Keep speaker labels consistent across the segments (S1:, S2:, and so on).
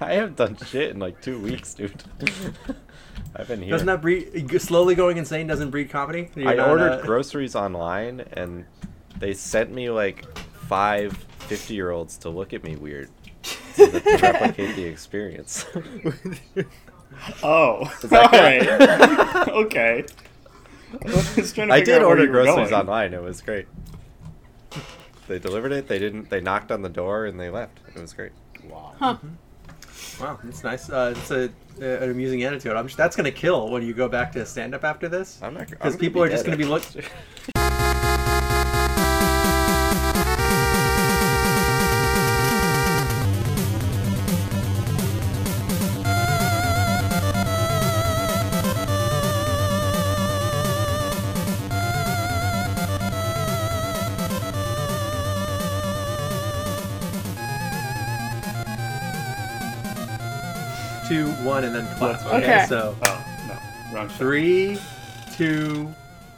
S1: I haven't done shit in like two weeks, dude. I've been here.
S2: Doesn't that breed slowly going insane? Doesn't breed comedy. You're
S1: I
S2: not,
S1: ordered
S2: uh,
S1: groceries online and they sent me like five 50 year olds to look at me weird so that to replicate the experience.
S3: Oh, all
S1: that
S3: right. okay. I was trying to
S1: I
S3: figure
S1: did
S3: out where
S1: order
S3: you were
S1: groceries
S3: going.
S1: online. It was great. They delivered it. They didn't. They knocked on the door and they left. It was great.
S2: Wow, that's nice. Uh, it's a, uh, an amusing anecdote. I'm that's gonna kill when you go back to stand up after this.
S1: I'm not I'm
S2: 'Cause
S1: gonna
S2: people are just
S1: dead
S2: gonna be
S1: after
S2: look-
S1: this.
S2: Two, one, and then clap.
S3: Okay.
S2: So
S3: Oh no, wrong shot.
S2: three, two,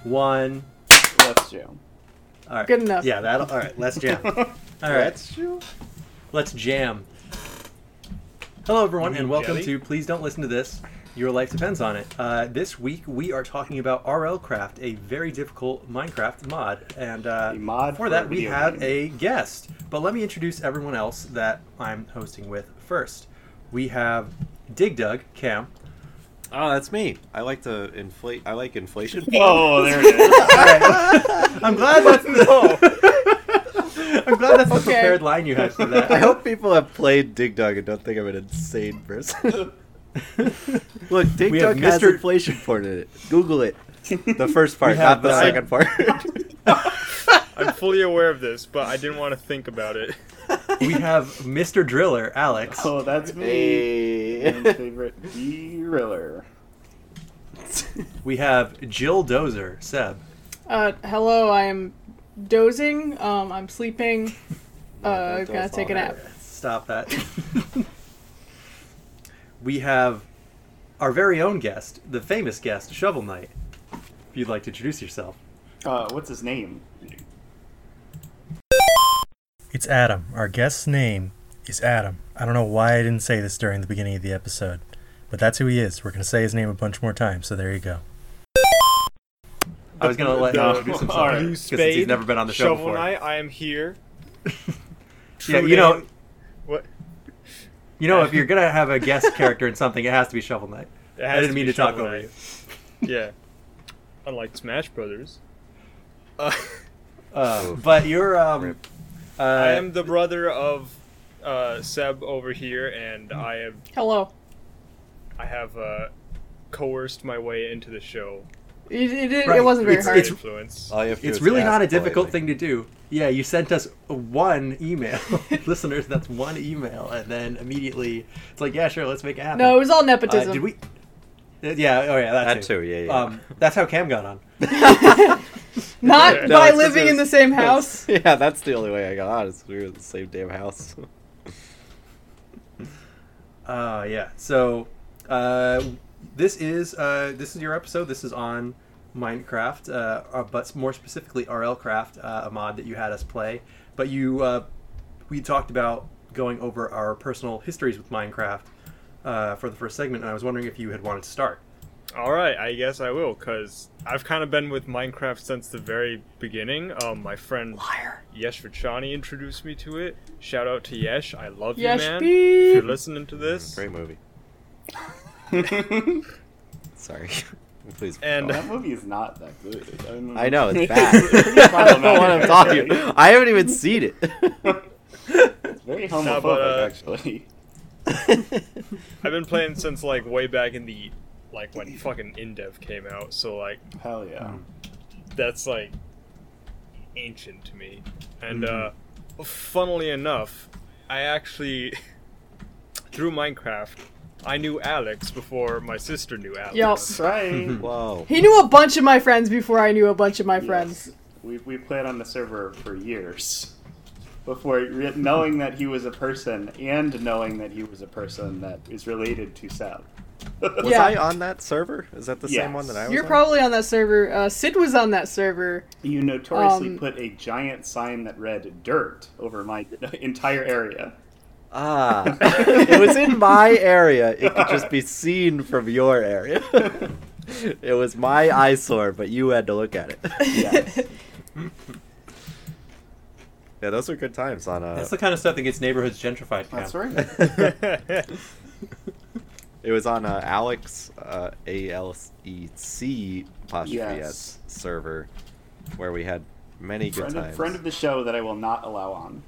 S2: one.
S3: Left jam.
S2: All right.
S4: Good enough.
S2: Yeah. That'll. All right. Let's jam. All right.
S1: That's you.
S2: Let's jam. Hello, everyone, and welcome
S5: jelly?
S2: to Please Don't Listen to This. Your life depends on it. Uh, this week, we are talking about RL Craft, a very difficult Minecraft mod. And uh,
S3: A mod
S2: for
S3: for
S2: that,
S3: a
S2: we
S3: video
S2: have a
S3: game.
S2: guest. But let me introduce everyone else that I'm hosting with first. We have Dig Dug, Cam.
S1: Oh, that's me. I like to inflate. I like inflation.
S3: Oh, there it is.
S2: I'm glad that's the. I'm glad that's the
S4: Okay.
S2: prepared line you had for that.
S1: I hope people have played Dig Dug and don't think I'm an insane person. Look, Dig
S2: We have
S1: Dug has
S2: Mr.
S1: inflation porn in it. Google it. The first part,
S2: have,
S1: not the
S2: uh,
S1: second part.
S5: I'm fully aware of this, but I didn't want to think about it.
S2: We have Mr. Driller, Alex.
S3: Oh, that's me. My favorite driller.
S2: We have Jill Dozer, Seb.
S4: Uh, hello, I'm dozing. Um, I'm sleeping. Uh,
S1: don't
S4: gonna
S1: doze
S4: take a
S1: on
S4: nap.
S2: Stop that. we have our very own guest, the famous guest, Shovel Knight. If you'd like to introduce yourself,
S3: Uh, what's his name?
S6: It's Adam. Our guest's name is Adam. I don't know why I didn't say this during the beginning of the episode, but that's who he is. We're going to say his name a bunch more times, so there you go.
S2: I was gonna let him
S3: No.
S2: introduce himself
S3: Alright.
S5: Blue
S2: because he's never been on the show
S5: Shovel
S2: before.
S5: Knight, I am here.
S2: yeah,
S5: True
S2: you know,
S5: name. What?
S2: you know, if you're gonna have a guest character in something, it has to be Shovel Knight.
S5: It
S2: I
S5: has
S2: didn't mean
S5: be
S2: to talk
S5: Shovel
S2: over
S5: Knight.
S2: you.
S5: Yeah. Unlike Smash Brothers. Uh,
S2: Uh, but you're, um,
S1: Rip.
S2: uh,
S5: I am the brother of uh, Seb over here, and I have
S4: Hello.
S5: I have uh, coerced my way into the show.
S4: It, it, it,
S2: Right.
S4: it wasn't very
S2: It's-
S4: hard.
S2: it's-
S5: Influence.
S1: All you have to do
S2: it's
S1: is
S2: really
S1: ask
S2: not a difficult
S1: politely.
S2: thing to do. Yeah, you sent us one email, listeners. That's one email, and then immediately it's like, yeah, sure, let's make it happen.
S4: no, it was all
S2: Uh,
S4: nepotism.
S2: did we? Uh, Yeah. Oh, yeah. That,
S1: That too, yeah, yeah.
S2: Um, that's how Cam got on.
S4: Not
S5: No,
S4: by
S1: it's 'cause
S4: living in the
S1: there's-
S4: same house.
S1: Yeah, that's the only way I got on. Is we were in the same damn house.
S2: Uh, yeah. So, uh, this is uh, this is your episode. This is on Minecraft, uh, uh, but more specifically RL Craft, uh, a mod that you had us play. But you, uh, we talked about going over our personal histories with Minecraft uh, for the first segment, and I was wondering if you had wanted to start.
S5: All right, I guess I will, cause I've kind of been with Minecraft since the very beginning. Um, my friend Yesh Vichani introduced me to it. Shout out to Yesh, I love
S4: Yesh
S5: you, man.
S4: beep.
S5: If you're listening to this,
S1: Great movie. Sorry. Please.
S5: And-
S3: Oh, That movie is not that good. I, don't
S1: I know it's bad.
S3: Pretty
S1: I don't know what I'm
S3: problematic,
S1: talking.
S3: actually.
S1: I haven't even seen it.
S3: It's very homophobic,
S5: Nah, but, uh,
S3: actually.
S5: I've been playing since like way back in the, like when fucking InDev came out. So like
S3: Hell yeah.
S5: that's like ancient to me. And
S1: Hmm.
S5: uh, funnily enough, I actually through Minecraft, I knew Alex before my sister knew Alex.
S4: Yup.
S3: That's right.
S1: Whoa.
S4: He knew a bunch of my friends before I knew a bunch of my friends.
S3: Yes. We we played on the server for years before re- knowing that he was a person and knowing that he was a person that is related to Sal.
S1: Was
S4: Yeah.
S1: I on that server? Is that the same one that I
S3: Yes.
S1: was?
S4: You're
S1: on?
S4: probably on that server. Uh, Sid was on that server.
S3: You notoriously
S4: Um,
S3: put a giant sign that read "dirt" over my entire area.
S1: Ah, it was in my area. It could just be seen from your area. it was my eyesore, but you had to look at it.
S3: Yeah.
S1: Yeah, those were good times on uh,
S2: That's the kind of stuff that gets neighborhoods gentrified. Cam.
S3: That's right.
S1: It was on uh, Alex uh, A L E C apostrophe S
S3: Yes.
S1: server, where we had many good
S3: Friend
S1: times.
S3: of, friend of the show that I will not allow on.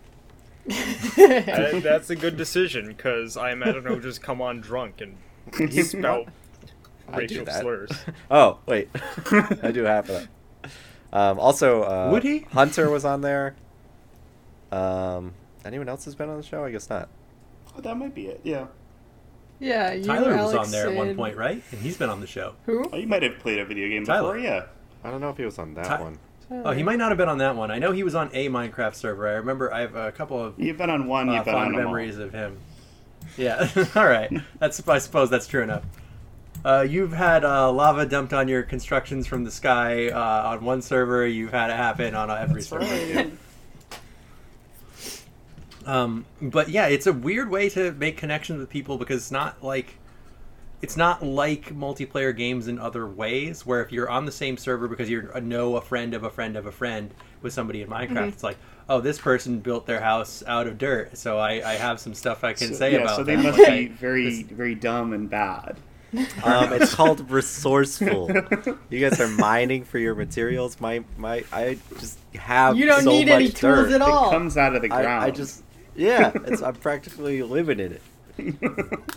S5: That- that's a good decision because I imagine I'll just come on drunk and spout
S1: I do
S5: racial
S1: that.
S5: slurs.
S1: Oh wait, I do have that. Um, also, uh,
S2: Would he?
S1: Hunter was on there. Um, anyone else has been on the show? I guess not.
S3: Oh, that might be it. Yeah.
S4: yeah, you,
S2: Tyler
S4: Alex,
S2: was on there at one
S4: and-
S2: point, right? And he's been on the show.
S4: Who?
S3: Oh, you might have played a video game
S2: Tyler.
S3: before. Yeah.
S1: I don't know if he was on that
S2: Ty-
S1: one.
S2: Oh, he might not have been on that one. I know he was on a Minecraft server. I remember I have a couple of
S3: You've been on one.
S2: uh,
S3: you've been on
S2: fond
S3: them all.
S2: memories of him. Yeah. All right. That's I suppose that's true enough. Uh, you've had uh, lava dumped on your constructions from the sky uh, on one server. You've had it happen on every
S3: That's
S2: server.
S3: right.
S2: Um, but yeah, it's a weird way to make connections with people because it's not like it's not like multiplayer games in other ways where if you're on the same server because you know a friend of a friend of a friend with somebody in Minecraft,
S4: Mm-hmm.
S2: it's like, oh, this person built their house out of dirt, so I, I have some stuff I can
S3: So-
S2: say
S3: yeah,
S2: about
S3: so they
S2: that.
S3: must
S2: Like,
S3: be very, very dumb and bad.
S1: Um, it's called resourceful. You guys are mining for your materials. My my, I just have.
S4: You don't
S1: so
S4: need
S1: much
S4: any tools
S1: dirt.
S4: at all.
S3: It comes out of the ground.
S1: I, I just yeah, it's, I'm practically living in it.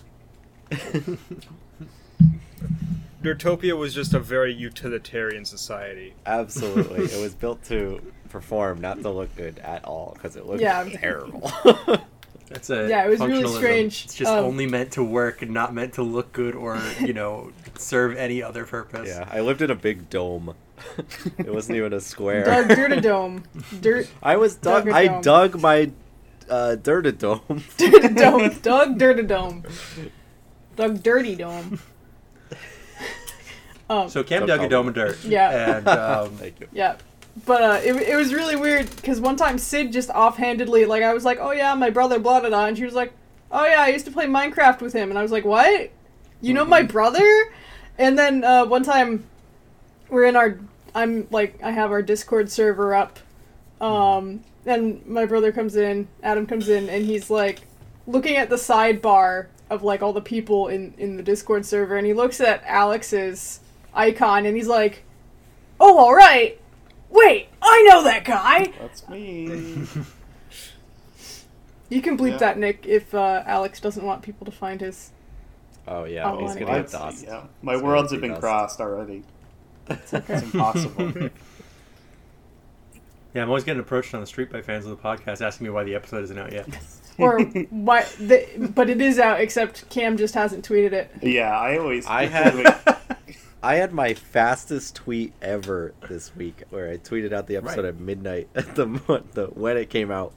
S5: Dirtopia was just a very utilitarian society.
S1: Absolutely, it was built to perform, not to look good at all, because it looked
S4: Yeah.
S1: terrible.
S2: that's a
S4: Yeah, it was really
S2: functionalism.
S4: strange.
S2: It's just
S4: Um,
S2: only meant to work and not meant to look good or you know serve any other purpose.
S1: yeah, I lived in a big dome. It wasn't even a square.
S4: Dog Dirtadome. Dirt
S1: I was dug.
S4: Dug a
S1: I
S4: dome.
S1: dug my uh, dirt dome.
S4: Dirtadome. Dog Dirtadome. Dog Dirty Dome. Um,
S2: So Cam
S1: Don't
S2: dug a
S1: call
S2: dome
S1: me.
S2: of dirt.
S4: Yeah.
S2: And um,
S1: Thank you.
S4: Yeah. But uh, it, it was really weird because one time Sid just offhandedly, like, I was like, oh yeah, my brother, blah, blah, blah. And she was like, oh yeah, I used to play Minecraft with him. And I was like, what? You know my brother? And then uh, one time we're in our, I'm like, I have our Discord server up. Um, and my brother comes in, Adam comes in, and he's like looking at the sidebar of like all the people in, in the Discord server. And he looks at Alex's icon and he's like, oh, all right. Wait, I know that guy.
S3: That's me.
S4: You can bleep
S3: Yeah.
S4: that, Nick, if uh, Alex doesn't want people to find his.
S1: Oh yeah,
S4: Oh,
S1: he's
S4: my
S1: gonna
S4: God.
S1: get dust.
S3: Yeah. My
S1: It's gonna
S3: worlds
S1: be
S3: have been
S1: dust.
S3: crossed already.
S4: okay.
S3: It's impossible.
S2: Yeah, I'm always getting approached on the street by fans of the podcast asking me why the episode isn't out yet.
S4: Or why? The, but it is out, except Cam just hasn't tweeted it.
S3: yeah, I always.
S1: I had- I had my fastest tweet ever this week, where I tweeted out the episode
S2: Right.
S1: at midnight at the, mo- the when it came out.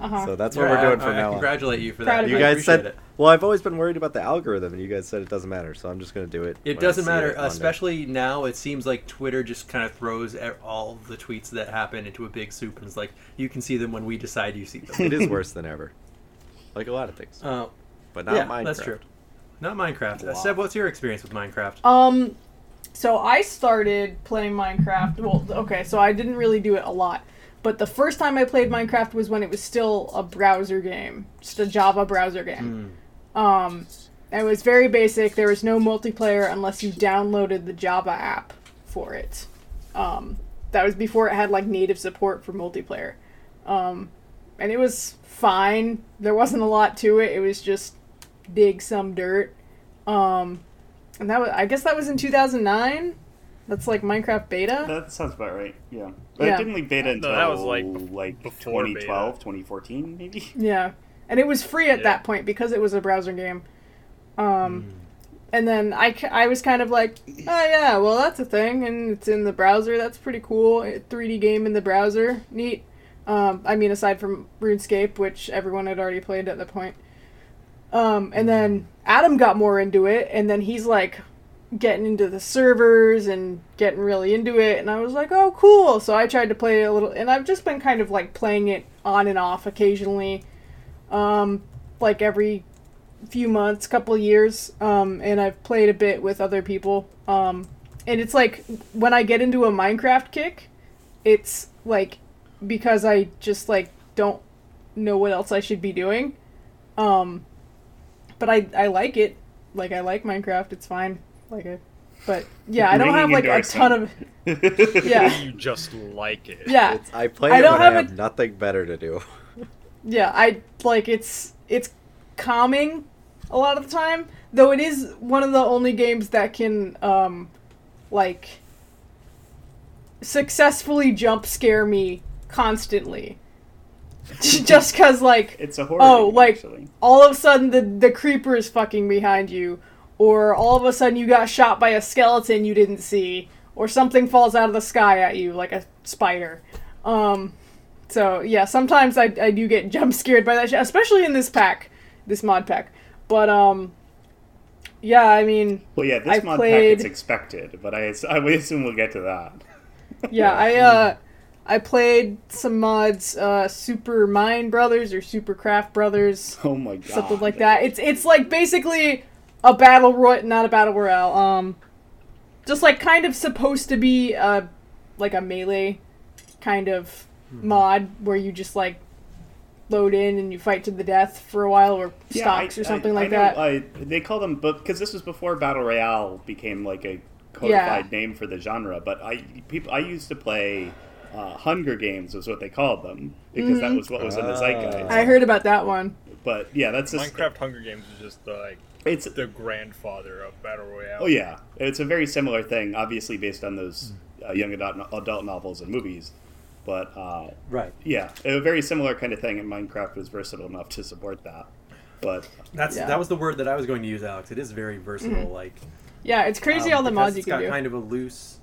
S4: Uh huh.
S1: So that's what we're doing from
S2: I,
S1: now on.
S2: congratulate you for
S4: Proud
S2: that.
S4: of
S1: You
S4: I
S1: guys said,
S2: it.
S1: well, I've always been worried about the algorithm, and you guys said it doesn't matter, so I'm just going to do it. when
S2: It
S1: I
S2: doesn't
S1: see
S2: matter,
S1: one day.
S2: especially now. It seems like Twitter just kind of throws e- all the tweets that happen into a big soup, and it's like you can see them when we decide you see them.
S1: It is worse than ever. Like a lot of things,
S2: Uh,
S1: but not
S2: yeah,
S1: Minecraft.
S2: that's true. Not Minecraft.
S1: Wow.
S2: Uh, Seb, what's your experience with Minecraft?
S4: Um, so I started playing Minecraft. Well, okay, so I didn't really do it a lot, but the first time I played Minecraft was when it was still a browser game, just a Java browser game. Um, and it was very basic. There was no multiplayer unless you downloaded the Java app for it. Um, that was before it had like native support for multiplayer. Um, and it was fine. There wasn't a lot to it. It was just dig some dirt. Um, and that was, I guess that was in 2009. That's like Minecraft beta.
S3: That sounds about right. Yeah. But
S4: Yeah.
S3: it didn't leave beta until
S5: No, that was, like, bef-
S3: like
S5: before
S3: 2012,
S5: beta.
S3: 2014, maybe.
S4: Yeah. And it was free at
S5: Yeah.
S4: that point because it was a browser game. Um, And then I, ki- I was kind of like, oh yeah, well that's a thing, and it's in the browser. That's pretty cool. A 3D game in the browser, neat. Um, I mean, aside from RuneScape, which everyone had already played at that point. Um, and then Adam got more into it, and then he's like getting into the servers and getting really into it. And I was like, oh, cool. So I tried to play it a little, and I've just been kind of like playing it on and off occasionally. Um, like every few months, couple years, um, and I've played a bit with other people. Um, and it's like when I get into a Minecraft kick, it's like because I just like don't know what else I should be doing. Um, but I I like it. Like I like Minecraft. It's fine. Like I, but yeah, I don't
S3: Ringing
S4: have like a ton of yeah.
S5: You just like it.
S4: yeah.
S1: It's, I play
S4: I
S1: it
S4: don't
S1: when
S4: have
S1: I have
S4: a-
S1: nothing better to do.
S4: yeah i like it's it's calming a lot of the time though it is one of the only games that can um like successfully jump scare me constantly just because like
S3: It's a horror.
S4: Oh,
S3: game,
S4: like-
S3: actually.
S4: all of a sudden the the creeper is fucking behind you or all of a sudden you got shot by a skeleton you didn't see or something falls out of the sky at you like a spider um so yeah sometimes i, I do get jump scared by that shit especially in this pack this mod pack but um yeah i mean
S3: Well, yeah, this
S4: I
S3: mod pack
S4: played-
S3: it's expected, but I, I would assume we'll get to that.
S4: yeah i uh i played some mods uh super mine brothers or super craft brothers
S3: Oh my god.
S4: something like that. It's it's like basically a battle roy, not a battle royale. Um, just like kind of supposed to be uh like a melee kind of mod where you just like load in and you fight to the death for a while or
S3: Yeah,
S4: stocks
S3: I-
S4: or something
S3: I-
S4: like
S3: I know,
S4: that.
S3: I, they call them, but because this was before battle royale became like a codified name for the genre. But I people I used to play uh, Hunger Games was what they called them because
S4: Mm-hmm.
S3: that was what was in the
S1: Ah.
S3: zeitgeist.
S4: I heard about that one.
S3: But yeah, that's just
S5: Minecraft Hunger Games is just the, like
S3: It's
S5: the grandfather of battle royale.
S3: oh yeah, it's a very similar thing, obviously based on those uh, young adult adult novels and movies. But uh,
S2: Right.
S3: yeah, a very similar kind of thing, and Minecraft was versatile enough to support that. But
S2: That's
S4: Yeah.
S2: that was the word that I was going to use, Alex. It is very versatile. Like
S4: Yeah, it's crazy
S2: um,
S4: all the
S2: because
S4: mods you
S2: it's
S4: can
S2: got
S4: do.
S2: kind of a loose.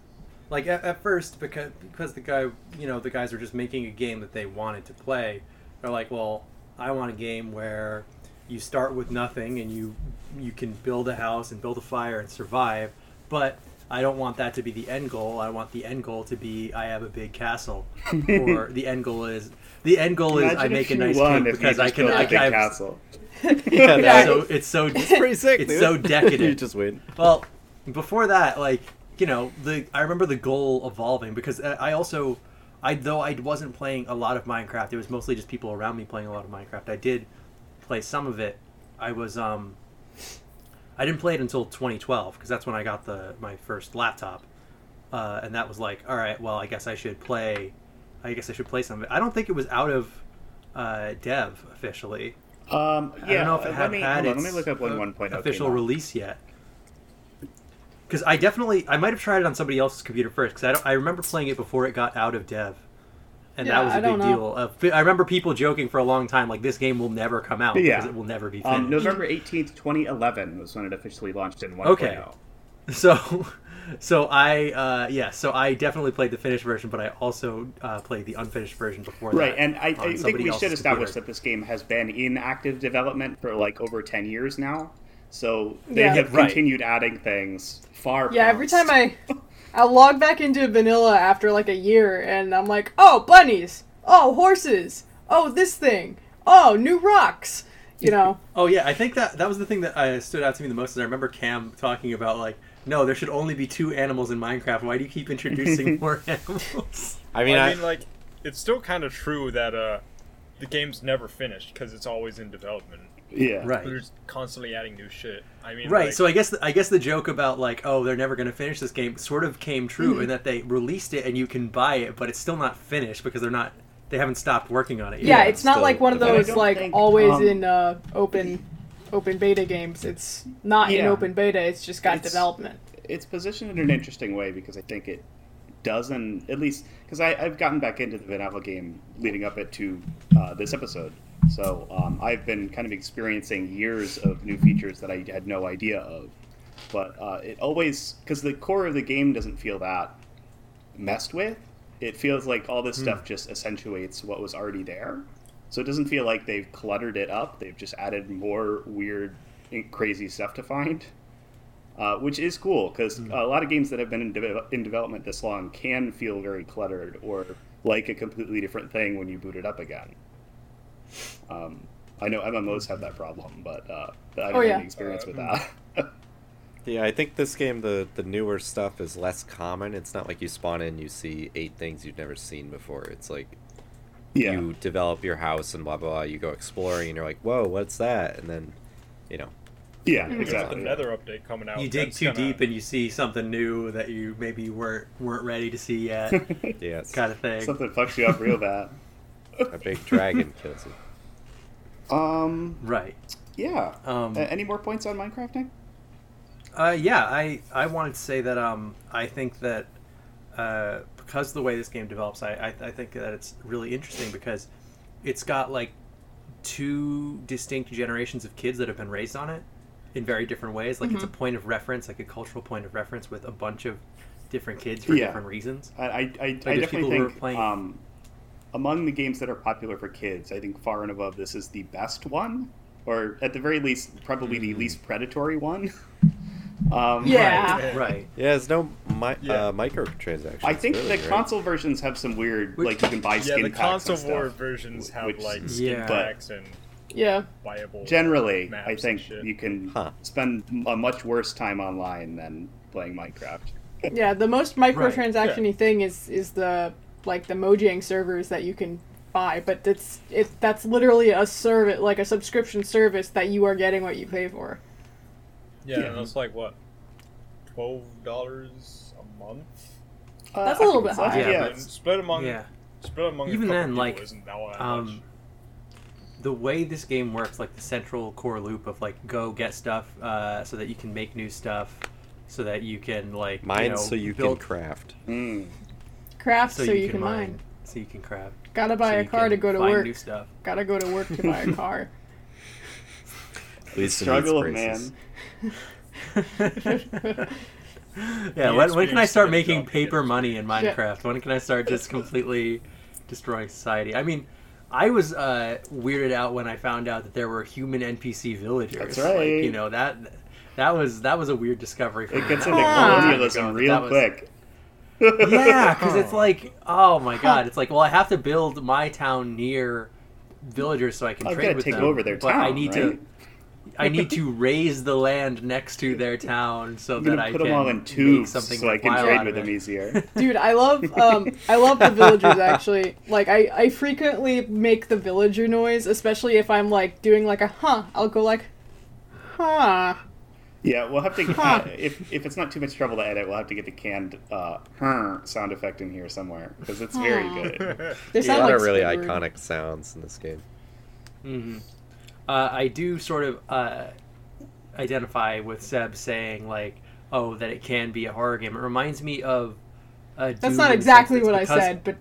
S2: Like at, at first, because because the guy, you know, the guys were just making a game that they wanted to play. They're like, well, I want a game where you start with nothing and you you can build a house and build a fire and survive. But I don't want that to be the end goal. I want the end goal to be I have a big castle, or the end goal is the end goal is I
S3: imagine
S2: make
S3: if
S2: a
S3: you
S2: nice
S3: won
S2: cake
S3: if you
S2: because I
S3: just
S2: can
S3: built
S2: I,
S3: a big
S2: I, have
S3: castle.
S1: yeah,
S4: Yeah.
S1: that's
S2: so it's so
S1: it's pretty sick.
S2: It's
S1: dude.
S2: so decadent.
S1: you just win.
S2: Well, before that, like you know, the I remember the goal evolving because uh, I I also, I though I wasn't playing a lot of Minecraft. It was mostly just people around me playing a lot of Minecraft. I did play some of it. I was um, I didn't play it until 2012 because that's when I got the my first laptop, uh, and that was like, all right, well, I guess I should play. I guess I should play some of it. I don't think it was out of uh, dev officially.
S3: Um, yeah,
S2: I don't know if
S3: uh,
S2: it
S3: let
S2: had
S3: me,
S2: had
S3: hold on,
S2: its
S3: let me look up when
S2: uh,
S3: 1.0
S2: official
S3: came out.
S2: release yet. Because I definitely, I might have tried it on somebody else's computer first. Because I don't, I remember playing it before it got out of dev, and
S4: Yeah,
S2: that was a
S4: I
S2: big
S4: don't know.
S2: deal. Uh, fi- I remember people joking for a long time, like this game will never come out
S3: Yeah.
S2: because it will never be finished.
S3: Um, November 18th, 2011 was when it officially launched in 1.0.
S2: Okay. So, so I, uh, yeah, so I definitely played the finished version, but I also uh, played the unfinished version before
S3: Right,
S2: that.
S3: and I,
S2: on
S3: I think
S2: somebody
S3: we
S2: else's
S3: should establish
S2: computer.
S3: that this game has been in active development for like over 10 years now. So they
S4: Yeah.
S3: have
S2: Yeah, right.
S3: continued adding things far
S4: Yeah, every
S3: past-
S4: time I I log back into vanilla after like a year and I'm like, "Oh, bunnies. Oh, horses. Oh, this thing. Oh, new rocks." You know.
S2: Oh yeah, I think that that was the thing that uh, stood out to me the most. Is I remember Cam talking about like, no, there should only be two animals in Minecraft. Why do you keep introducing more animals?
S1: I mean,
S5: I
S1: I,
S5: mean, like, it's still kind of true that uh, the game's never finished because it's always in development.
S3: Yeah.
S5: They're just constantly adding new shit. I mean,
S2: right.
S5: like,
S2: so I guess the, I guess the joke about like, oh, they're never going to finish this game sort of came true in that they released it and you can buy it, but it's still not finished because they're not they haven't stopped working on it.
S4: yeah,
S2: yet.
S4: it's not
S1: still
S4: like one of
S1: developing.
S4: those
S3: I don't
S4: like
S3: think,
S4: always
S3: um,
S4: in uh, open open beta games. It's not in
S3: Yeah.
S4: open beta. It's just got
S3: It's-
S4: development.
S3: It's positioned in an interesting way because I think it doesn't, at least, because I've gotten back into the vanilla game leading up it to uh, this episode. So um, I've been kind of experiencing years of new features that I had no idea of. But uh, it always, because the core of the game doesn't feel that messed with. It feels like all this stuff just accentuates what was already there. So it doesn't feel like they've cluttered it up. They've just added more weird, and crazy stuff to find, uh, which is cool because a lot of games that have been in, de- in development this long can feel very cluttered or like a completely different thing when you boot it up again. Um, I know MMOs have that problem, but, uh, but I don't
S4: Oh,
S3: have
S4: yeah.
S3: any experience with that.
S1: Yeah, I think this game the the newer stuff is less common. It's not like you spawn in, you see eight things you've never seen before. It's like
S3: yeah.
S1: you develop your house and blah blah blah. You go exploring, and you're like, whoa, what's that? And then, you know,
S3: yeah,
S1: There's
S5: There's the
S3: exactly.
S5: Nether update coming out.
S2: you dig
S5: that's
S2: too
S5: gonna-
S2: deep and you see something new that you maybe weren't weren't ready to see yet,
S1: yeah, it's
S2: kind of thing.
S3: Something fucks you up real bad.
S1: a big dragon kills you.
S3: Um,
S2: Right.
S3: yeah.
S2: Um,
S3: A- any more points on Minecraft, Nick?
S2: Uh, yeah, I, I wanted to say that um, I think that uh, because of the way this game develops, I, I, I think that it's really interesting because it's got like two distinct generations of kids that have been raised on it in very different ways. Like it's
S4: Mm-hmm.
S2: a point of reference, like a cultural point of reference with a bunch of different kids for
S3: Yeah.
S2: different reasons.
S3: I, I, I, I
S2: there's people
S3: definitely
S2: who are
S3: think
S2: playing-
S3: um, among the games that are popular for kids, I think far and above this is the best one, or at the very least, probably the least predatory one. Um,
S4: Yeah.
S5: Right.
S2: Right.
S1: Yeah, there's no mi-
S5: Yeah.
S1: uh, microtransactions.
S3: I think
S1: really,
S3: the
S1: right?
S3: console versions have some weird,
S2: Which-
S3: like you can buy
S5: Yeah,
S3: skin
S5: the
S3: packs
S5: console
S3: and
S5: war
S3: stuff.
S5: versions have
S3: which-
S5: like skin
S2: Yeah.
S5: packs and
S4: Yeah.
S5: viable.
S3: Generally,
S5: maps
S3: I
S5: and
S3: think
S5: shit.
S3: you can
S1: Huh.
S3: spend a much worse time online than playing Minecraft.
S4: Yeah, the most microtransaction-y thing is is the like the Mojang servers that you can buy, but that's it that's literally a service like a subscription service that you are getting what you pay for.
S5: Yeah,
S3: Yeah.
S5: and it's like what, twelve dollars a month.
S3: Uh,
S4: That's a little
S3: I
S4: bit
S3: think
S4: high.
S3: it's-
S2: Yeah,
S3: Yeah,
S5: And
S3: it's-
S5: split among
S2: Yeah.
S5: split among
S2: Even
S5: a couple
S2: then,
S5: people
S2: like,
S5: isn't that all that much.
S2: Um, the way this game works, like the central core loop of like go get stuff uh, so that you can make new stuff, so that you can like
S1: mine,
S2: you know,
S1: so you
S2: build
S1: can craft.
S3: mm.
S4: Craft so, you, can mine.
S2: So you can craft.
S4: Gotta buy
S2: so
S4: a
S2: you
S4: car
S2: can
S4: to go to
S2: find
S4: work.
S2: New stuff.
S4: Gotta go to work to buy a car.
S1: At least in these
S3: struggle of
S1: places.
S3: man.
S2: yeah. When, when can I
S5: experience
S2: start
S5: good
S2: making
S5: job.
S2: paper money in Minecraft? When can I start just completely destroying society? I mean, I was uh, weirded out when I found out that there were human NPC villagers.
S3: That's right.
S2: Like, you know that that was that was a weird discovery. For
S3: It
S2: me.
S3: gets
S2: Not
S3: into
S2: long time
S3: colonialism
S2: ago that
S3: real
S2: that was-
S3: quick.
S2: yeah, because it's like, oh my god, it's like, well, I have to build my town near villagers so I can
S3: I've
S2: trade
S3: got to
S2: with
S3: take
S2: them.
S3: over their
S2: but
S3: town.
S2: I need
S3: right?
S2: to, I need to raise the land next to their town so
S3: I'm
S2: that
S3: gonna
S2: I
S3: put
S2: can
S3: them all in
S2: make
S3: tubes
S2: something
S3: so I can
S2: worthwhile
S3: trade
S2: out
S3: with
S2: of
S3: them
S2: it.
S3: easier.
S4: Dude, I love um, I love the villagers actually. Like I, I frequently make the villager noise, especially if I'm like doing like a huh. I'll go like huh.
S3: Yeah, we'll have to.
S4: Huh.
S3: Uh, if if it's not too much trouble to edit, we'll have to get the canned uh, "huh" sound effect in here somewhere because it's very good.
S4: They
S1: A
S4: sound
S1: lot
S4: like
S1: of really
S4: Squidward.
S1: iconic sounds in this game.
S2: Mhm. Uh, I do sort of uh, identify with Seb saying like, oh, that it can be a horror game. It reminds me of. Uh, Doom in
S4: That's
S2: the
S4: not
S2: sense
S4: exactly
S2: it's
S4: what I
S2: because-
S4: said, but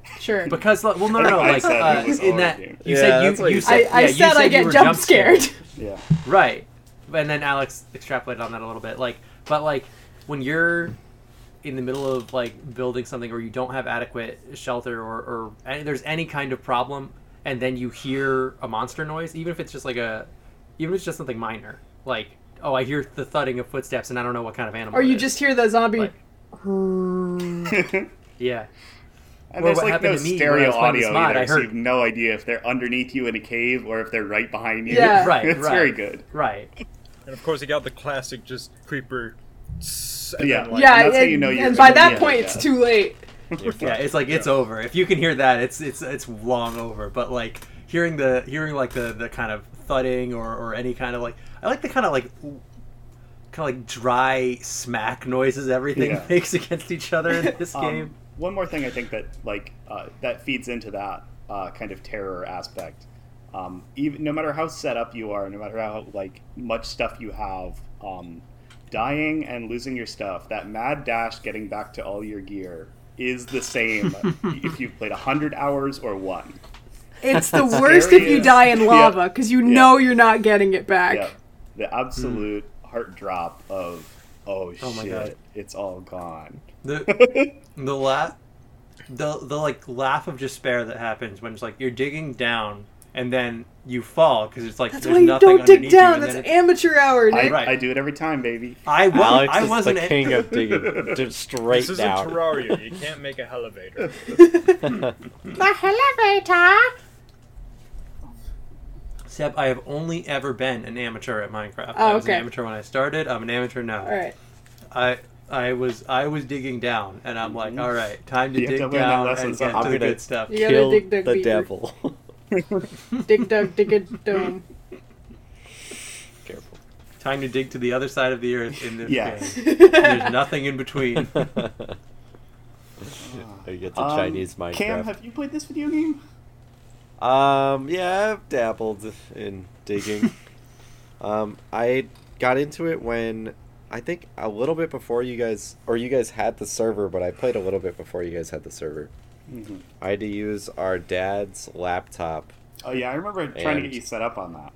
S4: sure.
S2: Because like, well, no, no, no,
S3: I
S2: like
S3: said
S2: uh,
S3: it was
S2: in
S3: horror
S2: that
S3: game.
S2: you
S1: Yeah,
S2: said
S1: that's
S2: you,
S1: what
S2: you
S1: you
S2: said
S4: I,
S2: yeah,
S4: I
S2: you
S4: said, I
S2: you
S4: get
S2: were
S4: jump scared.
S3: Yeah,
S2: Right. And then Alex extrapolated on that a little bit. Like, but like when you're in the middle of like building something or you don't have adequate shelter or, or any, there's any kind of problem and then you hear a monster noise, even if it's just like a, even if it's just something minor, like, oh, I hear the thudding of footsteps and I don't know what kind of animal.
S4: or
S2: it
S4: you
S2: is.
S4: just hear the zombie.
S2: Like- yeah.
S3: and
S2: Well,
S3: there's
S2: what
S3: like
S2: happened
S3: no
S2: to me when I
S3: stereo
S2: was playing this
S3: audio
S2: mod,
S3: either,
S2: I
S3: so you
S2: heard-
S3: have no idea if they're underneath you in a cave or if they're right behind you.
S4: Yeah.
S2: Right,
S3: it's
S2: right.
S3: very good.
S2: Right.
S5: And of course, you got the classic just creeper. tss, and
S3: Yeah.
S5: then, like,
S4: yeah,
S3: that's how
S4: and,
S3: you know you're-
S4: and by that
S3: yeah,
S4: point,
S3: yeah.
S4: it's too late.
S1: You're
S2: Yeah,
S1: fucked.
S2: it's like it's over. If you can hear that, it's it's it's long over. But like hearing the hearing like the the kind of thudding or or any kind of like I like the kind of like kind of like dry smack noises everything
S3: Yeah.
S2: makes against each other in this
S3: Um,
S2: game.
S3: One more thing, I think that like uh, that feeds into that uh, kind of terror aspect. Um, even no matter how set up you are, no matter how like much stuff you have, um, dying and losing your stuff, that mad dash getting back to all your gear is the same if you've played hundred hours or one.
S4: It's the worst if you
S3: is.
S4: die in
S3: Yeah.
S4: lava because you
S3: Yeah.
S4: know you're not getting it back.
S3: Yeah, the absolute heart drop of oh,
S2: Oh my
S3: shit,
S2: God.
S3: it's all gone.
S2: The the laugh, the the like laugh of despair that happens when it's like you're digging down and then you fall because it's like
S4: That's
S2: there's
S4: why you
S2: nothing
S4: don't dig
S2: underneath you,
S4: down.
S2: and then
S4: That's
S2: it-
S4: amateur hour,
S3: I,
S4: Nick.
S2: Right.
S3: I do it every time, baby.
S2: I was
S1: Alex
S2: I
S1: is
S2: wasn't
S1: the king of digging just straight
S5: This isn't
S1: down.
S5: Terraria. You can't make a elevator.
S4: The elevator.
S2: Seb, I have only ever been an amateur at Minecraft.
S4: Oh,
S2: I was
S4: okay.
S2: an amateur when I started. I'm an amateur now.
S4: All right.
S2: I I was I was digging down, and I'm like, all right, time to
S3: Mm-hmm. You have
S2: dig
S3: to learn that
S2: down
S3: lesson
S2: and get
S3: somehow.
S2: to
S1: I'm
S2: the
S1: gonna-
S2: good stuff.
S4: You gotta
S1: Kill
S4: dig dug
S1: the
S4: beaver.
S1: devil.
S4: Dig dug dig dome.
S1: Careful.
S2: Time to dig to the other side of the earth in this
S3: Yeah.
S2: game. There's nothing in between.
S1: you get the
S3: Um,
S1: Chinese Minecraft.
S3: Cam, have you played this video game?
S1: Um, yeah, I've dabbled in digging. um, I got into it when I think a little bit before you guys, or you guys had the server, but I played a little bit before you guys had the server.
S3: Mhm.
S1: I had to use our dad's laptop.
S3: Oh yeah, I remember trying to
S1: And-
S3: get you set up on that.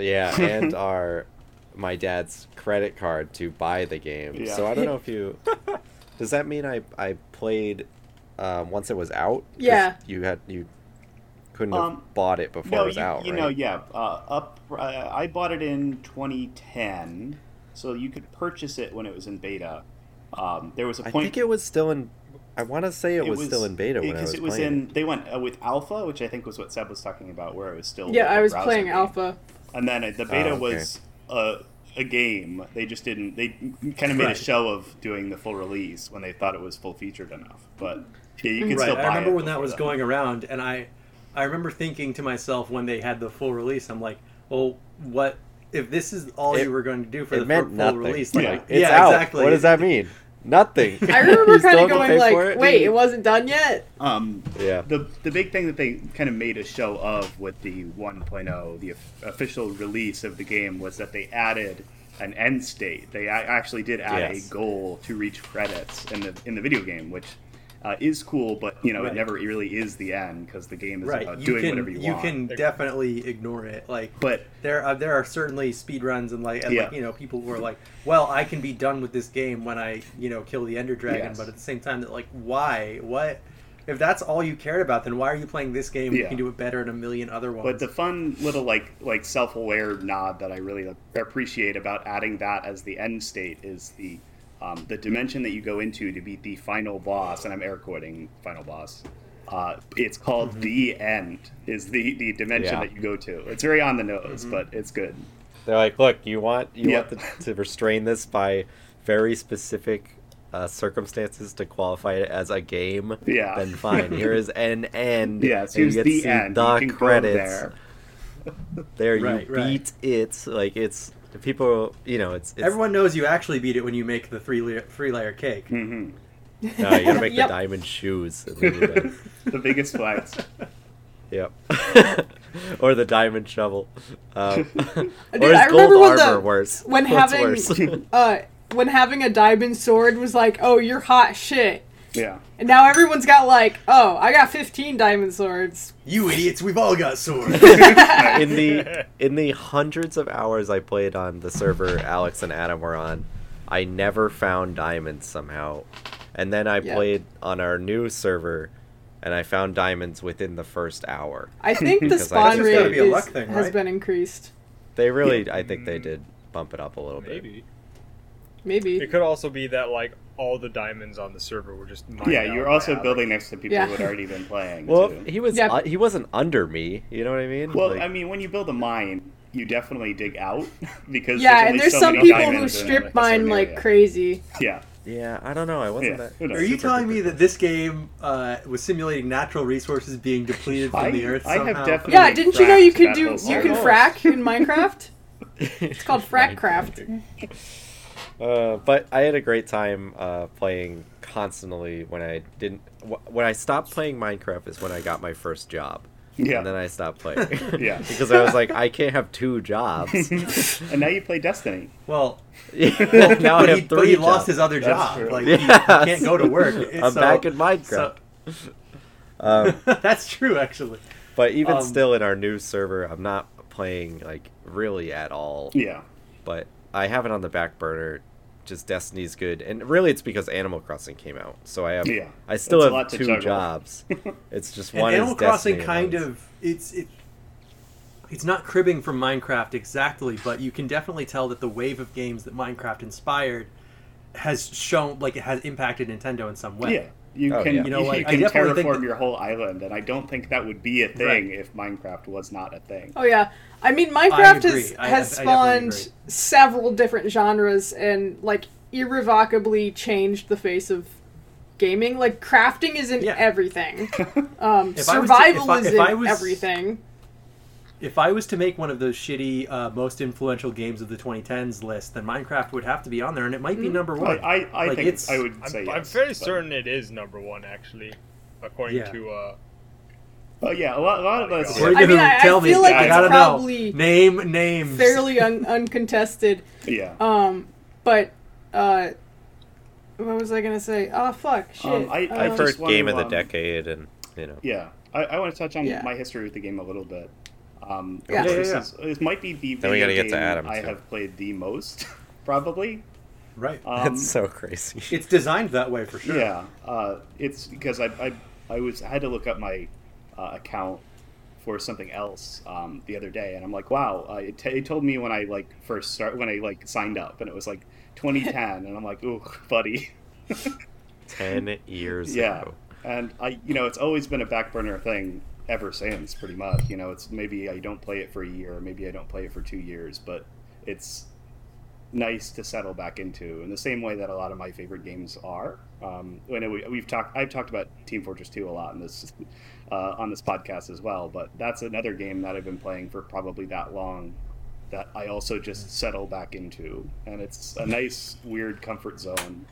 S1: Yeah, and our my dad's credit card to buy the game.
S3: Yeah.
S1: So I don't know if you does that mean I I played um, once it was out? 'Cause
S4: Yeah.
S1: You had you couldn't
S3: Um,
S1: have bought it before
S3: no,
S1: it was
S3: you,
S1: out,
S3: you
S1: right?
S3: know, yeah. Uh, up, uh, I bought it in 2010, so you could purchase it when it was in beta. Um, there was a
S1: I
S3: point.
S1: think it was still in. I want to say it, was, still in beta when I
S3: because
S1: was,
S3: it was
S1: playing.
S3: in. They went uh, with alpha, which I think was what Seb was talking about, where it was still.
S4: Yeah,
S3: a
S4: I was
S3: browser
S4: playing
S3: game.
S4: alpha.
S3: and then uh, the beta
S1: Oh, okay.
S3: was a, a game. They just didn't. They kind of made
S2: Right.
S3: a show of doing the full release when they thought it was full featured enough. But yeah, you can
S2: right.
S3: still buy
S2: I remember
S3: it
S2: when that
S3: before
S2: was
S3: then.
S2: going around, and I, I remember thinking to myself when they had the full release, I'm like, well, what if this is all
S1: It-
S2: you were going to do for the
S1: It meant
S2: full
S1: nothing.
S2: release?
S1: Like,
S2: Like,
S1: it's
S2: yeah,
S1: out.
S2: exactly.
S1: What does that mean? Nothing.
S4: I
S1: You
S4: remember
S1: still
S4: kind
S1: have
S4: of
S1: to
S4: going
S1: pay
S4: like,
S1: for it?
S4: wait, it wasn't done yet.
S3: Um,
S1: Yeah.
S3: the the big thing that they kind of made a show of with the 1.0, the of- official release of the game, was that they added an end state. They a- actually did add
S1: Yes.
S3: a goal to reach credits in the in the video game, which uh, is cool, but you know
S2: Right.
S3: it never really is the end because the game is
S2: Right.
S3: about
S2: You
S3: Uh, doing
S2: can
S3: whatever you,
S2: you
S3: want.
S2: can definitely ignore it. Like,
S3: but
S2: there are there are certainly speed runs and like and like
S3: Yeah.
S2: you know people who are like well i can be done with this game when i you know kill the ender dragon
S3: Yes.
S2: but at the same time that like why what if that's all you cared about then why are you playing this game when you
S3: Yeah.
S2: can do it better in a million other ones
S3: But the fun little like like self aware nod that I really like, appreciate about adding that as the end state is the um, the dimension that you go into to beat the final boss, and I'm air quoting final boss. Uh, it's called the end is the the dimension
S1: Mm-hmm. Yeah. Mm-hmm.
S3: that you go to. It's very on the nose, but it's good.
S1: They're like, look, you want you
S3: Yeah.
S1: want the, to restrain this by very specific uh, circumstances to qualify it as a game.
S3: Yeah.
S1: Then fine. Here is an end.
S3: Yes,
S1: and
S3: here's
S1: you get to
S3: the
S1: see
S3: end.
S1: The
S3: you can
S1: credits.
S3: go there.
S1: There,
S2: Right,
S1: you
S2: right.
S1: beat it. Like it's the people. You know, it's, it's
S2: everyone knows you actually beat it when you make the three layer three layer cake
S3: hmm
S1: No, you gotta make
S4: Yep.
S1: the diamond shoes. And then you're done.
S3: The biggest flex.
S1: Yep. or the diamond shovel. Um, or
S4: I
S1: is gold
S4: remember when
S1: armor
S4: the-
S1: worse?
S4: when
S1: What's
S4: having-
S1: worse?
S4: Uh, when having a diamond sword was like, oh, you're hot shit.
S3: yeah.
S4: And now everyone's got like, oh, I got 15 diamond swords.
S2: you idiots we've all got swords
S1: in the in the hundreds of hours I played on the server Alex and Adam were on, I never found diamonds somehow. And then I
S4: Yeah.
S1: played on our new server and I found diamonds within the first hour.
S4: I think the
S1: Because I
S4: spawn
S1: just-
S2: It's gotta
S4: rate
S2: be a
S4: is-
S2: luck thing,
S4: has
S2: right?
S4: been increased.
S1: They really I think they did bump it up a little bit.
S5: Maybe. It
S4: Maybe.
S5: could also be that like all the diamonds on the server were just mined
S3: Yeah,
S5: out
S3: you're
S5: by
S3: also
S5: Alex.
S3: building next to people
S4: Yeah.
S3: who had already been playing.
S1: Well,
S3: too.
S1: he was
S4: Yeah.
S1: uh, he wasn't under me, you know what I mean?
S3: Well,
S1: Like,
S3: I mean, when you build a mine, you definitely dig out because
S4: Yeah,
S3: only
S4: and there's
S3: so
S4: some
S3: many
S4: people who
S3: diamonds in,
S4: strip
S3: a certain
S4: mine like
S3: area.
S4: crazy.
S3: Yeah,
S1: yeah, I don't know. I wasn't
S3: yeah.
S1: that
S3: who knows?
S2: are you
S1: Super
S2: telling me
S1: duper.
S2: that this game uh, was simulating natural resources being depleted from
S3: I-
S2: the earth
S3: I have
S2: somehow?
S3: definitely-
S4: Yeah, didn't you know you could
S3: Fracked
S4: do
S3: that whole
S4: you could
S1: server.
S4: frack in Minecraft? It's called frack
S1: Minecraft.
S4: craft.
S1: Uh, but I had a great time uh, playing constantly when I didn't. Wh- when I stopped playing Minecraft is when I got my first job.
S3: Yeah,
S1: And then I stopped playing.
S3: Yeah.
S1: because I was like, I can't have two jobs.
S3: and now you play Destiny.
S2: well
S1: well, now I
S2: but,
S1: have
S2: he,
S1: three
S2: but he
S1: jobs.
S2: lost his other
S3: That's
S2: job.
S3: true.
S2: Like he, he
S1: Yes.
S2: can't go to work.
S1: I'm
S2: So-
S1: back in Minecraft. um,
S2: That's true, actually.
S1: but even
S2: um,
S1: still, in our new server, I'm not playing like really at all.
S3: Yeah,
S1: But I have it on the back burner. Just Destiny's good, and really, it's because Animal Crossing came out. So I have,
S3: Yeah.
S1: I still
S3: It's a
S1: have
S3: lot to
S1: two
S3: juggle.
S1: jobs. It's just
S2: And
S1: one.
S2: Animal
S1: is
S2: Crossing
S1: Destiny and
S2: kind
S1: one's-
S2: of it's it, it's not cribbing from Minecraft exactly, but you can definitely tell that the wave of games that Minecraft inspired has shown like it has impacted Nintendo in some way.
S3: yeah. You
S1: Oh,
S3: can
S1: yeah.
S3: you,
S1: You
S2: know what? I
S3: can
S2: definitely
S3: terraform
S2: think that-
S3: your whole island, and I don't think that would be a thing
S2: Right.
S3: if Minecraft was not a thing.
S4: Oh yeah, I mean Minecraft
S2: I
S4: has
S2: agree. I-
S4: has
S2: I- I definitely
S4: spawned several different genres and like irrevocably changed the face of gaming. Like crafting is in
S2: Yeah.
S4: everything. Um,
S2: If I was to-
S4: survival
S2: if I-
S4: is
S2: if
S4: in
S2: I was-
S4: everything.
S2: If I was to make one of those shitty uh, most influential games of the 2010s list, then Minecraft would have to be on there, and it
S1: Mm.
S2: might be number
S3: I,
S2: one.
S3: I, I
S2: Like,
S3: think
S2: it's-
S3: I would
S5: I'm,
S3: say
S5: I'm
S3: yes,
S5: fairly
S3: but-
S5: certain it is number one, actually, according
S2: Yeah.
S5: to uh,
S3: But yeah, a lot, a lot of us.
S5: Yeah.
S2: What are you
S4: I mean,
S2: gonna
S4: I- I feel like
S2: I
S4: it's
S2: gotta
S4: probably
S2: know. Name names.
S4: Fairly un- uncontested.
S3: Yeah.
S4: Um, but uh, what was I gonna say? Oh fuck, shit.
S3: Um, I- I just
S4: Um,
S1: First
S3: wanted
S1: game of
S3: to,
S1: the
S3: um,
S1: decade, and you know.
S3: Yeah, I, I want to touch on
S4: Yeah.
S3: my history with the game a little bit. Um,
S4: Yeah.
S3: this,
S2: Yeah, yeah,
S3: Is, this might be the
S1: Then we
S3: video
S1: gotta get to
S3: game
S1: Adam,
S3: I
S1: too.
S3: have played the most, probably.
S2: Right.
S3: Um,
S1: That's so crazy.
S2: It's designed that way for sure.
S3: Yeah, uh, it's because I, I, I was I had to look up my uh, account for something else um, the other day, and I'm like, wow, uh, it, t- it told me when I like first start when I like signed up, and it was like 2010, and I'm like, ooh, buddy.
S1: Ten years
S3: yeah
S1: ago.
S3: and i you know it's always been a back burner thing ever since pretty much you know it's maybe i don't play it for a year maybe i don't play it for two years but it's nice to settle back into in the same way that a lot of my favorite games are um i know we, we've talked i've talked about team fortress 2 a lot in this uh, on this podcast as well but that's another game that i've been playing for probably that long that i also just settle back into and it's a nice weird comfort zone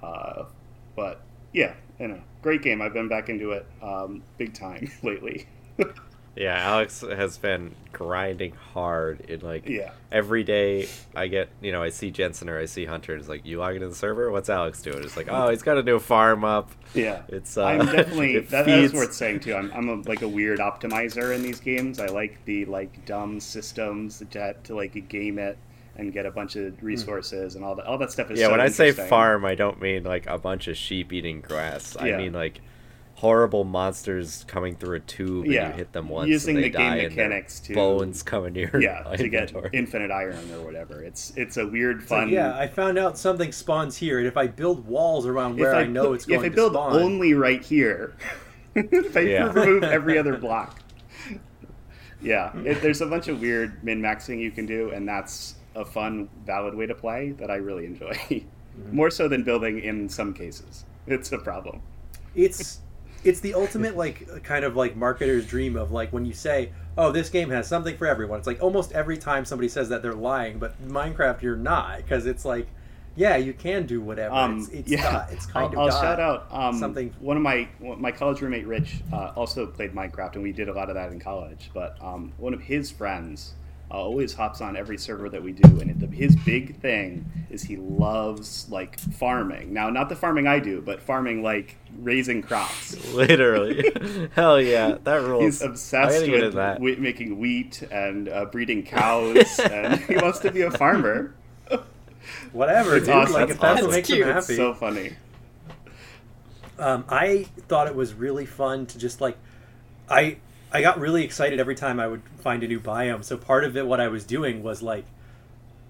S3: uh, but yeah, you know, great game. I've been back into it um, big time lately.
S1: Yeah, Alex has been grinding hard in like
S3: Yeah.
S1: every day I get you know, I see Jensen or I see Hunter and it's like, You log into the server? What's Alex doing? It's like, Oh, he's got a new farm up.
S3: Yeah,
S1: It's, uh,
S3: I'm definitely
S1: it
S3: that, that is
S1: feeds-
S3: worth saying too. I'm, I'm a, like a weird optimizer in these games. I like the like dumb systems that to like game it and get a bunch of resources and all that. All that stuff is
S1: Hmm. yeah,
S3: so
S1: when I say
S3: interesting.
S1: farm I don't mean like a bunch of sheep eating grass.
S3: Yeah.
S1: I mean like horrible monsters coming through a tube
S3: Yeah.
S1: and you hit them once
S3: Using
S1: and they
S3: the game
S1: die and their
S3: mechanics to-
S1: bones come in your
S3: yeah, to get
S1: inventory.
S3: infinite iron or whatever. It's it's a weird
S2: It's like,
S3: fun.
S2: yeah, I found out something spawns here, and if I build walls around where I, know
S3: put-
S2: it's going
S3: if I build
S2: to spawn,
S3: only right here, if I
S1: Yeah.
S3: remove every other block, yeah, it, there's a bunch of weird min maxing you can do, and that's a fun, valid way to play that I really enjoy. More so than building in some cases, it's a problem.
S2: it's it's the ultimate like kind of like marketer's dream of like when you say, "Oh, this game has something for everyone." It's like almost every time somebody says that they're lying, but Minecraft you're not because it's like, yeah, you can do whatever.
S3: Um,
S2: it's it's,
S3: yeah,
S2: got- it's kind
S3: I'll,
S2: of got
S3: I'll shout out um,
S2: something.
S3: One of my one- my college roommate Rich uh, also played Minecraft, and we did a lot of that in college. But um, one of his friends uh, always hops on every server that we do, and it, his big thing is he loves like farming. Now, not the farming I do, but farming like raising crops.
S1: Literally. Hell yeah. That rules.
S3: He's
S1: I
S3: obsessed
S1: gotta get
S3: with
S1: in that.
S3: whe- making wheat and uh, breeding cows, and he wants to be a farmer.
S2: Whatever, dude.
S3: awesome.
S2: Like if that's
S1: That's
S2: what makes
S4: cute.
S2: them
S3: It's
S2: happy.
S3: so funny.
S2: um, I thought it was really fun to just like, I I got really excited every time I would find a new biome. So part of it, what I was doing was like,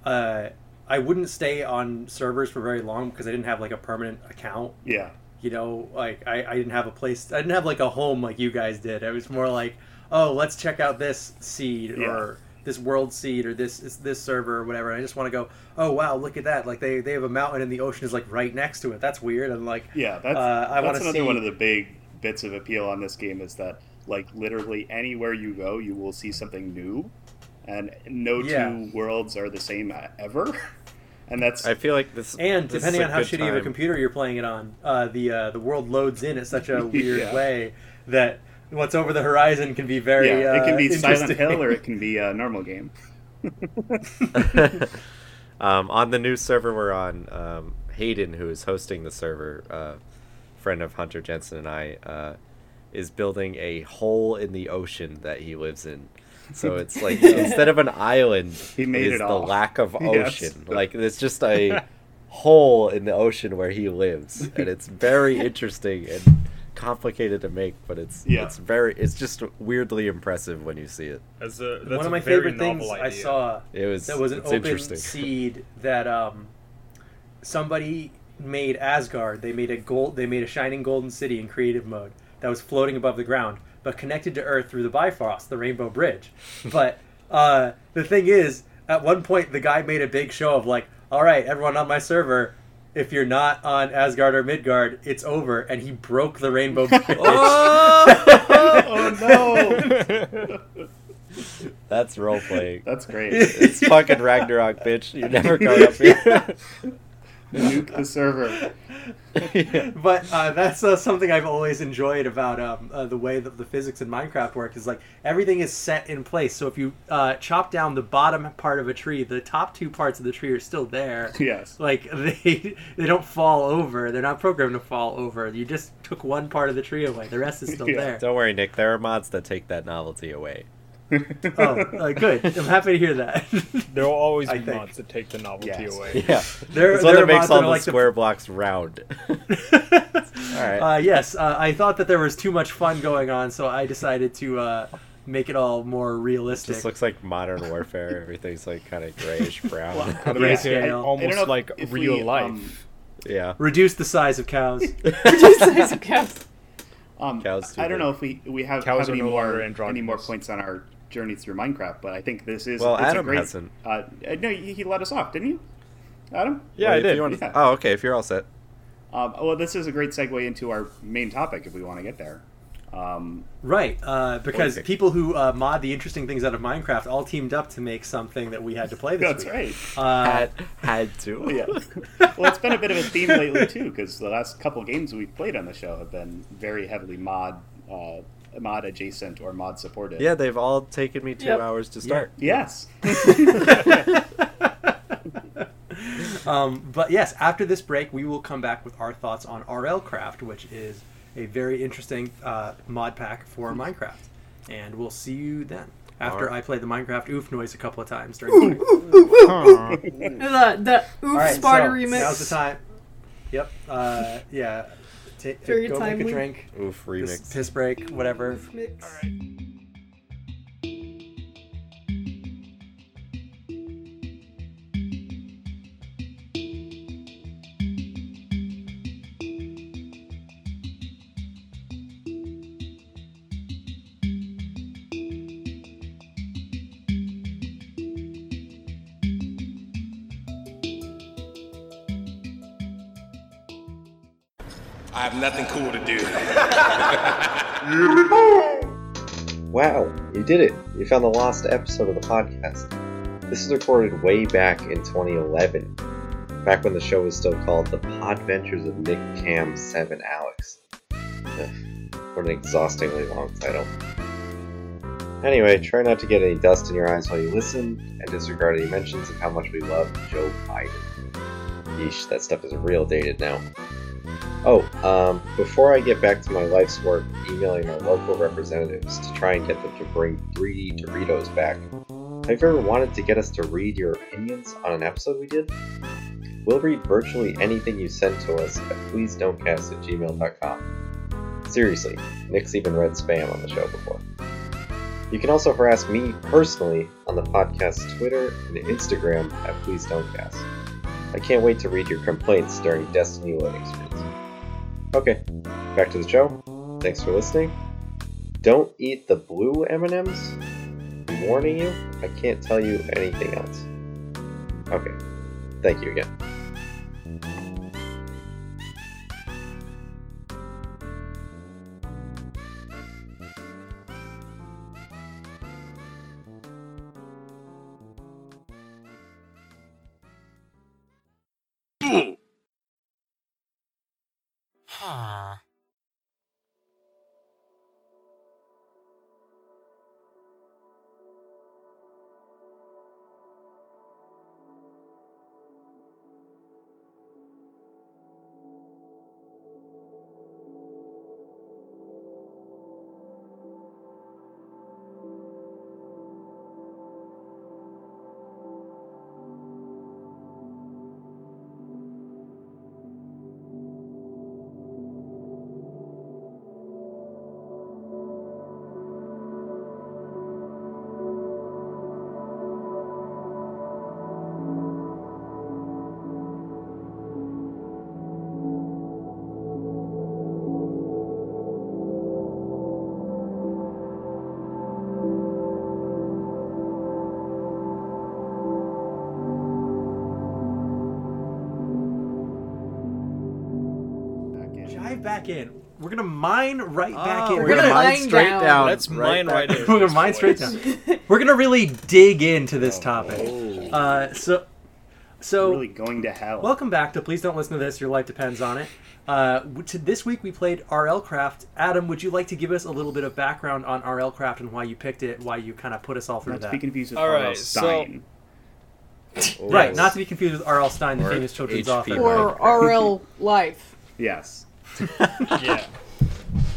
S2: uh, I wouldn't stay on servers for very long because I didn't have like a permanent account.
S3: Yeah.
S2: You know, like I, I didn't have a place. I didn't have like a home like you guys did. It was more like, oh, let's check out this seed
S3: Yeah.
S2: or this world seed or this this server or whatever. And I just want to go. Oh wow, look at that! Like they they have a mountain and the ocean is like right next to it. That's weird. And like
S3: Yeah, that's,
S2: Uh, I wanna
S3: that's another
S2: see-
S3: one of the big bits of appeal on this game is that like literally anywhere you go, you will see something new, and no
S2: Yeah.
S3: two worlds are the same uh, ever. And that's
S1: I feel like this
S2: And
S1: this is
S2: depending
S1: a
S2: on how
S1: good
S2: shitty of a
S1: time.
S2: computer you're playing it on, uh, the uh, the world loads in at such a weird
S3: Yeah.
S2: way that what's over the horizon can be very.
S3: yeah, it can
S2: uh,
S3: be Silent
S2: interesting.
S3: Hill or it can be a normal game.
S1: um, on the new server we're on, um, Hayden, who is hosting the server, uh, friend of Hunter Jensen and I, uh, is building a hole in the ocean that he lives in. So it's like instead of an island,
S3: He made
S1: is
S3: it
S1: the
S3: all.
S1: lack of
S3: Yes.
S1: ocean. Like it's just a hole in the ocean where he lives, and it's very interesting and complicated to make, but it's
S3: Yeah.
S1: it's very it's just weirdly impressive when you see it.
S5: as a that's
S2: One
S5: a
S2: of my
S5: very
S2: favorite things
S5: novel
S2: I
S5: idea.
S2: saw
S1: It was
S2: that was an
S1: it's
S2: open
S1: interesting.
S2: seed that um, somebody made Asgard, they made a gold, they made a shining golden city in creative mode that was floating above the ground, but connected to Earth through the Bifrost, the Rainbow Bridge. but uh, the thing is, at one point, the guy made a big show of like, "All right, everyone on my server." If you're not on Asgard or Midgard, it's over. And he broke the Rainbow Bridge.
S3: Oh
S1: That's role playing.
S3: That's great.
S1: It's fucking Ragnarok, bitch. You're never coming up here.
S3: Nuke the server.
S2: but uh, that's uh, something I've always enjoyed about um, uh, the way that the physics in Minecraft work is like everything is set in place. So if you uh, chop down the bottom part of a tree, the top two parts of the tree are still there.
S3: Yes.
S2: Like they they don't fall over. They're not programmed to fall over. You just took one part of the tree away. The rest is still
S3: Yeah.
S2: there.
S1: Don't worry, Nick. There are mods that take that novelty away.
S2: Oh, uh, good. I'm happy to hear that.
S5: There will always
S2: I
S5: be
S2: think.
S5: mods that take the novelty
S3: Yes.
S5: away.
S1: Yeah.
S2: there,
S1: It's one
S2: there
S1: that
S2: are
S1: makes
S2: mods
S1: all
S2: are
S1: the
S2: like
S1: square blocks round. Alright.
S2: Uh, yes, uh, I thought that there was too much fun going on, so I decided to uh, make it all more realistic.
S1: Just looks like modern warfare. Everything's like kind of grayish brown.
S5: That
S3: Yeah.
S5: makes
S2: Yeah. I
S5: it
S2: don't
S3: know
S5: almost
S3: if-
S5: like
S3: if
S5: real
S3: we,
S5: life.
S3: um,
S1: yeah.
S2: Reduce the size of cows.
S4: Reduce the size of cows.
S3: Um,
S1: Cows do
S3: I don't
S1: that.
S3: know if we we have,
S5: Cows
S3: have
S5: are
S3: any
S5: no
S3: more
S5: longer
S3: any more
S5: androgynous.
S3: points on our journey through Minecraft, but I think this is
S1: Well,
S3: it's
S1: Adam
S3: a great,
S1: hasn't.
S3: Uh, no, he, he let us off, didn't you, Adam?
S5: Yeah,
S1: Wait,
S5: I
S1: if
S5: did.
S1: you wanna-
S3: yeah.
S1: Oh, okay. If you're all set.
S3: Um, well, this is a great segue into our main topic if we want to get there. Um,
S2: right, uh, because
S1: Okay.
S2: people who uh, mod the interesting things out of Minecraft all teamed up to make something that we had to play this
S3: that's
S2: week.
S3: right.
S2: Uh,
S1: Had, had to.
S3: Yeah. well, it's been a bit of a theme lately too, because the last couple games we've played on the show have been very heavily mod uh, mod adjacent or mod supported.
S1: Yeah, they've all taken me two
S4: Yep.
S1: hours to
S2: Yeah.
S1: start.
S3: Yes.
S2: um, but yes, after this break, we will come back with our thoughts on RL Craft, which is a very interesting uh, mod pack for Minecraft. And we'll see you then. After
S1: Alright.
S2: I play the Minecraft oof noise a couple of times during the break.
S4: The the oof
S2: All right,
S4: Sparta
S2: so
S4: remix.
S2: Now's the time. Yep. Uh, yeah. Take,
S4: Very
S2: go make
S4: timely.
S2: a drink.
S1: Oof,
S2: Piss,
S1: remix.
S2: piss break, whatever.
S4: Oof mix.
S7: I have nothing cool to do.
S1: Wow, you did it! You found the lost episode of the podcast. This is recorded way back in 2011, back when the show was still called The Podventures of Nick, Cam, Seb, and Alex. Ugh, what an exhaustingly long title. Anyway, try not to get any dust in your eyes while you listen, and disregard any mentions of how much we love Joe Biden. Yeesh, that stuff is real dated now. Oh, um, before I get back to my life's work, emailing our local representatives to try and get them to bring 3D Doritos back, have you ever wanted to get us to read your opinions on an episode we did? We'll read virtually anything you send to us at pleasedon'tcast at gmail.com. Seriously, Nick's even read spam on the show before. You can also harass me personally on the podcast's Twitter and Instagram at Please Don't Cast. I can't wait to read your complaints during Destiny loading screens. Okay, back to the show. Thanks for listening. Don't eat the blue M&Ms. I'm warning you, I can't tell you anything else. Okay. Thank you again.
S2: dive back in. We're gonna mine right back
S1: Oh, we're
S2: in.
S4: We're
S1: gonna
S4: gonna
S1: mine
S4: mine
S1: straight down.
S4: down.
S5: Let's mine right
S1: back-
S5: in.
S2: We're gonna mine straight down. We're gonna really dig into this topic.
S1: Oh.
S2: Uh, so, so
S3: really going to hell.
S2: welcome back to Please Don't Listen to This. Your life depends on it. Uh, w- to this week we played RL Craft. Adam, would you like to give us a little bit of background on RL Craft and why you picked it, why you kind of put us all through
S3: Not to
S2: that?
S3: be confused with
S5: All
S3: R.L.
S5: right, so-
S3: Stein.
S2: Right, not to be confused with R.L. Stein, the
S1: Or
S2: famous children's
S1: HP.
S2: author.
S4: or RL Life.
S3: Yes.
S5: yeah.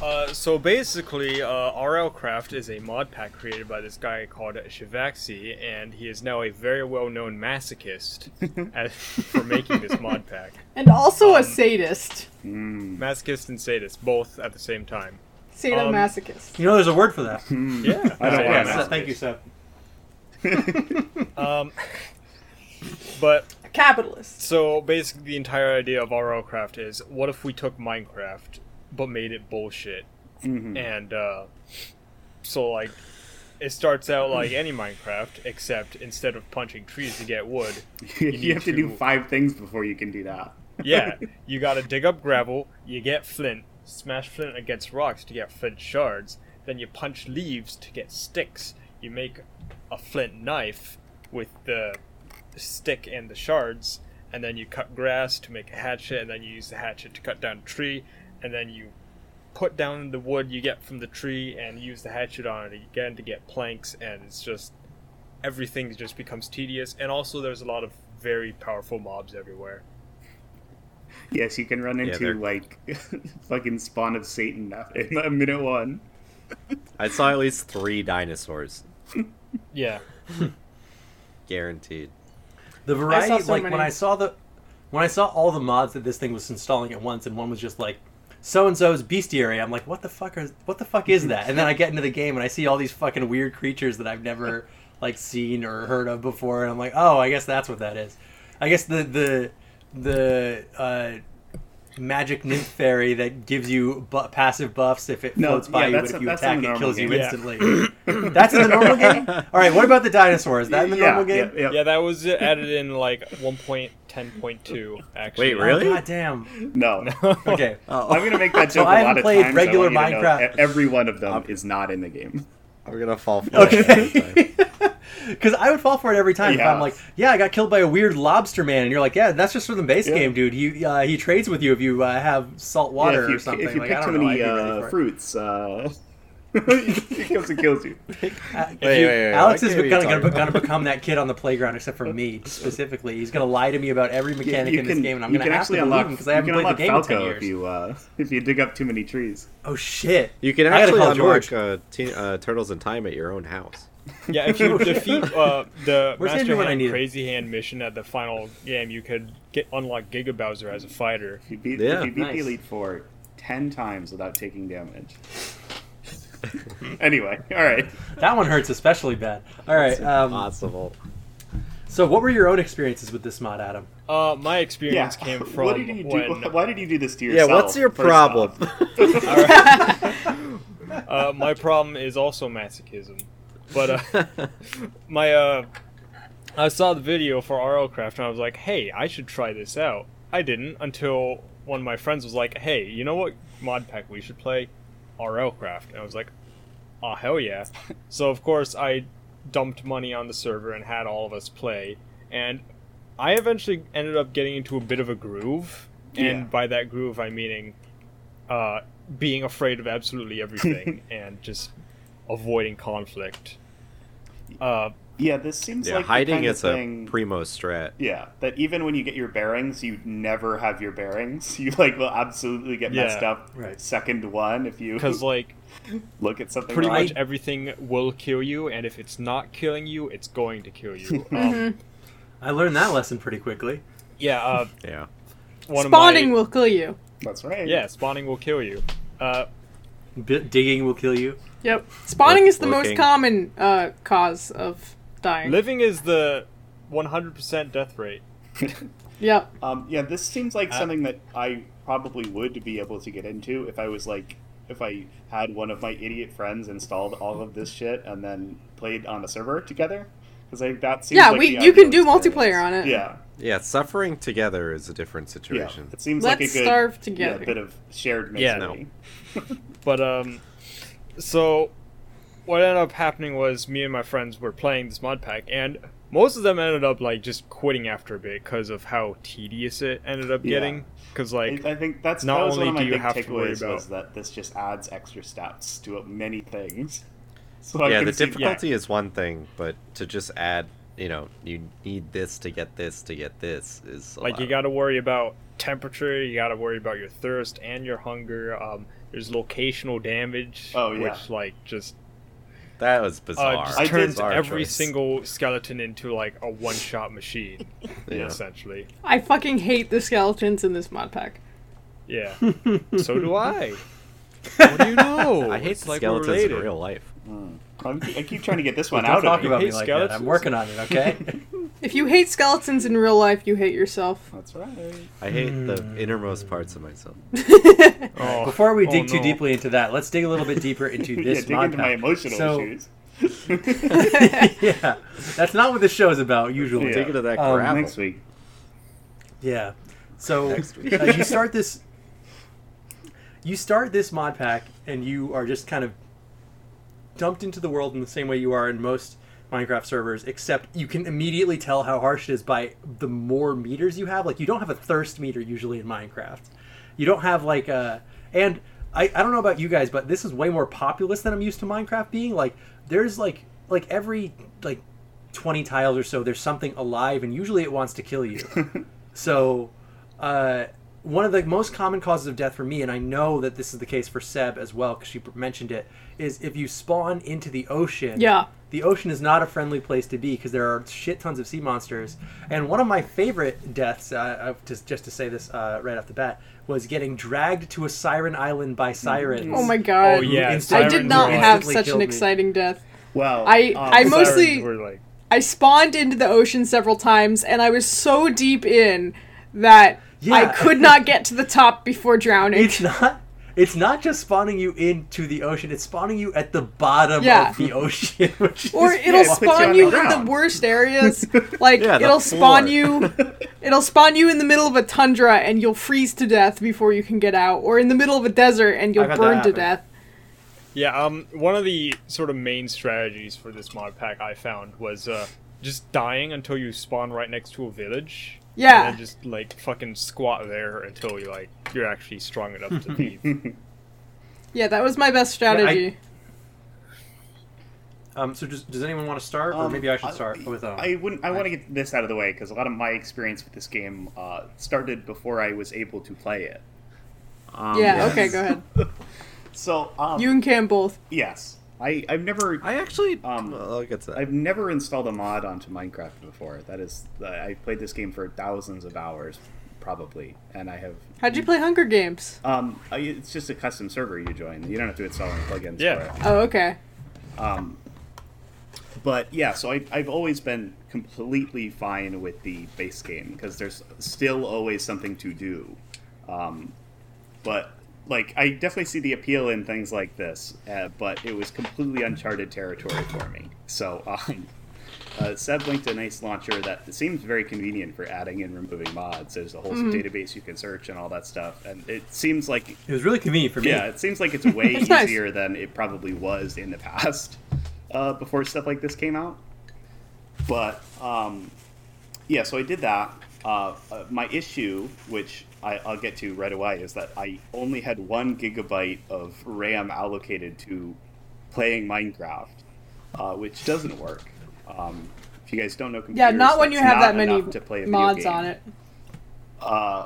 S5: Uh, so basically, uh, RL Craft is a mod pack created by this guy called Shivaxi, and he is now a very well-known masochist as, for making this mod pack.
S4: And also
S5: Um,
S4: a sadist.
S5: Masochist and sadist, both at the same time.
S4: Sadomasochist.
S2: You know, there's a word for that.
S5: Yeah,
S3: I don't
S2: Yeah, Seth,
S3: want masochist.
S2: thank you, Seth.
S5: Um, but
S2: um,
S4: a capitalist.
S5: So basically, the entire idea of RL Craft is: what if we took Minecraft but made it bullshit?
S3: Mm-hmm.
S5: And uh, so, like, it starts out like any Minecraft, except instead of punching trees to get wood,
S3: you,
S5: need
S3: have to do
S5: to-
S3: five things before you can do that.
S5: yeah, you got to dig up gravel, you get flint, smash flint against rocks to get flint shards, then you punch leaves to get sticks. You make a flint knife with the stick and the shards, and then you cut grass to make a hatchet, and then you use the hatchet to cut down a tree, and then you put down the wood you get from the tree and use the hatchet on it again to get planks, and it's just everything just becomes tedious. And also, there's a lot of very powerful mobs everywhere.
S3: Yes, you can run into
S1: they're-
S3: like fucking spawn of Satan in a minute one.
S1: I saw at least three dinosaurs,
S5: Yeah.
S1: guaranteed.
S2: The variety,
S4: I saw so
S2: like
S4: many.
S2: when I saw the, when I saw all the mods that this thing was installing at once, and one was just like, so and so's bestiary. I'm like, what the fuck is what the fuck is that? And then I get into the game and I see all these fucking weird creatures that I've never like seen or heard of before, and I'm like, oh, I guess that's what that is. I guess the the the uh, magic nymph fairy that gives you bu- passive buffs if it
S3: No,
S2: floats by
S3: yeah,
S2: you,
S3: that's
S2: but if
S3: a-
S2: you
S3: that's in
S2: attack,
S3: the
S2: it
S3: normal
S2: kills you
S3: game.
S5: Yeah.
S2: instantly. that's in the normal game. All right, what about the dinosaurs? Is that in the normal game?
S3: Yep, yep.
S5: Yeah, that was added in like 1.10.2 actually.
S1: Wait, really?
S2: God damn.
S3: No.
S2: Okay.
S1: Oh,
S3: I'm gonna make that joke
S2: So
S3: a
S2: I haven't
S3: lot of
S2: played
S3: times.
S2: regular
S3: I want you to know
S2: Minecraft.
S3: e- every one of them is not in the game.
S1: I'm gonna fall for it.
S2: Okay. Because I would fall for it every time. If
S3: Yeah.
S2: I'm like, yeah, I got killed by a weird lobster man, and you're like, yeah, that's just from the base
S3: Yeah.
S2: game, dude. You uh, he trades with you if you uh, have salt
S3: Yeah,
S2: water
S3: if you,
S2: or something.
S3: if you
S2: like,
S3: pick
S2: I
S3: too
S2: don't know. I'd be
S3: many
S2: ready for
S3: uh,
S2: it.
S3: fruits, uh, it comes and kills you.
S2: If
S1: Wait,
S2: you-
S1: wait, wait,
S2: Alex
S1: what
S2: is
S1: game are
S2: gonna,
S1: you
S2: gonna,
S1: talking
S2: be- gonna become that kid on the playground, except for me specifically. He's gonna lie to me about every mechanic
S3: you
S2: in this game, and I'm
S3: you
S2: gonna have to believe him because I
S3: you
S2: haven't
S3: can
S2: played the
S3: unlock
S2: game in
S3: Falco
S2: ten years.
S3: If you, uh, if you dig up too many trees,
S2: Oh shit!
S1: You can
S2: I gotta
S1: actually
S2: call
S1: unlock
S2: George.
S1: uh, teen uh, Turtles in Time at your own house.
S5: Yeah, if you defeat uh, the
S2: Where's
S5: Master
S2: Andrew when I
S5: Hand
S2: need him?
S5: Crazy Hand mission at the final game, you could get unlock Giga Bowser as a fighter.
S3: if you beat,
S1: Yeah,
S3: if you beat the
S2: nice.
S3: Elite Four ten times without taking damage. anyway, all right.
S2: That one hurts especially bad. All right.
S1: It's
S2: Um,
S1: impossible.
S2: so, what were your own experiences with this mod, Adam?
S5: Uh, my experience came from
S3: what did you do?
S5: when
S3: Why did you do this to
S1: Yeah,
S3: yourself?
S1: what's your
S3: first off?
S1: problem?
S5: uh, my problem is also masochism. But uh, my uh, I saw the video for RL Craft and I was like, hey, I should try this out. I didn't until one of my friends was like, hey, you know what mod pack we should play? RL Craft. And I was like, oh hell yeah. So of course I dumped money on the server and had all of us play, and I eventually ended up getting into a bit of a groove. And
S3: Yeah.
S5: by that groove, I'm meaning uh, being afraid of absolutely everything and just avoiding conflict. Uh,
S3: Yeah, this seems
S1: yeah,
S3: like the
S1: hiding
S3: kind of
S1: is a
S3: thing-
S1: primo strat.
S3: Yeah, that even when you get your bearings, you never have your bearings. You like will absolutely get
S5: Yeah,
S3: messed up
S2: right.
S3: second one if you
S5: because like
S3: look at something.
S5: pretty
S3: wrong.
S5: much everything will kill you, and if it's not killing you, it's going to kill you.
S4: Mm-hmm.
S5: Um,
S2: I learned that lesson pretty quickly.
S5: yeah, uh,
S1: Yeah.
S5: one
S4: Spawning
S5: of my,
S4: will kill you.
S3: That's right.
S5: yeah, spawning will kill you. Uh,
S2: B- digging will kill you.
S4: Yep. Spawning is the
S1: Looking.
S4: most common uh, cause of dying.
S5: living is the 100% death rate.
S4: Yep.
S3: Um, yeah, this seems
S5: Uh,
S3: like something that I probably would be able to get into if I was like if I had one of my idiot friends installed all of this shit and then played on a server together. because like that seems.
S4: Yeah,
S3: like
S4: we
S3: the
S4: you can
S3: ideal
S4: do
S3: experience.
S4: multiplayer on it.
S3: Yeah,
S1: Yeah, suffering together is a different
S3: yeah.
S1: situation.
S3: It seems like
S4: Let's
S3: a good
S4: starve
S3: yeah,
S4: together.
S3: bit of shared misery.
S5: Yeah. But um, so what ended up happening was me and my friends were playing this mod pack, and most of them ended up like just quitting after a bit because of how tedious it ended up
S3: Yeah.
S5: getting. Because
S3: I,
S5: like
S3: I think that's
S5: Not
S3: that was one
S5: only
S3: of my
S5: do you
S3: big
S5: have to worry
S3: takeaways was that this just adds extra stats to many things. So I
S1: yeah,
S3: can
S1: the
S3: see-
S1: difficulty is one thing, but to just add, you know, you need this to get this to get this is a
S5: like you
S1: lot.
S5: got to worry about temperature, you got to worry about your thirst and your hunger. Um, there's locational damage,
S3: Oh, yeah.
S5: which like just
S1: that was bizarre.
S5: uh,
S3: I
S5: just
S3: did-
S5: turns
S1: Bizarre
S5: every
S1: choice.
S5: single skeleton into like a one-shot machine,
S1: Yeah.
S5: essentially.
S4: I fucking hate the skeletons in this mod pack.
S5: Yeah. so do I. What do you know?
S1: I hate
S5: It's
S1: the
S5: like we're
S1: skeletons in
S5: related.
S1: real life.
S3: I'm- I keep trying to get this one
S2: Don't
S3: out
S2: talk
S3: of
S2: about
S3: me.
S5: hate
S2: me like that. I'm
S5: skeletons?
S2: working on it, okay?
S4: If you hate skeletons in real life, you hate yourself.
S3: That's right.
S1: I hate the innermost parts of myself.
S5: Oh,
S2: Before we
S5: oh,
S2: dig too
S5: no.
S2: deeply into that, let's dig a little bit deeper into
S3: yeah,
S2: this
S3: dig
S2: mod
S3: into my
S2: pack.
S3: emotional
S2: So-
S3: issues.
S2: yeah, that's not what the show's about usually.
S1: Dig into that
S2: Um,
S1: gravel.
S3: Next week.
S2: Yeah. So
S1: Next week.
S2: uh, you start this. You start this mod pack, and you are just kind of dumped into the world in the same way you are in most Minecraft servers, except you can immediately tell how harsh it is by the more meters you have. Like you don't have a thirst meter usually in Minecraft. You don't have like a and I, I don't know about you guys, but this is way more populous than I'm used to Minecraft being. Like there's like like every like 20 tiles or so there's something alive and usually it wants to kill you. So, uh, one of the most common causes of death for me, and I know that this is the case for Seb as well, because she p- mentioned it, is if you spawn into the ocean.
S4: Yeah.
S2: The ocean is not a friendly place to be because there are shit tons of sea monsters. And one of my favorite deaths, uh, uh, just, just to say this uh, right off the bat, was getting dragged to a siren island by sirens.
S4: Oh my god.
S5: Mm. Oh, yeah,
S4: I
S5: sirens
S4: did not
S5: were
S4: have
S2: instantly
S4: such an
S2: killed me.
S4: exciting death.
S3: Well,
S4: I-
S3: um,
S4: I
S5: sirens
S4: most- mostly-
S5: were like
S4: I spawned into the ocean several times and I was so deep in that I
S2: Yeah.
S4: could not get to the top before drowning.
S2: It's not. It's not just spawning you into the ocean. It's spawning you at the bottom
S4: Yeah.
S2: of the ocean, which
S4: or
S2: is
S4: it'll
S3: it puts you
S4: spawn
S3: on
S4: you,
S3: the
S4: in the
S3: ground.
S4: worst areas. Like
S1: Yeah, the
S4: it'll spawn
S1: floor.
S4: you it'll spawn you in the middle of a tundra and you'll freeze to death before you can get out or in the middle of a desert and you'll
S2: I've had that
S4: burn to
S2: happen.
S4: death.
S5: Yeah, um, one of the sort of main strategies for this mod pack I found was uh, just dying until you spawn right next to a village.
S4: Yeah.
S5: And then just like fucking squat there until you like you're actually strong enough to leave.
S4: Yeah, that was my best strategy.
S2: Um, so does, does anyone want to start, or
S3: Um,
S2: maybe I should start with um,
S3: I wouldn't. I want to get this out of the way because a lot of my experience with this game uh, started before I was able to play it. Um,
S4: yeah,
S2: yes.
S4: okay, go ahead.
S3: So, um,
S4: You and Cam both.
S3: yes, I, I've never,
S1: I actually,
S3: Um,
S1: well, I'll get to that.
S3: I've never installed a mod onto Minecraft before. That is, I played this game for thousands of hours, probably, and I have.
S4: How'd you play Hunger Games?
S3: Um, I, it's just a custom server you join. You don't have to install any plugins
S5: Yeah.
S3: for it.
S4: Oh, okay.
S3: Um, but yeah, so I, I've always been completely fine with the base game because there's still always something to do. Um, but like, I definitely see the appeal in things like this. Uh, but it was completely uncharted territory for me. So um, uh, Seb linked a nice launcher that seems very convenient for adding and removing mods. There's a whole database you can search and all that stuff, and it seems like
S2: It was really convenient for me.
S3: yeah, it seems like it's way
S4: That's nice.
S3: easier than it probably was in the past uh, before stuff like this came out. But um, yeah, so I did that. Uh, uh, my issue, which I, I'll get to right away, is that I only had one gigabyte of RAM allocated to playing Minecraft, uh, which doesn't work. Um, if you guys don't know computers,
S4: Yeah, not when you
S3: that's
S4: have
S3: not
S4: that many
S3: enough to play a video
S4: mods
S3: game.
S4: on it.
S3: Uh,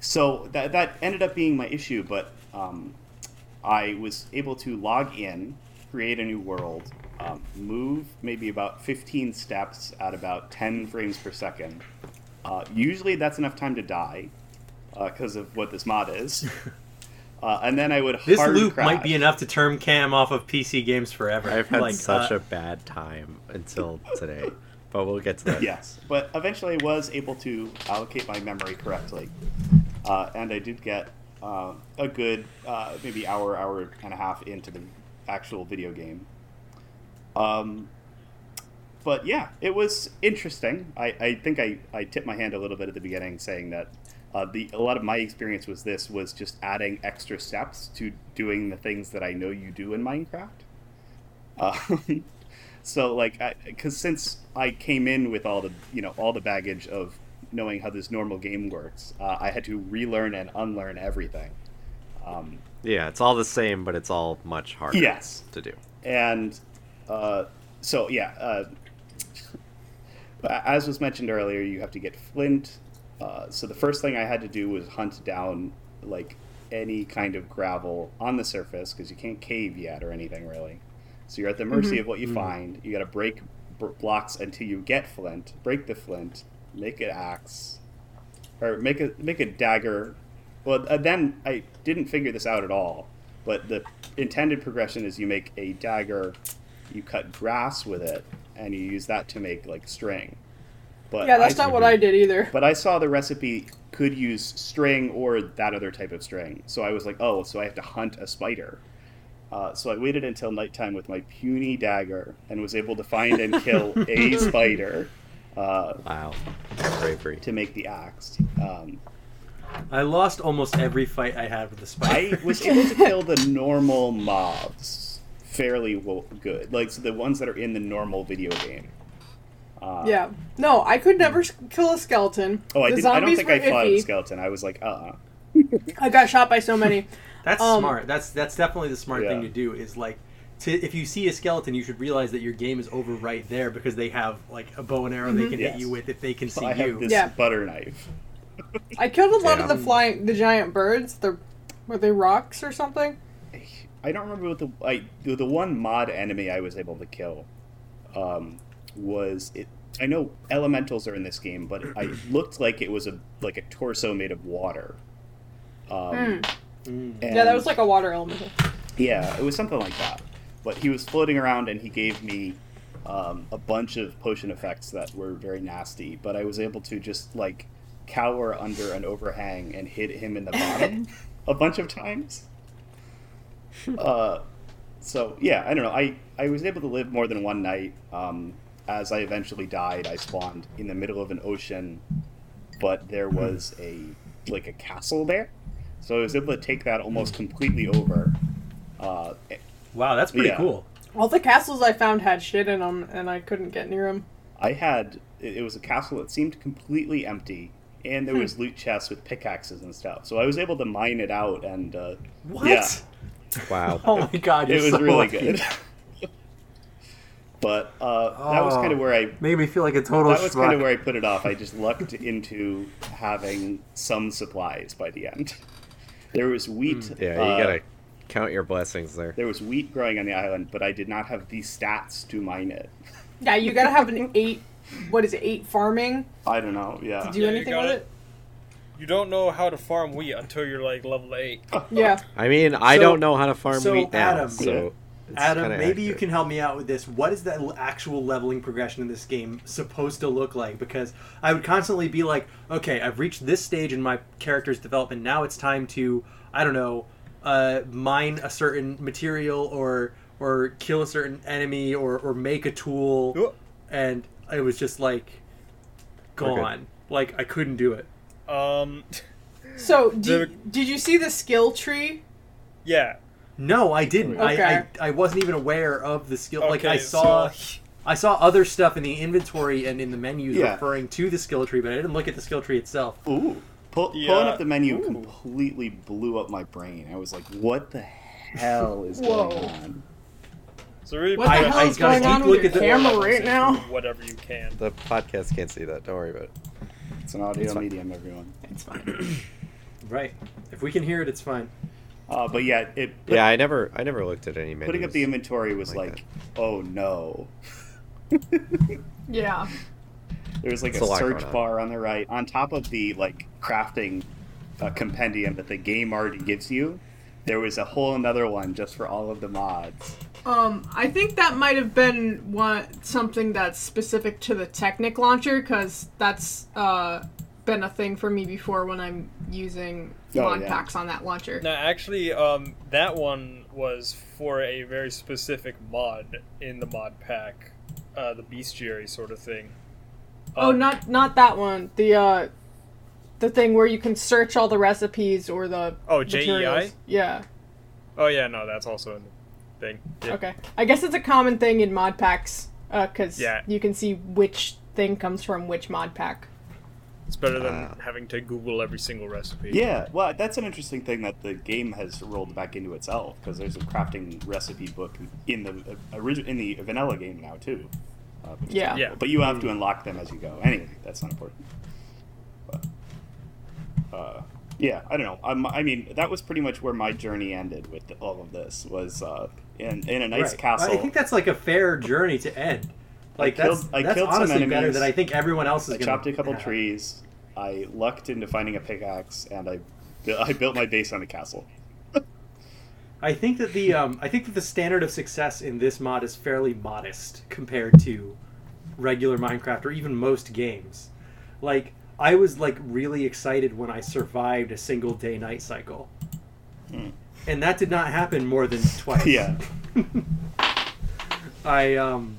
S3: so that that ended up being my issue, but um, I was able to log in, create a new world, um, move maybe about 15 steps at about 10 frames per second. Uh, usually, that's enough time to die because of what this mod is. Uh, and then I would
S2: This
S3: hard
S2: loop
S3: crash.
S2: might be enough to turn Cam off of PC games forever.
S1: I've had
S2: Like,
S1: such
S2: uh,
S1: a bad time until today, but we'll get to that.
S3: yes, but eventually I was able to allocate my memory correctly, uh, and I did get uh, a good uh, maybe hour, hour and a half into the actual video game. Um, but yeah, it was interesting. I, I think I, I tipped my hand a little bit at the beginning saying that uh, the a lot of my experience was this was just adding extra steps to doing the things that I know you do in Minecraft. Um, so like, because since I came in with all the you know all the baggage of knowing how this normal game works, uh, I had to relearn and unlearn everything. Um,
S1: Yeah, it's all the same, but it's all much harder
S3: Yes.
S1: to do.
S3: and uh, so yeah uh, as was mentioned earlier you have to get flint uh, so the first thing i had to do was hunt down like any kind of gravel on the surface because you can't cave yet or anything really so you're at the mercy of what you find you got to break b- blocks until you get flint break the flint make an axe or make a make a dagger. Well, uh, then I didn't figure this out at all. But the intended progression is you make a dagger, you cut grass with it, and you use that to make like string. But
S4: Yeah, that's
S3: I,
S4: not what I did either.
S3: But I saw the recipe could use string or that other type of string, so I was like, oh, so I have to hunt a spider. Uh, so I waited until nighttime with my puny dagger and was able to find and kill a spider uh,
S1: Wow, bravery.
S3: to make the axe. Um,
S2: I lost almost every fight I had with the
S3: I
S2: spider.
S3: was able to kill the normal mobs fairly well, good, like so the ones that are in the normal video game. Uh,
S4: Yeah. No, I could never s- kill a skeleton.
S3: Oh, I
S4: the
S3: didn't. I don't
S4: zombies
S3: think
S4: were
S3: I fought a
S4: iffy.
S3: skeleton. I was like, uh, uh
S4: I got shot by so many.
S2: That's
S4: Um,
S2: smart. That's that's definitely the smart thing
S3: Yeah.
S2: to do. Is like, to, if you see a skeleton, you should realize that your game is over right there because they have like a bow and arrow they can
S3: Mm-hmm. Yes.
S2: hit you with if they can see
S3: I
S2: you.
S3: have this
S4: Yeah.
S3: butter knife.
S4: I killed a lot of
S1: Yeah.
S4: the flying, the giant birds. The were they rocks or something?
S3: I don't remember what the I the, the one mod enemy I was able to kill um, was it. I know elementals are in this game, but I looked like it was a like a torso made of water. Um,
S2: Mm.
S4: Hmm. Yeah, that
S3: and-
S4: was like a water elemental.
S3: Yeah, it was something like that. But he was floating around, and he gave me um, a bunch of potion effects that were very nasty. But I was able to just like cower under an overhang and hit him in the bottom a bunch of times. Uh, so yeah, I don't know. I I was able to live more than one night. Um, as I eventually died, I spawned in the middle of an ocean, but there was a like a castle there, so I was able to take that almost completely over. Uh,
S2: Wow, that's pretty
S3: Yeah.
S2: cool.
S4: All the castles I found had shit in them, and I couldn't get near them.
S3: I had it it was a castle that seemed completely empty, and there was loot chests with pickaxes and stuff. So I was able to mine it out, and uh,
S2: What?
S3: Yeah.
S1: Wow.
S2: Oh my god, you're
S3: it was
S2: so
S3: really
S2: lucky.
S3: good. but uh, that was
S2: Oh.
S3: kind of where I
S2: Made me feel like a total.
S3: that was kind
S2: schmuck.
S3: of where I put it off. I just lucked into having some supplies by the end. There was wheat.
S1: Hmm. Yeah, you
S3: uh,
S1: gotta count your blessings there.
S3: There was wheat growing on the island, but I did not have the stats to mine it.
S4: Yeah, you gotta have an eight. What is it, eight farming
S3: I don't know.
S4: to
S3: Oh, Yeah.
S4: do
S5: Yeah, you
S4: anything
S5: got
S4: with
S5: it.
S4: it?
S5: You don't know how to farm wheat until you're like level eight.
S4: Yeah.
S1: I mean, I
S2: So-
S1: don't know how to farm
S2: so,
S1: wheat now,
S2: Adam-
S1: so it's
S2: Adam,
S1: kinda
S2: maybe you
S1: accurate.
S2: can help me out with this. What is that l- actual leveling progression in this game supposed to look like? Because I would constantly be like, okay, I've reached this stage in my character's development. Now it's time to, I don't know, uh, mine a certain material or or kill a certain enemy or or make a tool,
S5: Ooh.
S2: and I was just like,
S1: good.
S2: gone. Like I couldn't do it.
S5: Um,
S4: So, do,
S5: The-
S4: did you see the skill tree?
S5: yeah.
S2: No, I didn't. I, I
S4: Okay.
S2: I wasn't even aware of the skill. like I
S5: Okay,
S2: saw.
S5: so-
S2: I saw other stuff in the inventory and in the menus
S3: Yeah.
S2: referring to the skill tree, but I didn't look at the skill tree itself.
S3: Ooh. Pull, Pulling
S5: Yeah.
S3: up the menu
S5: Ooh.
S3: completely blew up my brain. I was like, what the hell is
S4: Whoa.
S3: going on?
S5: so really,
S4: What the
S5: progress
S4: hell
S2: I
S4: is
S2: got a
S4: going
S2: deep
S4: on
S2: look
S4: with your
S2: at the-
S4: camera right now?
S5: Whatever you can.
S1: The podcast can't see that. Don't worry about it.
S3: It's an audio medium, everyone.
S2: Right. If we can hear it, it's fine.
S3: Uh, but yeah, it put,
S1: yeah, I never, I never looked at any menus.
S3: putting up the inventory was
S1: Like
S3: like, oh no.
S4: Yeah.
S3: There was like
S1: It's
S3: a,
S1: a lot
S3: search
S1: going on.
S3: bar on the right, on top of the like crafting uh, compendium that the game already gives you. There was a whole another one just for all of the mods.
S4: Um, I think that might have been one something that's specific to the Technic launcher because that's uh, been a thing for me before when I'm using
S3: Oh,
S4: mod
S3: yeah.
S4: packs on that launcher.
S5: No, actually, um, that one was for a very specific mod in the mod pack. uh, the bestiary sort of thing.
S4: Oh,
S5: Um,
S4: not not that one. The uh, the thing where you can search all the recipes or the
S5: Oh,
S4: materials.
S5: JEI?
S4: Yeah.
S5: Oh, yeah, no, that's also a thing. Yeah.
S4: Okay. I guess it's a common thing in mod packs because
S5: Yeah.
S4: you can see which thing comes from which mod pack.
S5: It's better than
S1: Ah.
S5: having to Google every single recipe.
S3: Yeah, well, that's an interesting thing that the game has rolled back into itself because there's a crafting recipe book in the original in the vanilla game now too. Uh, which is
S4: Yeah.
S3: cool.
S5: Yeah.
S3: But you
S2: Mm.
S3: have to unlock them as you go. Anyway, that's not important. But, uh, yeah, I don't know. Um, I mean, that was pretty much where my journey ended with all of this. Was uh, in in a nice
S2: Right.
S3: castle.
S2: I think that's like a fair journey to end. Like that's,
S3: killed- I
S2: that's
S3: killed some
S2: honestly better
S3: enemies.
S2: than I think everyone else is.
S3: I
S2: gonna
S3: chopped a couple
S2: have.
S3: trees. I lucked into finding a pickaxe, and I bu- I built my base on a castle.
S2: I think that the um, I think that the standard of success in this mod is fairly modest compared to regular Minecraft or even most games. Like I was like really excited when I survived a single day night cycle,
S3: Hmm.
S2: and that did not happen more than twice.
S3: Yeah.
S2: I um,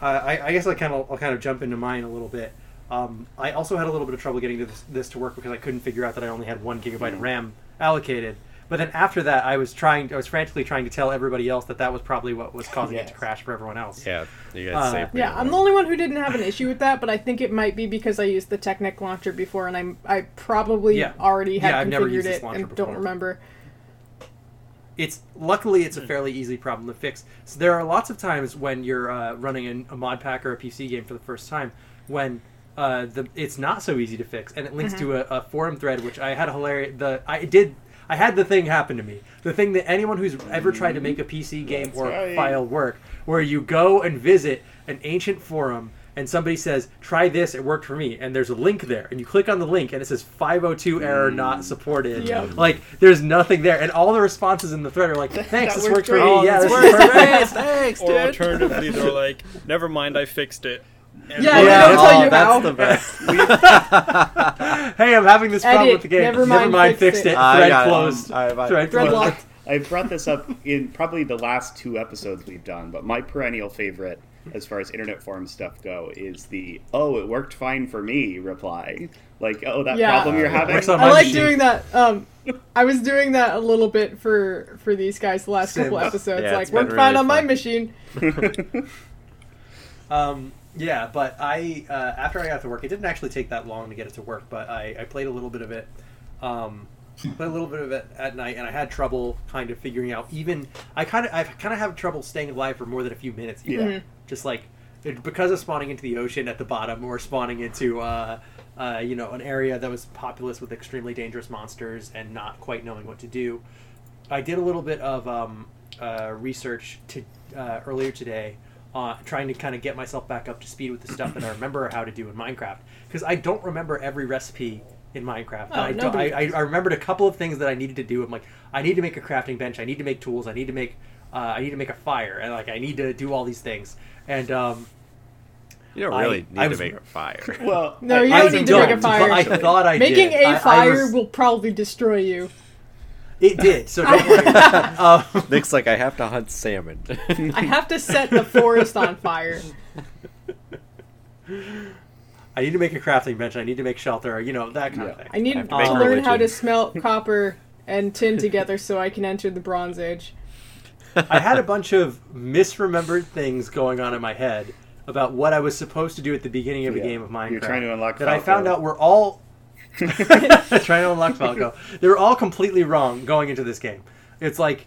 S2: I, I- I guess I kind of I'll kind of jump into mine a little bit. Um, I also had a little bit of trouble getting this, this to work because I couldn't figure out that I only had one gigabyte of RAM allocated. But then after that, I was trying I was frantically trying to tell everybody else that that was probably what was causing it to
S3: Yes.
S2: crash for everyone else.
S1: Yeah, you
S2: Uh,
S1: guys saved me.
S4: Yeah, I'm the only one who didn't have an issue with that, but I think it might be because I used the Technic launcher before, and I'm I probably
S2: Yeah.
S4: already had
S2: Yeah, I've never
S4: configured
S2: used this
S4: it
S2: launcher
S4: and
S2: before.
S4: don't remember.
S2: it's luckily it's a
S3: Hmm.
S2: fairly easy problem to fix. So there are lots of times when you're uh, running an- a mod pack or a PC game for the first time when uh, the it's not so easy to fix, and it links
S3: Mm-hmm.
S2: to a, a forum thread which I had a hilarious the I did. I had the thing happen to me. The thing that anyone who's ever tried to make a PC game
S3: Mm-hmm. That's
S2: or
S3: right.
S2: file work, where you go and visit an ancient forum and somebody says, try this, it worked for me. And there's a link there. And you click on the link and it says 502 error not supported.
S4: Mm. Yep.
S2: Like, there's nothing there. And all the responses in the thread are like, Thanks,
S3: That
S2: this worked
S3: worked
S2: for me.
S3: great.
S2: yeah,
S4: This
S2: this
S4: worked
S2: worked
S4: great.
S2: great. Thanks,
S5: Or
S2: dude.
S5: alternatively, they're like, never mind, I fixed it. And
S4: Yeah,
S5: we're
S4: yeah,
S5: like,
S4: I'll tell you
S1: Oh, that's
S4: how.
S1: the best.
S2: Hey, I'm having this problem
S4: Edit.
S2: with the game.
S4: Never mind,
S2: fixed
S4: fixed
S2: it.
S4: it.
S1: I
S2: Thread
S1: got it.
S2: closed.
S1: I- I-
S2: Thread closed.
S4: Dreadlocked.
S3: I've brought this up in probably the last two episodes we've done, but my perennial favorite as far as internet forum stuff go is the "Oh, it worked fine for me" reply. Like, "Oh, that
S4: Yeah.
S3: problem you're
S1: Uh,
S3: having."
S2: works on
S4: I
S2: my
S4: like
S2: machine.
S4: doing that. Um, I was doing that a little bit for for these guys the last
S2: Same.
S4: couple episodes.
S1: Yeah, it's
S4: like
S1: been
S4: worked fine
S1: really
S4: on my
S1: fun.
S4: machine.
S2: Um, yeah, but I uh, after I got to work, it didn't actually take that long to get it to work. But I, I played a little bit of it, um, played a little bit of it at night, and I had trouble kind of figuring out. Even I kind of I kind of have trouble staying alive for more than a few minutes. Even.
S3: Yeah. Mhm.
S2: just like it, because of spawning into the ocean at the bottom, or spawning into uh, uh, you know an area that was populous with extremely dangerous monsters, and not quite knowing what to do. I did a little bit of um, uh, research to, uh, earlier today, uh, trying to kind of get myself back up to speed with the stuff that I remember how to do in Minecraft. Because I don't remember every recipe in Minecraft.
S4: Oh,
S2: I, don't, I,
S4: nobody
S2: I, I remembered a couple of things that I needed to do. I'm like, I need to make a crafting bench. I need to make tools. I need to make, uh, I need to make a fire, and like I need to do all these things. And um,
S1: You don't
S2: I-
S1: really need
S2: I
S1: to
S2: was-
S1: make a fire.
S3: well,
S4: No, you
S2: I
S4: don't need to make
S2: don't,
S4: a fire.
S2: but I thought I
S4: Making
S2: did.
S4: a
S2: I- I
S4: fire
S2: was-
S4: will probably destroy you.
S2: it did. So don't worry. Um,
S1: Nick's like, I have to hunt salmon.
S4: I have to set the forest on fire.
S2: I need to make a crafting bench. I need to make shelter. You know that kind of
S3: Yeah.
S2: thing.
S4: I need
S1: I have
S4: to
S1: to make
S4: learn
S1: religion.
S4: how to smelt copper and tin together so I can enter the Bronze Age.
S2: I had a bunch of misremembered things going on in my head about what I was supposed to do at the beginning of a
S3: Yeah.
S2: game of Minecraft.
S3: You're trying to unlock
S2: that I
S3: Falco.
S2: found out were all trying to unlock Falco. They were all completely wrong going into this game. It's like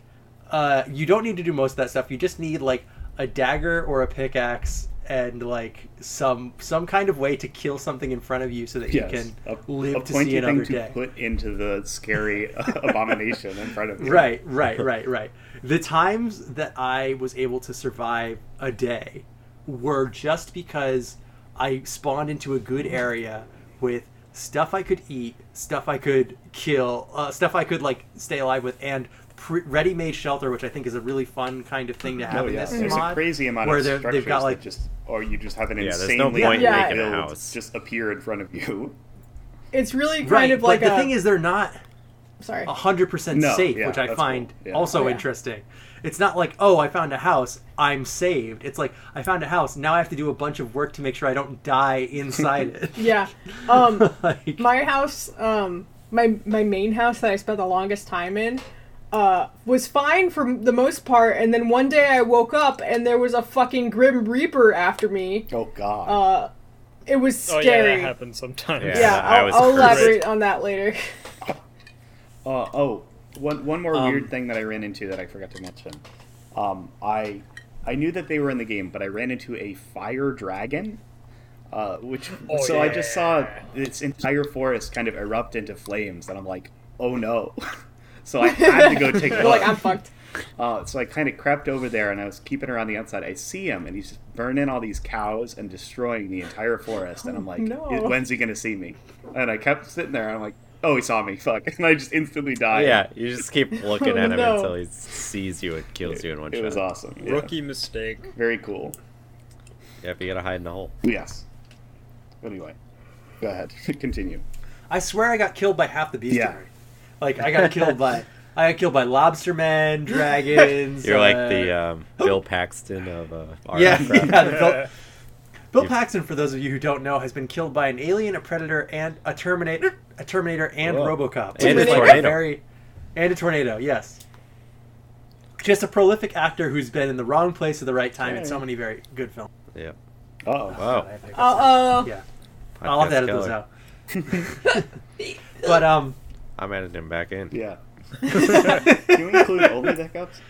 S2: uh, you don't need to do most of that stuff. You just need like a dagger or a pickaxe and like some some kind of way to kill something in front of you so that
S3: yes,
S2: you can
S3: a,
S2: live
S3: a
S2: to
S3: pointy
S2: see
S3: thing
S2: another
S3: to
S2: day.
S3: put into the scary abomination in front of you.
S2: Right, right, right, right. The times that I was able to survive a day were just because I spawned into a good area with stuff I could eat, stuff I could kill, uh, stuff I could like stay alive with, and pre- ready-made shelter, which I think is a really fun kind of thing to have
S3: Oh
S2: in
S3: yeah,
S2: this
S3: there's
S2: mod,
S3: a crazy amount
S2: where
S3: of
S2: they're-
S3: structures
S2: they've got like
S3: that just, or you just have an
S1: Yeah, there's
S3: insanely
S1: no point
S4: in Yeah.
S1: making a
S3: build
S1: house.
S3: just appear in front of you.
S4: It's really kind
S2: right.
S4: of like
S2: but the
S4: a,
S2: thing is, they're not.
S4: Sorry.
S3: oh.
S2: 100%
S3: No,
S2: safe,
S3: yeah,
S2: which I
S3: that's
S2: find
S3: cool. Yeah.
S2: also
S4: Oh, yeah.
S2: interesting. It's not like, oh, I found a house, I'm saved. It's like, I found a house, now I have to do a bunch of work to make sure I don't die inside it.
S4: Yeah. Um,
S2: like,
S4: my house, um, my my main house that I spent the longest time in, uh, was fine for the most part. And then one day I woke up and there was a fucking grim reaper after me.
S3: Oh God.
S4: Uh, it was
S5: Oh yeah,
S4: scary.
S5: that happens sometimes.
S4: yeah,
S1: Yeah, I
S4: I'll,
S1: was
S4: I'll
S1: cursed.
S4: elaborate on that later.
S3: Uh, oh, one one more
S2: Um,
S3: weird thing that I ran into that I forgot to mention. Um, I I knew that they were in the game, but I ran into a fire dragon, uh, which
S5: Oh,
S3: so I just saw
S5: yeah.
S3: its entire forest kind of erupt into flames, and I'm like, oh no. so I had to go take a
S4: You're
S3: look.
S4: like I'm fucked.
S3: Uh, so I kind of crept over there, and I was keeping around the outside. I see him, and he's just burning all these cows and destroying the entire forest. And I'm like,
S4: Oh, no.
S3: "I- when's he gonna see me? And I kept sitting there, and I'm like, oh, he saw me, fuck, and I just instantly died.
S1: yeah, you just keep looking at him
S4: no.
S1: until he sees you and kills you in one
S3: It
S1: shot.
S3: was awesome. yeah.
S5: Rookie mistake.
S3: Very cool.
S1: Yeah, but you gotta hide in the hole.
S3: Yes. Anyway, go ahead. Continue.
S2: I swear I got killed by half the beast.
S3: Yeah.
S2: army. Like, I got killed by. I got killed by lobster men, dragons.
S1: You're like
S2: uh,
S1: the um, Bill Paxton of uh, our
S2: yeah,
S1: craft.
S2: yeah, the Bill, Bill
S1: You-
S2: Paxton, for those of you who don't know, has been killed by an alien, a predator, and a Terminator, a Terminator, and
S1: Whoa.
S2: RoboCop,
S1: And
S4: a
S2: It's like
S1: tornado.
S2: very- and a tornado. Yes, just a prolific actor who's been in the wrong place at the right time in so many very good films.
S1: Yep.
S3: Oh,
S1: Wow.
S2: I think that's-
S4: Uh oh.
S2: yeah, I'll have to edit those
S1: Podcast
S2: out. but um,
S1: I'm adding him back in.
S3: yeah. Can we include only the hiccups?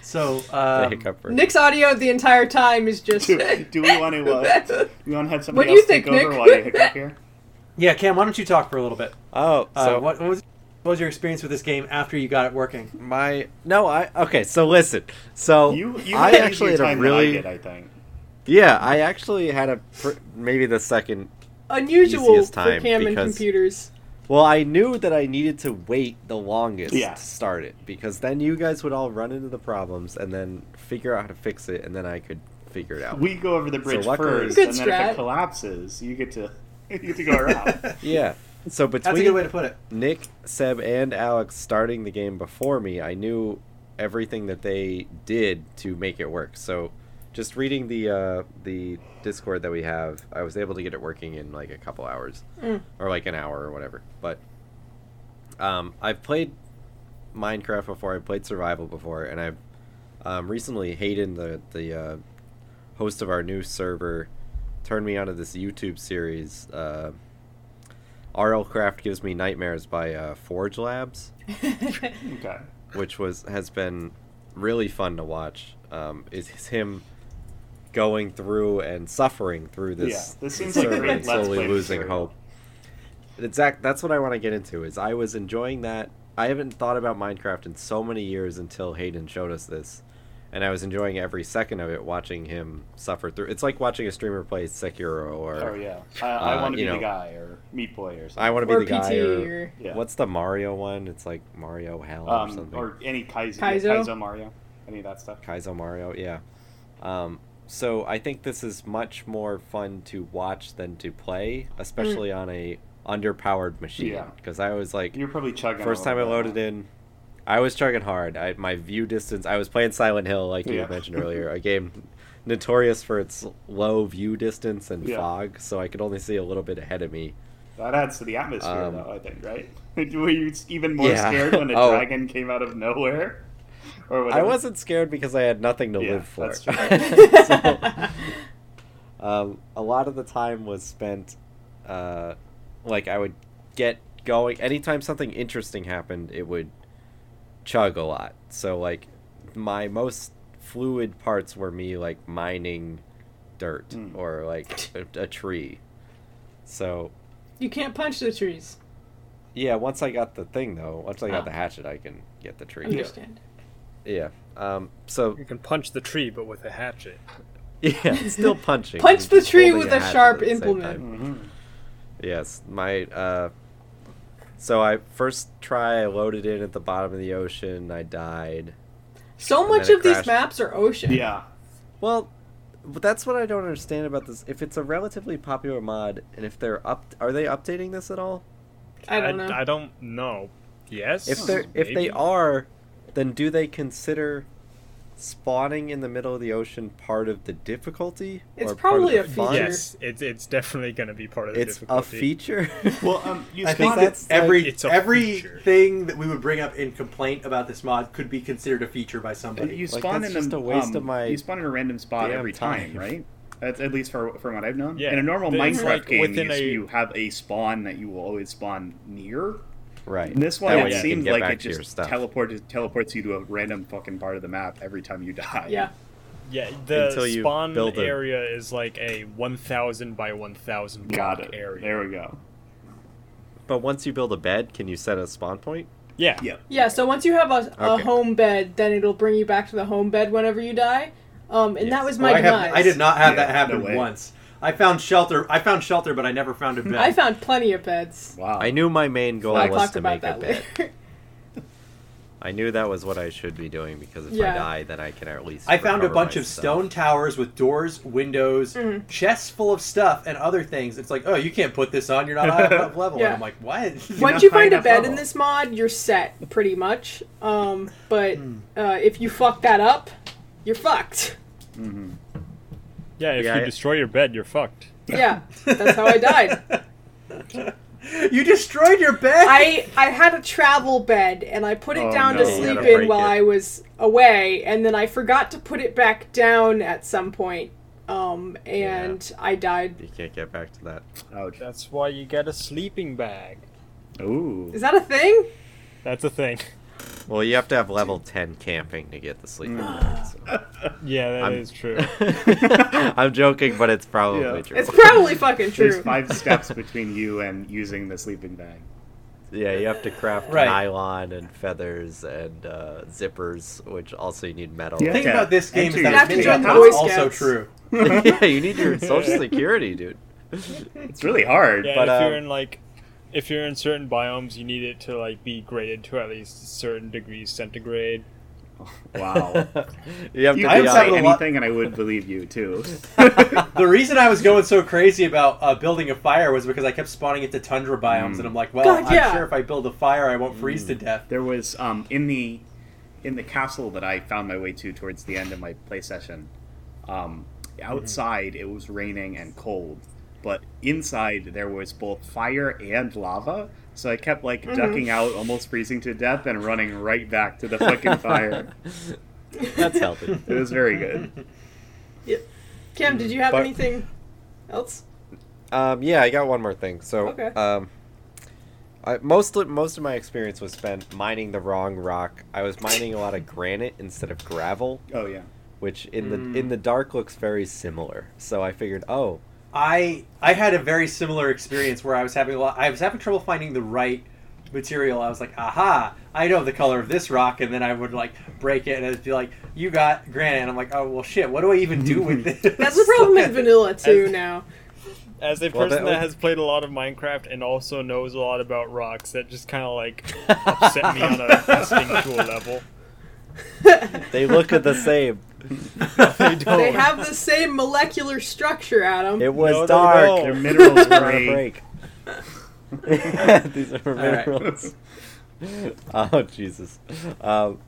S2: so
S1: The
S2: um,
S1: hiccup version.
S4: Nick's audio the entire time is just.
S3: Do, do we want to? Uh, you want to have somebody
S4: What do you
S3: else take
S4: think,
S3: over
S4: Nick?
S3: while you hiccup here?
S2: yeah, Cam, why don't you talk for a little bit?
S1: Oh,
S2: Uh,
S1: so
S2: what, what was what was your experience with this game after you got it working?
S1: my no, I okay. So listen, so
S3: You, you
S1: I
S3: had an
S1: actually
S3: easier
S1: had a
S3: time than I
S1: really
S3: did, I think.
S1: yeah, I actually had a pr- maybe the second
S4: unusual
S1: Easiest
S4: for
S1: time,
S4: Cam and
S1: because-
S4: computers.
S1: Well, I knew that I needed to wait the longest
S3: Yeah.
S1: to start it because then you guys would all run into the problems and then figure out how to fix it, and then I could figure it out.
S3: We go over the bridge
S1: luckily-
S3: first,
S4: Good
S3: and then if
S4: strat.
S3: it collapses, you get to you get to go around.
S1: yeah. So
S2: That's a good
S1: between
S2: way to put it.
S1: Nick, Seb, and Alex starting the game before me, I knew everything that they did to make it work. So, just reading the uh, the Discord that we have, I was able to get it working in like a couple hours, or like an hour or whatever. But um, I've played Minecraft before. I've played Survival before, and I've um, recently Hayden, the the uh, host of our new server, turned me onto this YouTube series. Uh, RL Craft gives me nightmares by uh, Forge Labs,
S3: okay.
S1: which was has been really fun to watch. Um, is is him going through and suffering through this,
S3: Yeah, this seems like
S1: server
S3: great
S1: and
S3: Let's
S1: slowly
S3: Play
S1: losing
S3: material.
S1: hope. Exact. That's what I want to get into. Is I was enjoying that. I haven't thought about Minecraft in so many years until Hayden showed us this, and I was enjoying every second of it, watching him suffer through. It's like watching a streamer play Sekiro or
S3: Oh yeah, I, I
S1: Uh,
S3: want to be
S1: you know.
S3: the guy or Meat Boy or something.
S1: I want to
S4: Or
S1: be the guy.
S4: PT
S1: or-
S4: or-
S3: Yeah.
S1: What's the Mario one? It's like Mario Hell or
S3: um,
S1: something.
S3: or any Kaizo,
S4: Kaizo?
S3: Kaizo Mario, any of that stuff.
S1: Kaizo Mario, yeah. Um, so I think this is much more fun to watch than to play, especially on a underpowered machine.
S3: Mm. Yeah.
S1: Because I was like,
S3: You're probably chugging.
S1: first time I loaded in, I was chugging hard. I, my view distance, I was playing Silent Hill, like you
S3: Yeah.
S1: mentioned earlier, a game notorious for its low view distance and
S3: Yeah.
S1: fog, so I could only see a little bit ahead of me.
S3: That adds to the atmosphere,
S1: Um,
S3: though. I think, right? Were you even more
S1: Yeah.
S3: scared when a
S1: Oh.
S3: dragon came out of nowhere? Or
S1: I
S3: whatever?
S1: wasn't scared because I had nothing to
S3: Yeah,
S1: live for.
S3: that's true.
S1: So, um, a lot of the time was spent, uh, like I would get going. Anytime something interesting happened, it would chug a lot. So like, my most fluid parts were me like mining dirt
S3: Mm.
S1: or like a, a tree. So
S4: You can't punch the trees.
S1: yeah, once I got the thing though, once I got
S4: Ah.
S1: the hatchet, I can get the tree.
S4: Understand.
S1: Yeah. Um, so
S5: You can punch the tree, but with a hatchet.
S1: Yeah, it's still punching.
S4: Punch the
S1: It's
S4: tree
S1: holding
S4: with a
S1: hatchet at
S4: sharp
S1: the same
S4: implement.
S1: time.
S3: Mhm.
S1: Yes, my. Uh, so I first try, I loaded in at the bottom of the ocean. I died.
S4: So
S1: And
S4: much
S1: then it
S4: of these
S1: crashed.
S4: maps are ocean.
S3: Yeah.
S1: Well, but that's what I don't understand about this. If it's a relatively popular mod, and if they're up, are they updating this at all?
S4: I don't know.
S5: I don't know. Yes.
S1: If they if they
S5: Maybe.
S1: are, then do they consider spawning in the middle of the ocean part of the difficulty?
S4: It's
S1: or part of
S4: probably
S1: the
S4: a
S1: fun?
S4: feature.
S5: yes, it's it's definitely going to be part of the
S1: It's a
S5: difficulty.
S1: feature.
S2: Well, um, you
S1: I think
S2: spawned
S1: that's,
S2: it. every
S5: like, it's a feature.
S2: everything that we would bring up in complaint about this mod could be considered a feature by somebody.
S3: You
S1: Like,
S3: spawn
S1: that's
S3: in
S1: just
S3: a um,
S1: a waste of my
S3: You spawn in a random spot
S1: damn
S3: every time,
S1: time.
S3: right? That's at least for from what I've known.
S5: Yeah,
S3: in a normal
S5: there's,
S3: Minecraft
S5: like,
S3: game,
S5: within
S3: you,
S5: a-
S3: you have a spawn that you will always spawn near.
S1: right.
S3: In this one,
S1: That
S5: way
S1: Oh, you
S3: it
S5: can
S3: seems
S1: get
S3: like
S1: back
S3: it
S1: to your
S3: just
S1: stuff.
S3: teleports teleports you to a random fucking part of the map every time you die.
S4: Yeah.
S5: Yeah, the
S1: Until you
S5: spawn
S1: build a-
S5: area is like a 1,000 by 1,000 block
S3: Got it.
S5: area.
S3: There we go.
S1: But once you build a bed, can you set a spawn point?
S5: Yeah.
S3: Yep.
S4: Yeah, so once you have a, a
S1: Okay.
S4: home bed, then it'll bring you back to the home bed whenever you die. Um, and that was my
S2: Oh, I,
S4: demise.
S2: have, I did not have
S3: Yeah,
S2: that happen
S3: no way.
S2: once. I found shelter. I found shelter, but I never found a bed.
S4: I found plenty of beds.
S3: Wow.
S1: I knew my main goal
S4: I
S1: was
S4: talked
S1: to make
S4: about
S1: a
S4: that
S1: bed.
S4: later.
S1: I knew that was what I should be doing because if
S4: Yeah.
S1: I die, then I can at least.
S2: I found a
S1: recover
S2: bunch
S1: my
S2: of
S1: stuff.
S2: stone towers with doors, windows,
S4: Mm-hmm.
S2: chests full of stuff, and other things. It's like, oh, you can't put this on. You're not high enough level.
S4: Yeah.
S2: And I'm like, what?
S4: Once
S3: not
S4: you
S3: high
S4: find a
S3: enough
S4: bed
S3: level.
S4: in this mod, you're set pretty much. Um, but
S3: Hmm.
S4: uh, if you fuck that up, you're fucked.
S5: Yeah, if
S1: Yeah,
S5: you
S1: I-
S5: destroy your bed, you're fucked.
S4: Yeah, that's how I died.
S2: you destroyed your bed.
S4: I I had a travel bed and I put it
S3: Oh,
S4: down
S3: no.
S4: to
S3: You
S4: sleep
S1: gotta
S4: in
S1: break
S4: while
S1: it.
S4: I was away, and then I forgot to put it back down at some point. Um, and I died.
S1: You can't get back to that.
S3: Ouch.
S5: That's why you get a sleeping bag.
S3: Ooh.
S4: Is that a thing?
S5: That's a thing.
S1: Well, you have to have level ten camping to get the sleeping.
S2: Mm.
S5: Yeah, that is
S1: I'm-
S5: true.
S1: bag. I'm joking, but it's probably
S3: Yeah.
S1: true.
S4: It's probably fucking
S3: There's
S4: true.
S3: five steps between you and using the sleeping bag.
S1: Yeah, you have to craft
S2: Right.
S1: nylon and feathers and uh, zippers, which also you need metal.
S2: The
S1: Yeah,
S2: thing about this game is
S3: Actually,
S2: that
S4: You
S2: it's
S4: have to
S2: made
S4: join
S2: up,
S4: the
S2: that's
S4: Boy
S2: also
S4: Scouts.
S2: true.
S1: you need your social security, dude.
S3: It's really hard.
S5: Yeah,
S1: But,
S5: if
S1: um,
S5: you're in like, if you're in certain biomes, you need it to like be graded to at least certain degrees centigrade.
S2: Oh.
S3: Wow.
S1: You have
S3: You
S1: to
S2: I
S3: could
S1: be
S2: have
S1: on
S3: say
S2: a
S1: the-
S2: lot-
S3: anything, and I would believe you too.
S2: The reason I was going so crazy about uh, building a fire was because I kept spawning into tundra biomes, and I'm like, well,
S4: God,
S2: I'm
S4: yeah.
S2: sure if I build a fire, I won't freeze to death.
S3: There was um, in the in the castle that I found my way to towards the end of my play session. Um, outside, it was raining and cold, but inside there was both fire and lava. So I kept like ducking out, almost freezing to death, and running right back to the fucking fire.
S1: That's healthy.
S3: It was very good.
S4: Kim, did you have
S1: But-
S4: anything else?
S1: Um, yeah, I got one more thing. So,
S4: Okay.
S1: um, I, most of, most of my experience was spent mining the wrong rock. I was mining a lot of granite instead of gravel,
S3: Oh yeah.
S1: which in the in the dark looks very similar. So I figured, oh,
S2: I I had a very similar experience where I was having a lot. I was having trouble finding the right material. I was like, aha, I know the color of this rock, and then I would like break it and it'd be like, you got granite, and I'm like, oh well, shit, what do I even do with this?
S4: That's the problem with vanilla too
S5: As-
S4: now.
S5: As a
S1: Well, that
S5: person that,
S1: would-
S5: has played a lot of Minecraft and also knows a lot about rocks, that just kind of like upset me on a instinctual level.
S1: they look the same.
S5: They don't.
S4: They have the same molecular structure, Adam.
S1: It was
S5: No, they
S1: dark.
S5: don't.
S3: Their minerals were
S1: We're on a
S3: a-
S1: break. These are
S2: right.
S1: minerals. oh Jesus. Um,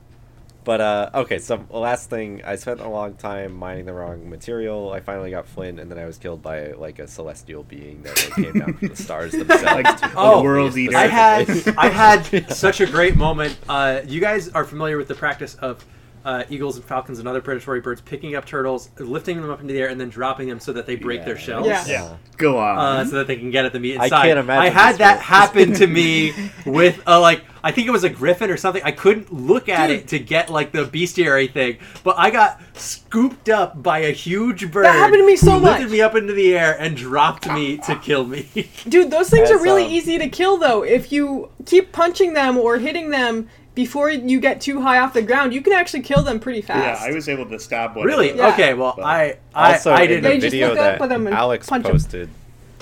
S1: but uh, okay, so last thing, I spent a long time mining the wrong material. I finally got Flynn, and then I was killed by like a celestial being that like, came down from the stars themselves.
S3: Like,
S1: to
S2: Oh,
S1: me
S3: world eater.
S2: I had
S1: specifically.
S2: I had such a great moment. Uh, you guys are familiar with the practice of uh, eagles and falcons and other predatory birds picking up turtles, lifting them up into the air, and then dropping them so that they break their
S3: Yeah.
S2: shells.
S4: Yeah.
S5: Yeah.
S3: Go on.
S2: uh, so that they can get at the meat
S1: I
S2: inside.
S1: can't imagine
S2: I had
S1: this
S2: that
S1: works.
S2: happen to me with a, like I think it was a griffin or something. I couldn't look at
S4: Dude.
S2: it to get like the bestiary thing, but I got scooped up by a huge bird.
S4: happened to me so
S2: who
S4: much.
S2: Lifted me up into the air and dropped me to kill me.
S4: Dude, those things
S1: As,
S4: are really
S1: um,
S4: easy to kill though. If you keep punching them or hitting them before you get too high off the ground, you can actually kill them pretty
S3: yeah,
S4: fast.
S3: I was able to stab one.
S2: really?
S3: Of
S4: Yeah.
S2: Okay. Well,
S3: But-
S2: I I
S1: Also,
S2: I
S1: in
S2: didn't.
S1: the
S4: They just
S1: video
S4: look up
S1: that
S4: at them and
S1: Alex
S4: punch 'em.
S1: posted,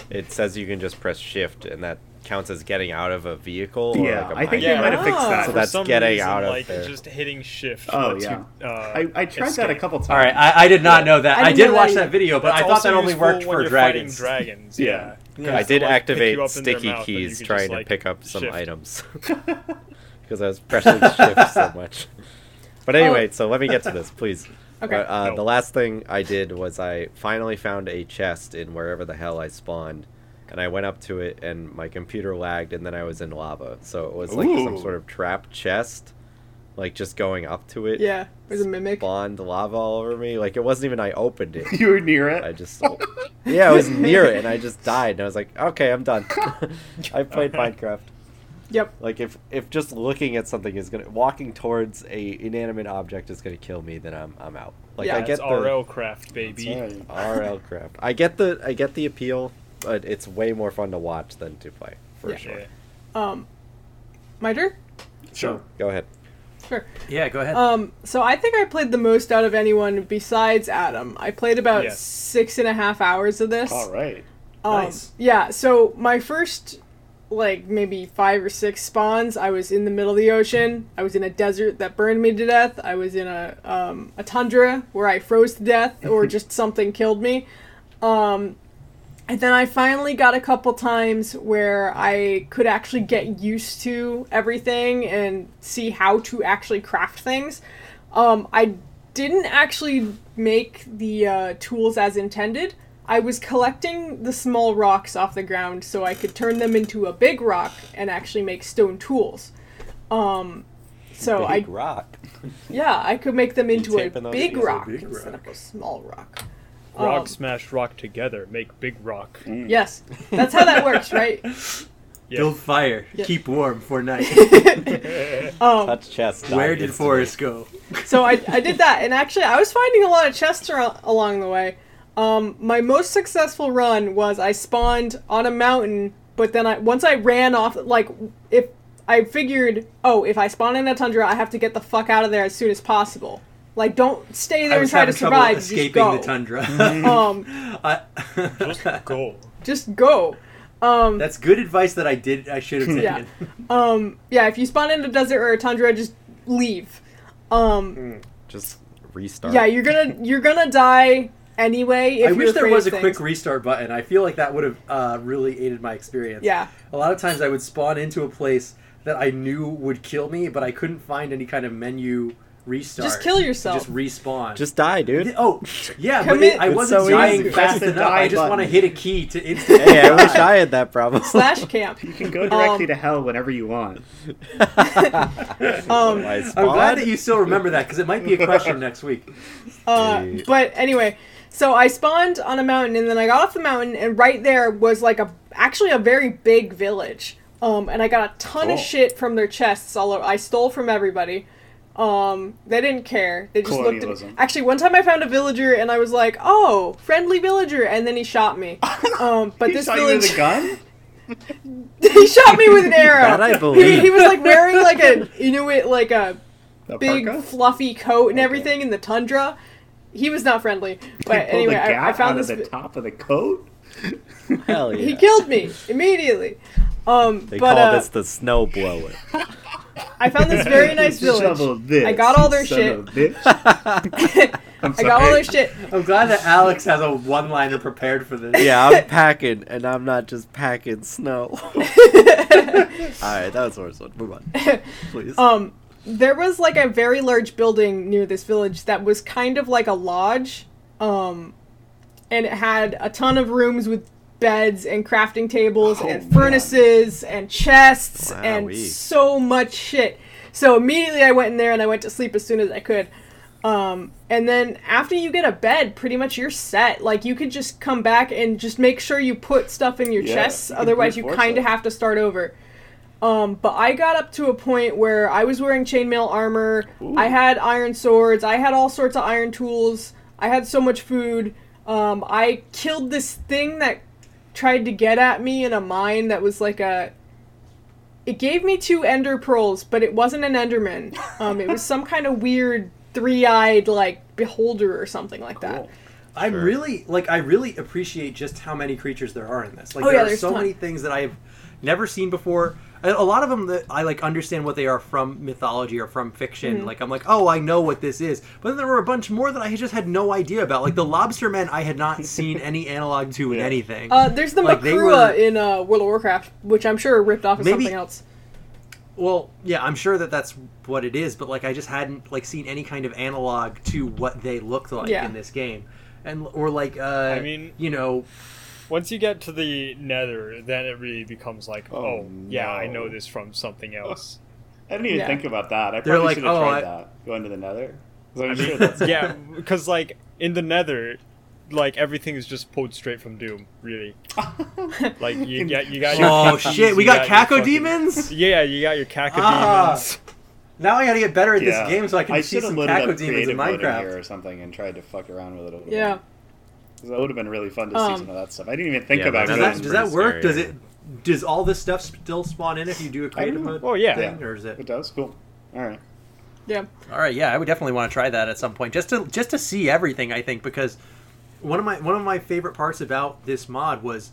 S1: it says you can just press shift, and that counts as getting out of a vehicle. Or
S3: Yeah,
S1: like a
S3: I think
S1: mine
S5: Yeah.
S3: they might have fixed
S4: Ah.
S3: that.
S1: So
S5: For
S1: that's
S5: some
S1: getting
S5: reason,
S1: out of
S5: like
S1: there.
S5: just hitting shift.
S3: Oh,
S5: lets
S3: yeah.
S5: You, uh,
S3: I, I tried that a
S5: escape.
S3: couple times.
S2: All right. I, I did not know that.
S4: I
S2: I,
S4: didn't
S2: did
S4: know
S2: watch
S4: that
S2: that video, but
S5: That's
S2: I thought
S5: also
S2: that only
S5: useful
S2: worked
S5: when
S2: for
S5: you're
S2: dragons.
S5: Fighting dragons.
S3: Yeah.
S5: Yeah. Yeah,
S1: I
S5: so,
S1: did
S5: like, pick
S1: activate
S5: you up in their
S1: sticky
S5: mouth and you
S1: keys
S5: can just,
S1: trying
S5: like,
S1: to pick up some
S5: shift.
S1: items because I was pressing shift so much. But anyway, so let me get to this, please.
S4: Oh. Okay.
S1: But, uh,
S5: No.
S1: The last thing I did was I finally found a chest in wherever the hell I spawned, and I went up to it, and my computer lagged, and then I was in lava. So it was like some
S3: Ooh.
S1: sort of trap chest, like just going up to it.
S4: Yeah, there's a mimic.
S1: Spawned lava all over me. Like it wasn't even I opened it.
S3: You were near it.
S1: I just, yeah, I was near it and I just died. And I was like, okay, I'm done. I played Minecraft.
S4: Yep.
S1: Like if if just looking at something is gonna walking towards a inanimate object is gonna kill me, then I'm I'm out. Like
S4: Yeah,
S1: I get
S5: That's
S1: the
S5: RL craft, baby.
S3: That's right.
S1: RL craft. I get the I get the appeal, but it's way more fun to watch than to play for
S4: Yeah.
S1: sure.
S5: Yeah.
S4: Um, my turn.
S2: Sure.
S1: Go ahead.
S4: Sure.
S2: Yeah, go ahead.
S4: Um, so I think I played the most out of anyone besides Adam. I played about
S5: Yes.
S4: six and a half hours of this.
S3: All right.
S4: Um,
S2: Nice.
S4: Yeah, so my first, like, maybe five or six spawns, I was in the middle of the ocean. I was in a desert that burned me to death. I was in a, um, a tundra where I froze to death or just something killed me. Um, and then I finally got a couple times where I could actually get used to everything and see how to actually craft things. Um, I didn't actually make the uh, tools as intended. I was collecting the small rocks off the ground so I could turn them into a big rock and actually make stone tools. Um, so I
S1: Big rock.
S4: yeah, I could make them into a
S1: taping those
S4: big
S1: into a
S4: rock
S2: big
S4: instead of a small rock.
S5: Rock
S4: Um,
S5: smash rock together, make big rock.
S4: Yes, that's how that works, right?
S5: Yeah.
S2: Build fire.
S4: Yeah.
S2: Keep warm for night.
S4: Um,
S1: Touch chest. die
S2: Where did
S1: instantly.
S2: Forrest go?
S4: so I, I did that, and actually, I was finding a lot of chests ar- along the way. Um, my most successful run was I spawned on a mountain, but then I once I ran off, like if I figured, oh, if I spawn in a tundra, I have to get the fuck out of there as soon as possible. Like, don't stay
S2: I
S4: there and
S2: was
S4: try to
S2: having trouble
S4: survive.
S2: escaping
S4: just go.
S2: the tundra.
S4: Um,
S5: Just
S2: I-
S5: go.
S4: just go. Um,
S2: That's good advice that I did. I should have taken.
S4: Yeah. um, yeah. If you spawn in a desert or a tundra, just leave. Um,
S1: Just restart.
S4: Yeah, you're gonna you're gonna die anyway. If
S2: I
S4: you're
S2: wish there
S4: afraid
S2: was a
S4: of
S2: quick
S4: things.
S2: restart button. I feel like that would have uh, really aided my experience.
S4: yeah,
S2: A lot of times I would spawn into a place that I knew would kill me, but I couldn't find any kind of menu restart.
S4: Just kill yourself.
S2: Just respawn.
S1: Just die, dude.
S2: Oh, yeah, but
S4: Commit-
S2: it, I
S4: It's
S2: wasn't
S1: so
S2: dying
S4: easy.
S2: fast
S3: Press the
S2: enough.
S3: die
S2: I just
S3: button.
S2: want to hit a key to instant.
S1: Hey, I wish I had that problem.
S4: slash camp.
S3: You can go directly
S4: Um,
S3: to hell whenever you want.
S4: Um,
S1: I
S2: I'm glad
S1: spawned.
S2: that you still remember that because it might be a question next week.
S4: Uh,
S1: Dude.
S4: but anyway, so I spawned on a mountain, and then I got off the mountain, and right there was like a actually a very big village. Um, and I got a ton of
S3: Cool.
S4: shit from their chests. All over. I stole from everybody. Um, they didn't care. They just looked at me.
S3: Colonialism.
S4: Actually, one time I found a villager, and I was like, "Oh, friendly villager," and then he shot me. Um, but
S3: He
S4: this
S3: shot you with
S4: village,
S3: a gun?
S4: he shot me with an arrow.
S1: That I
S4: he, he
S1: believe.
S4: was like wearing like a Inuit like a
S3: A
S4: big
S3: parka?
S4: fluffy coat and everything in the tundra. He was not friendly,
S3: He
S4: but
S3: pulled
S4: anyway,
S3: a
S4: I, I
S3: gap
S4: found
S3: out
S4: this.
S3: of the
S4: vi-
S3: top of the coat.
S1: Hell yeah.
S4: He killed me immediately. Um,
S1: They
S4: but
S1: call
S4: uh,
S1: this the snow blower.
S4: I found this very nice
S3: Shovel
S4: village.
S3: this,
S4: I got all
S3: you
S4: their
S3: son
S4: shit.
S3: of a bitch. I'm
S4: I got all
S3: sorry.
S4: their shit.
S2: I'm glad that Alex has a one-liner prepared for this.
S1: yeah, I'm packing, and I'm not just packing snow. All right, that was the worst one. Move on, please.
S4: Um, there was like a very large building near this village that was kind of like a lodge. Um, and it had a ton of rooms with beds and crafting tables
S3: Oh,
S4: and
S3: man.
S4: furnaces and chests and
S1: Wowee.
S4: so much shit. So immediately I went in there and I went to sleep as soon as I could. Um, and then after you get a bed, pretty much you're set. Like you could just come back and just make sure you put stuff in your
S3: Yeah,
S4: chests.
S3: you can
S4: Otherwise, you
S3: reinforce
S4: kind of
S3: that.
S4: have to start over. Um, but I got up to a point where I was wearing chainmail armor. I had iron swords. I had all sorts of iron tools. I had so much food. Um, I killed this thing that tried to get at me in a mine that was like a. It gave me two ender pearls, but it wasn't an enderman. Um, it was some kind of weird three-eyed like beholder or something like that.
S2: I'm really like I really appreciate just how many creatures there are in this. Like
S4: Oh,
S2: there
S4: yeah,
S2: are
S4: there's
S2: so
S4: ton.
S2: many things that I have never seen before. A a lot of them that I like understand what they are from mythology or from fiction. Like I'm like, oh, I know what this is. But then there were a bunch more that I just had no idea about. Like the Lobster Men, I had not seen any analog to in
S3: Yeah.
S2: anything.
S4: Uh, there's the
S2: Like, they
S4: Makrua
S2: were-
S4: in uh, World of Warcraft, which I'm sure ripped off of
S2: Maybe-
S4: something else.
S2: Well, yeah, I'm sure that that's what it is, but like I just hadn't like seen any kind of analog to what they looked like
S4: Yeah.
S2: in this game, and or like uh, I
S5: mean-
S2: you know,
S5: Once you get to the nether, then it really becomes like, oh,
S3: Oh,
S5: yeah, I
S3: no.
S5: know this from something else.
S3: I didn't even
S4: Yeah.
S3: think about that. I
S2: They're
S3: probably
S2: like,
S3: should have
S2: "Oh,
S3: tried
S2: I-
S3: that. Going to the nether. 'Cause I'm
S5: I
S3: sure
S5: mean,
S3: that's
S5: yeah, because like in the nether, like everything is just pulled straight from Doom, really. Like you get, you got your
S2: oh
S5: Kakis,
S2: shit, we
S5: you
S2: got
S5: your
S2: Caco
S5: fucking-
S2: demons.
S5: Yeah, you got your Caco
S2: Ah.
S5: demons.
S2: Now I got to get better at
S3: Yeah.
S2: this game so I can see
S3: should have
S2: some
S3: loaded up
S2: Caco demons in
S3: creative mode here
S2: Minecraft.
S3: or something and tried to fuck around with it a little
S4: Yeah.
S3: bit. 'Cause that would have been really fun to
S4: Um,
S3: see some of that stuff. I didn't even think
S7: Yeah,
S3: about
S7: No, that's
S2: Does that,
S3: it.
S2: does
S7: pretty
S2: that work? Does
S7: scary.
S2: it? Does all this stuff still spawn in if you do a creative
S3: know.
S2: mode?
S5: Oh yeah.
S2: thing, or is
S3: It
S2: it?
S3: does. Cool. All right.
S4: Yeah.
S2: All right, yeah, I would definitely want to try that at some point just to just to see everything. I think because one of my one of my favorite parts about this mod was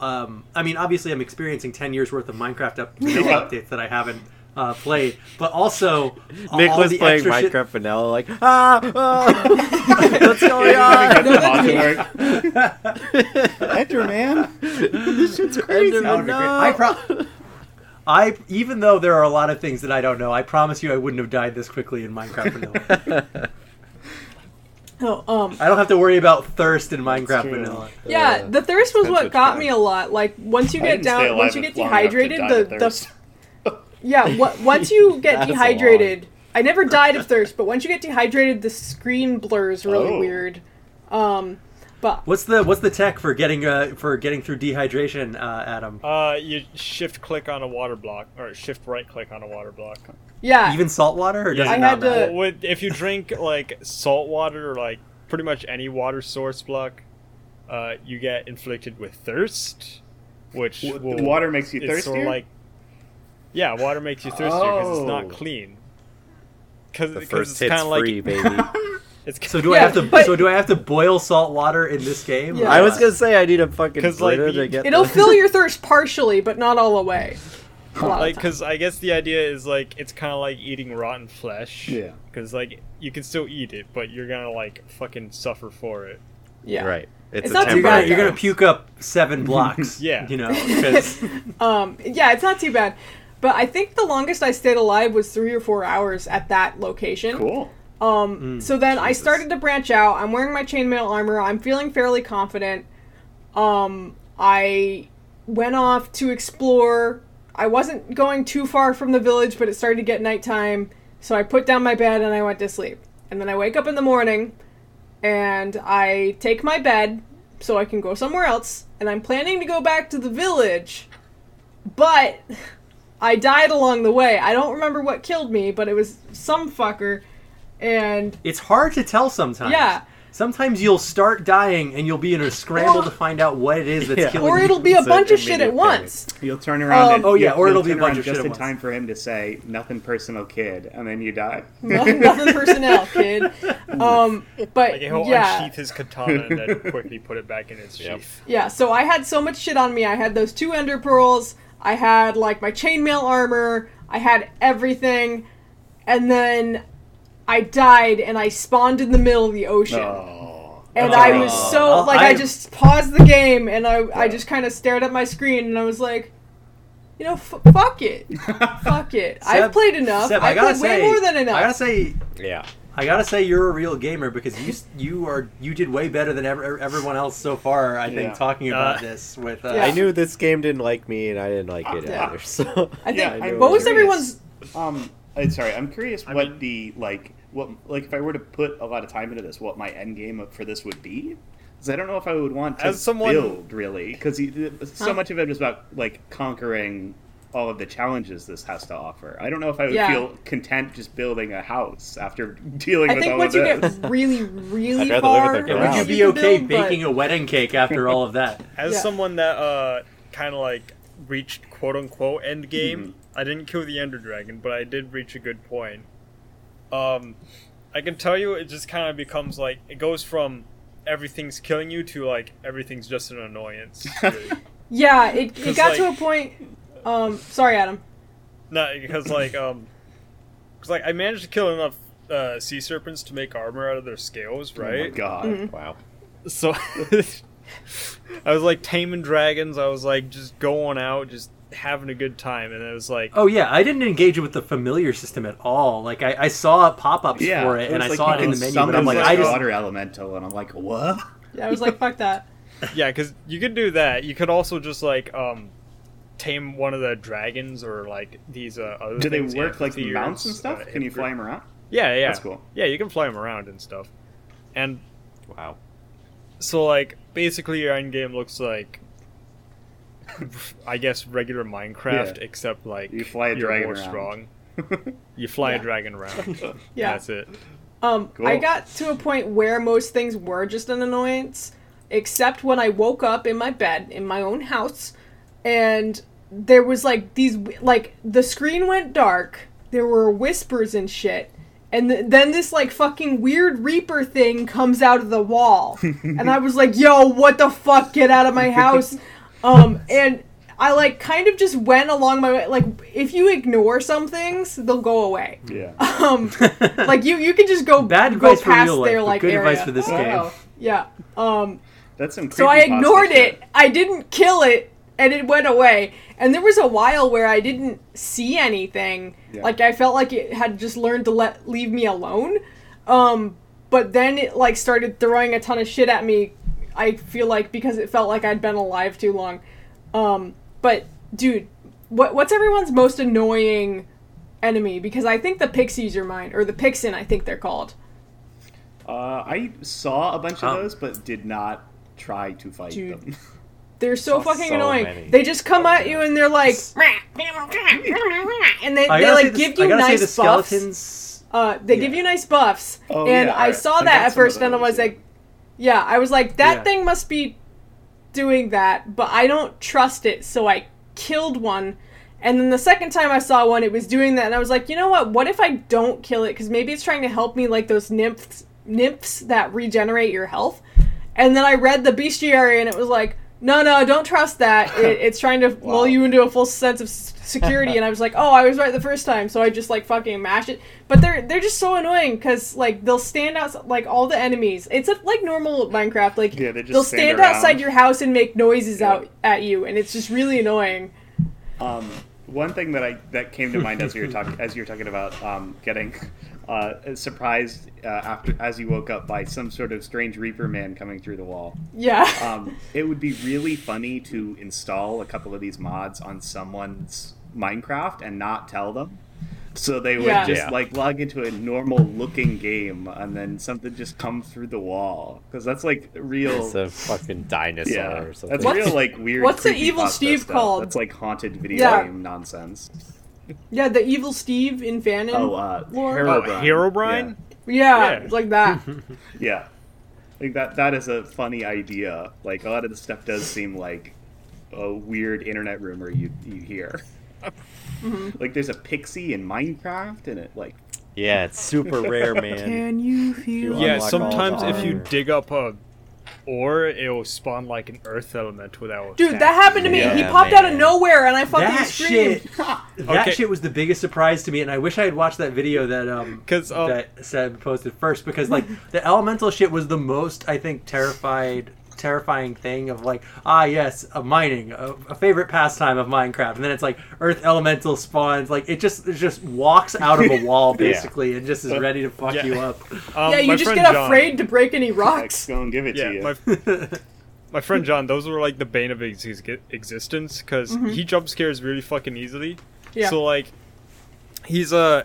S2: um, I mean obviously I'm experiencing 10 years worth of Minecraft up vanilla
S3: Yeah.
S2: updates that I haven't uh, played but also
S7: Nick
S2: all
S7: was
S2: the
S7: playing
S2: extra shit-
S7: Minecraft Vanilla, like, ah, ah, what's going
S3: Got
S7: on?
S3: the mod to work. Ender man.
S7: this shit's crazy.
S2: That would be great. I pro- I even though there are a lot of things that I don't know I promise you I wouldn't have died this quickly in Minecraft vanilla.
S4: No, um,
S2: I uh, don't have to worry about thirst in Minecraft
S3: true.
S2: vanilla.
S4: yeah, the thirst was what
S7: expensive
S4: got
S7: time.
S4: me a lot. Like once you
S3: I
S4: get
S3: didn't stay
S4: down,
S3: alive
S4: once you get
S3: long enough to
S4: dehydrated,
S3: die
S4: the,
S3: of
S4: the
S3: thirst.
S4: yeah, what, once you get
S7: That's a
S4: dehydrated, I never died of thirst, but once you get dehydrated, the screen blurs really
S3: Oh.
S4: weird. Um, but
S2: What's the what's the tech for getting uh, for getting through dehydration, uh, Adam?
S5: Uh, you shift click on a water block, or shift right click on a water block.
S4: yeah,
S2: Even salt water or does
S5: Yeah.
S2: it
S5: I
S2: not
S4: had
S2: matter?
S4: to-
S5: Well, Would if you drink like salt water or like pretty much any water source block, uh, you get inflicted with thirst, which
S3: W-
S5: will,
S3: the water makes you
S5: it's sort
S3: thirstier.
S5: of like yeah, water makes you thirstier because
S3: Oh.
S5: it's not clean. Because
S7: The
S5: it's
S7: first
S5: kind
S7: hit's
S5: of like
S7: free, baby.
S5: it's
S2: So do I
S4: Yeah,
S2: have to?
S4: but-
S2: So do I have to boil salt water in this game?
S4: Yeah.
S7: I was gonna say I need a fucking
S5: 'Cause, like,
S7: blender
S5: you-
S7: to get.
S4: it'll
S7: the-
S4: fill your thirst partially, but not all the way. A lot of
S5: like
S4: times.
S5: because I guess the idea is like it's kind of like eating rotten flesh.
S3: Yeah.
S5: Because like you can still eat it, but you're gonna like fucking suffer for it.
S4: yeah.
S7: Right. It's,
S4: It's
S7: a
S4: not too
S2: You're gonna,
S7: temporary.
S2: you're gonna puke up seven blocks.
S5: Yeah.
S2: You know, 'cause-
S4: Um, yeah, it's not too bad. But I think the longest I stayed alive was three or four hours at that location.
S3: Cool.
S4: Um, so then I started to branch out. I'm wearing my chainmail armor. I'm feeling fairly confident. Um, I went off to explore. I wasn't going too far from the village, but it started to get nighttime. So I put down my bed and I went to sleep. And then I wake up in the morning and I take my bed so I can go somewhere else. And I'm planning to go back to the village, but I died along the way. I don't remember what killed me, but it was some fucker. And
S2: it's hard to tell sometimes.
S4: yeah,
S2: Sometimes you'll start dying and you'll be in a scramble
S4: Or-
S2: to find out what it is that's
S7: Yeah.
S2: killing
S4: or
S2: you.
S4: it'll be a
S7: It's an
S4: bunch of shit
S7: immediate
S4: at
S7: thing.
S4: once.
S3: You'll turn around.
S4: Um,
S3: and,
S2: oh, yeah,
S3: you'll-
S2: or it'll
S3: you'll
S2: be a
S3: turn
S2: bunch
S3: around
S2: of shit
S3: just
S2: at
S3: in
S2: once.
S3: time for him to say nothing personal, kid, and then you die.
S4: No- nothing personnel, kid. Um, but
S5: Like he'll
S4: yeah,
S5: unsheath his katana and then quickly put it back in its
S7: Yep.
S5: sheath.
S4: yeah. So I had so much shit on me. I had those two ender pearls. I had like my chainmail armor. I had everything, and then I died, and I spawned in the middle of the ocean.
S3: Oh.
S4: And
S2: That's
S4: I
S2: alright.
S4: was so
S2: Oh,
S4: like
S2: I-
S4: I just paused the game and I I just kind of stared at my screen and I was like, you know, f- fuck it, fuck it. I've
S2: Seb-
S4: played enough.
S2: Seb,
S4: I've
S2: gotta
S4: played way
S2: say-
S4: more than enough.
S2: I gotta say,
S7: Yeah.
S2: I gotta say, you're a real gamer because you s- you are you did way better than ever, everyone else so far. I think
S3: Yeah.
S2: talking about
S5: Uh,
S2: this with uh,
S4: Yeah.
S7: I knew this game didn't like me, and I didn't like it
S4: Yeah.
S7: either. So
S4: I think
S3: Yeah, I know
S4: what was
S3: what it
S4: everyone's
S3: Um, I'm sorry. I'm curious
S5: I
S3: what
S5: mean-
S3: the like what like if I were to put a lot of time into this, what my end game for this would be. Because I don't know if I would want to
S5: As someone-
S3: build really, because so
S4: Huh?
S3: much of it is about like conquering all of the challenges this has to offer. I don't know if I would
S4: Yeah.
S3: feel content just building a house after dealing
S4: I
S3: with
S4: think
S3: all
S4: once you
S3: of this.
S4: get really, really
S7: I'd rather
S4: far,
S7: live with that
S2: Would
S7: Wow.
S2: you
S7: You
S2: be okay baking
S4: baking
S2: a wedding cake after all of that?
S5: As
S4: Yeah.
S5: someone that uh kind of like reached quote unquote end game,
S3: Mm-hmm.
S5: I didn't kill the Ender Dragon, but I did reach a good point. Um, I can tell you, it just kind of becomes like it goes from everything's killing you to like everything's just an annoyance. really.
S4: Yeah, it, it
S5: 'Cause,
S4: got to a
S5: like-
S4: point. Um, sorry, Adam.
S5: No, because like um, because like I managed to kill enough uh, sea serpents to make armor out of their scales,
S3: Oh my
S5: right?
S3: god!
S4: Mm-hmm.
S7: Wow.
S5: so I was like taming dragons. I was like just going out, just having a good time, and it was like
S2: Oh yeah, I didn't engage with the familiar system at all. Like I, I saw pop-ups
S3: Yeah,
S2: for it, and
S3: it's
S2: I
S3: like
S2: saw
S3: you
S2: it in
S3: can
S2: the menu,
S3: summon
S2: but I'm like,
S3: the
S2: I just
S3: water elemental, and I'm like, what?
S4: Yeah, I was like, fuck that.
S5: yeah, because you could do that. You could also just like um, tame one of the dragons or like these uh, other.
S3: Do they
S5: things,
S3: work like
S5: amphitheaters,
S3: mounts and
S5: uh,
S3: stuff? Can you fly them around?
S5: Yeah, yeah,
S3: That's cool.
S5: Yeah, you can fly them around and stuff, and
S7: Wow.
S5: so like basically your end game looks like. I guess regular Minecraft,
S3: Yeah.
S5: except like
S3: You fly a
S5: you're
S3: dragon
S5: more
S3: around.
S5: strong. You fly a
S4: Yeah.
S5: dragon around.
S4: Yeah.
S5: That's it.
S4: Um, I
S3: Cool.
S4: got to a point where most things were just an annoyance, except when I woke up in my bed in my own house, and there was like these like the screen went dark. There were whispers and shit, and th- then this like fucking weird Reaper thing comes out of the wall, and I was like, "Yo, what the fuck? Get out of my house!" Um, and I like kind of just went along my way. Like if you ignore some things, they'll go away.
S3: Yeah.
S4: Um, like you, you can just go
S2: Bad
S4: go
S2: advice for
S4: past
S2: real life,
S4: their
S2: but
S4: like
S2: good
S4: area.
S2: advice for this
S4: I
S2: game.
S4: know. Yeah. Um.
S3: That's some.
S4: So I
S3: creepypasta
S4: ignored
S3: shit.
S4: it. I didn't kill it, and it went away. And there was a while where I didn't see anything.
S3: Yeah.
S4: Like I felt like it had just learned to let leave me alone. Um. But then it like started throwing a ton of shit at me. I feel like because it felt like I'd been alive too long. Um. But dude, what what's everyone's most annoying? enemy because i think the pixies are mine or the pixin i think they're called
S3: Uh, I saw a bunch
S2: Um,
S3: of those, but did not try to fight
S4: Dude.
S3: them.
S4: They're so fucking
S7: so
S4: annoying.
S7: many.
S4: They just
S2: Oh,
S4: come at you and they're like, and they,
S2: I gotta
S4: they
S2: say
S4: like
S2: the-
S4: give
S2: I
S4: you
S2: gotta say
S4: nice
S2: the
S4: buffs.
S2: skeletons.
S4: Uh, they give you nice buffs,
S3: Oh,
S4: and
S3: yeah,
S4: I
S3: I-
S4: saw
S3: I
S4: that
S3: got
S4: at
S3: some of
S4: first, and I
S3: those,
S4: was
S3: yeah.
S4: like, yeah, I was like, that
S2: Yeah.
S4: thing must be doing that, but I don't trust it, so I killed one. And then the second time I saw one, it was doing that, and I was like, you know what? What if I don't kill it? Because maybe it's trying to help me, like those nymphs, nymphs that regenerate your health. And then I read the bestiary, and it was like, no, no, don't trust that. It, it's trying to lull you into a full sense of s- security. and I was like, oh, I was right the first time, so I just like fucking mash it. But they're they're just so annoying because like they'll stand out like all the enemies. It's like normal Minecraft. Like
S3: Yeah, they just
S4: they'll
S3: stand
S4: stand,
S3: around.
S4: outside your house and make noises
S3: Yeah.
S4: out at you, and it's just really annoying.
S3: Um, one thing that I that came to mind as you were talking as you were talking about um, getting uh, surprised uh, after as you woke up by some sort of strange Reaper man coming through the wall.
S4: Yeah.
S3: Um, it would be really funny to install a couple of these mods on someone's Minecraft and not tell them. So they would
S4: Yeah.
S3: just
S7: Yeah.
S3: like log into a normal looking game and then something just come through the wall because that's like real.
S7: It's a fucking dinosaur
S3: Yeah,
S7: or something.
S3: that's
S4: What's-
S3: real like weird.
S4: what's the evil
S3: creepypasta
S4: Steve
S3: stuff.
S4: called?
S3: That's like haunted video
S4: Yeah.
S3: game nonsense.
S4: Yeah, the evil Steve in Fanon.
S3: Oh, uh,
S4: Lord.
S5: Oh,
S3: Herobrine.
S5: Herobrine?
S4: yeah,
S5: yeah.
S4: it's like that.
S3: Yeah. yeah. I think that that is a funny idea. Like a lot of the stuff does seem like a weird internet rumor you you hear.
S4: Mm-hmm.
S3: Like there's a pixie in Minecraft, and it like
S7: Yeah, it's super rare, man.
S4: Can you
S7: You
S4: feel?
S5: Yeah,
S7: unlock all
S5: sometimes if you
S7: time.
S5: dig up a ore, it'll spawn like an earth element without.
S4: Dude, that happened to me.
S7: Yeah,
S4: he popped out of
S7: man.
S4: nowhere, and I fucking
S2: That
S4: screamed.
S2: shit, that
S5: Okay.
S2: shit was the biggest surprise to me, and I wish I had watched that video that um
S5: 'Cause, um,
S2: that Seb posted first because like the elemental shit was the most I think terrified terrifying thing of like ah yes a mining a, a favorite pastime of Minecraft and then it's like earth elemental spawns like it just it just walks out of a wall basically and just is ready to fuck
S5: Yeah.
S2: you up.
S5: Um,
S4: yeah, you
S5: my
S4: just
S5: friend
S4: get
S5: John-
S4: afraid to break any
S3: X
S4: rocks.
S3: gonna give it to you.
S5: Yeah, my, my friend John, those were like the bane of his existence because he jump scares really fucking easily.
S4: Mm-hmm. Yeah.
S5: So like, he's uh,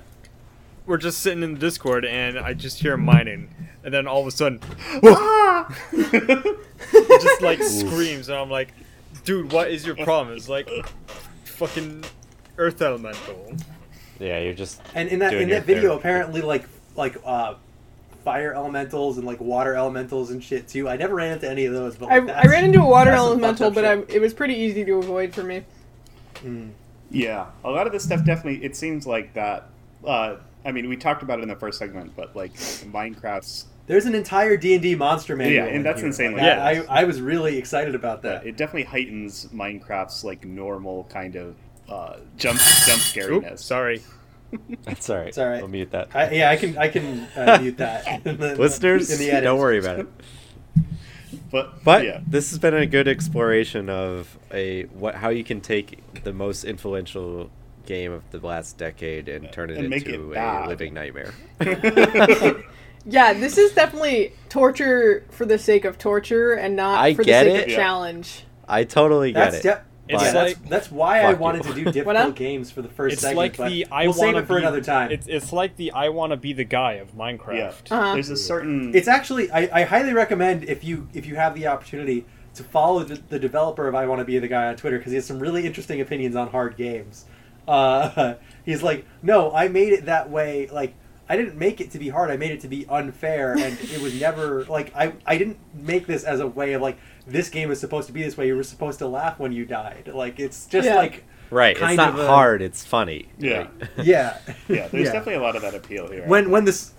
S5: we're just sitting in the Discord and I just hear him mining, and then all of a sudden, he just like screams and I'm like, dude, what is your problem? It's like, fucking earth elemental.
S7: Yeah, you're just
S2: And in that
S7: doing
S2: in
S7: your
S2: that video,
S7: therapy.
S2: apparently, like like uh, fire elementals and like water elementals and shit too. I never ran into any of those, but
S4: I,
S2: like,
S4: I
S2: that's-
S4: ran into a water
S2: that's some
S4: elemental,
S2: fucked
S4: but
S2: up
S4: I,
S2: shit.
S4: it was pretty easy to avoid for me.
S3: Yeah, a lot of this stuff definitely. It seems like that. Uh, I mean, we talked about it in the first segment, but like Minecraft's,
S2: there's an entire D and D monster manual.
S3: Yeah, and
S2: in
S3: that's
S2: here.
S3: insanely
S2: Like, I,
S5: good.
S3: uh,
S2: I I was really excited about that.
S3: it definitely heightens Minecraft's like normal kind of uh, jump jump
S5: Oop,
S3: scariness.
S5: sorry.
S1: That's all right. It's
S2: all right.
S1: I'll mute that.
S2: I, yeah, I can I can uh, mute that. in the-
S1: Listeners,
S2: in the edit.
S1: don't worry about it.
S3: But,
S1: But
S3: yeah,
S1: this has been a good exploration of a what how you can take the most influential game of the last decade and turn it
S3: And make it
S1: into a
S3: bad.
S1: living nightmare.
S4: Yeah, this is definitely torture for the sake of torture and not
S1: I
S4: for
S1: get
S4: the sake
S1: it.
S4: of
S3: Yeah.
S4: challenge.
S1: I totally get
S2: That's
S1: it.
S2: yep.
S5: It's
S2: yeah,
S1: But-
S2: that's,
S5: like-
S2: that's why I
S1: Fuck
S2: wanted
S1: you.
S2: to do difficult
S4: What up?
S2: games for the first
S5: It's
S2: segment,
S5: like
S2: but
S5: the I
S2: we'll save
S5: wanna
S2: it for
S5: be,
S2: another time.
S5: It's, it's like the I wanna be the guy of Minecraft.
S3: yeah.
S4: Uh-huh.
S3: There's a certain
S2: It's actually I, I highly recommend if you if you have the opportunity to follow the, the developer of I Want to Be the Guy on Twitter because he has some really interesting opinions on hard games. Uh, he's like, no, I made it that way. Like I didn't make it to be hard. I made it to be unfair, and it was never like I I didn't make this as a way of like this game is supposed to be this way. You were supposed to laugh when you died. Like it's just
S4: Yeah.
S2: like
S1: Right.
S2: kind
S1: It's not
S2: of a-
S1: hard, it's funny.
S3: Yeah.
S1: Like-
S2: yeah
S3: yeah. There's
S2: yeah.
S3: definitely a lot of that appeal here.
S2: when when this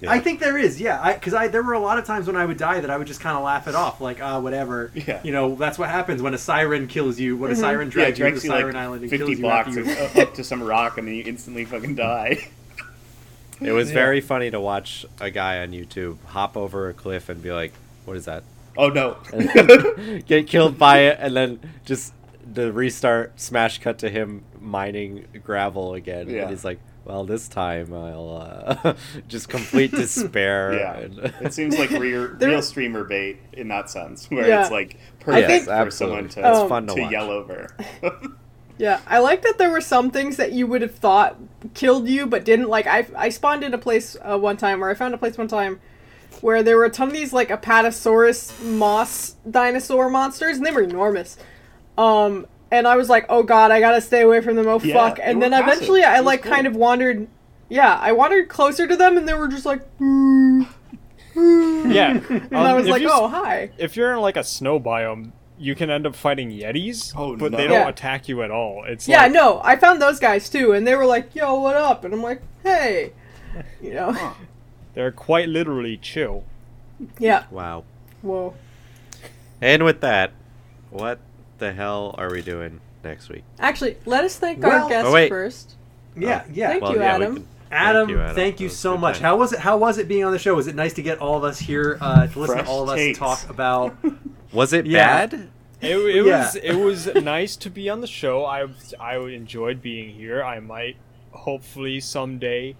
S1: Yeah.
S2: I think there is, yeah. Because I, there were a lot of times when I would die that I would just kind of laugh it off, like, ah, whatever.
S3: Yeah.
S2: You know, that's what happens when a siren kills you,
S4: Mm-hmm.
S2: when a siren
S3: yeah,
S2: drags you
S3: it
S2: to
S3: drags
S2: the
S3: you
S2: siren
S3: like
S2: island and
S3: 50
S2: kills you.
S3: blocks
S2: after you.
S3: up- up to some rock, and then you instantly fucking die.
S1: It was
S2: Yeah.
S1: very funny to watch a guy on YouTube hop over a cliff and be like, "What is that?"
S3: Oh no!
S1: Get killed by it, and then just the restart smash cut to him mining gravel again.
S3: Yeah.
S1: And he's like, "Well, this time I'll uh, just complete despair."
S3: yeah,
S1: and-
S3: it seems like real,
S4: There-
S3: real streamer bait in that sense, where
S4: Yeah.
S3: it's like perfect
S1: think-
S3: for
S1: Absolutely.
S3: someone to,
S1: That's
S4: Um,
S1: fun to
S3: to
S1: watch.
S3: yell over.
S4: Yeah, I like that there were some things that you would have thought killed you but didn't. Like, I, I spawned in a place uh, one time, or I found a place one time where there were a ton of these, like, Apatosaurus moss dinosaur monsters, and they were enormous. Um, and I was like, oh god, I gotta stay away from them, oh
S3: Yeah,
S4: fuck.
S3: they
S4: And
S3: were
S4: then eventually
S3: massive.
S4: I,
S3: It was
S4: like, kind
S3: cool.
S4: of wandered. Yeah, I wandered closer to them, and they were just like, "Mm, mm."
S5: Yeah. Um,
S4: and
S3: Um,
S4: I was
S5: if
S4: like,
S5: you s-
S4: oh, hi.
S5: If you're in like a snow biome, you can end up fighting yetis,
S3: Oh,
S5: but
S3: no.
S5: they don't
S4: Yeah.
S5: attack you at all. It's
S4: Yeah,
S5: like,
S4: no, I found those guys too, and they were like, "Yo, what up?" And I'm like, "Hey," you know,
S5: they're quite literally chill.
S4: yeah.
S1: wow.
S4: Whoa,
S1: And with that, what the hell are we doing next week?
S4: actually, let us thank
S2: Well-
S4: our guest
S1: Oh, wait.
S4: first.
S2: Yeah, yeah.
S4: Thank
S1: Well,
S4: you,
S1: yeah, we
S4: Adam.
S1: can-
S2: Adam,
S1: Thank you, Adam. That was a
S2: so
S1: good
S2: much.
S1: time.
S2: How was it? How was it being on the show? Was it nice to get all of us here uh, to listen
S3: Fresh
S2: to all of us
S3: takes.
S2: talk about?
S1: was it
S2: Yeah.
S1: bad?
S5: It, it
S2: Yeah.
S5: was it was nice to be on the show. I I enjoyed being here. I might hopefully someday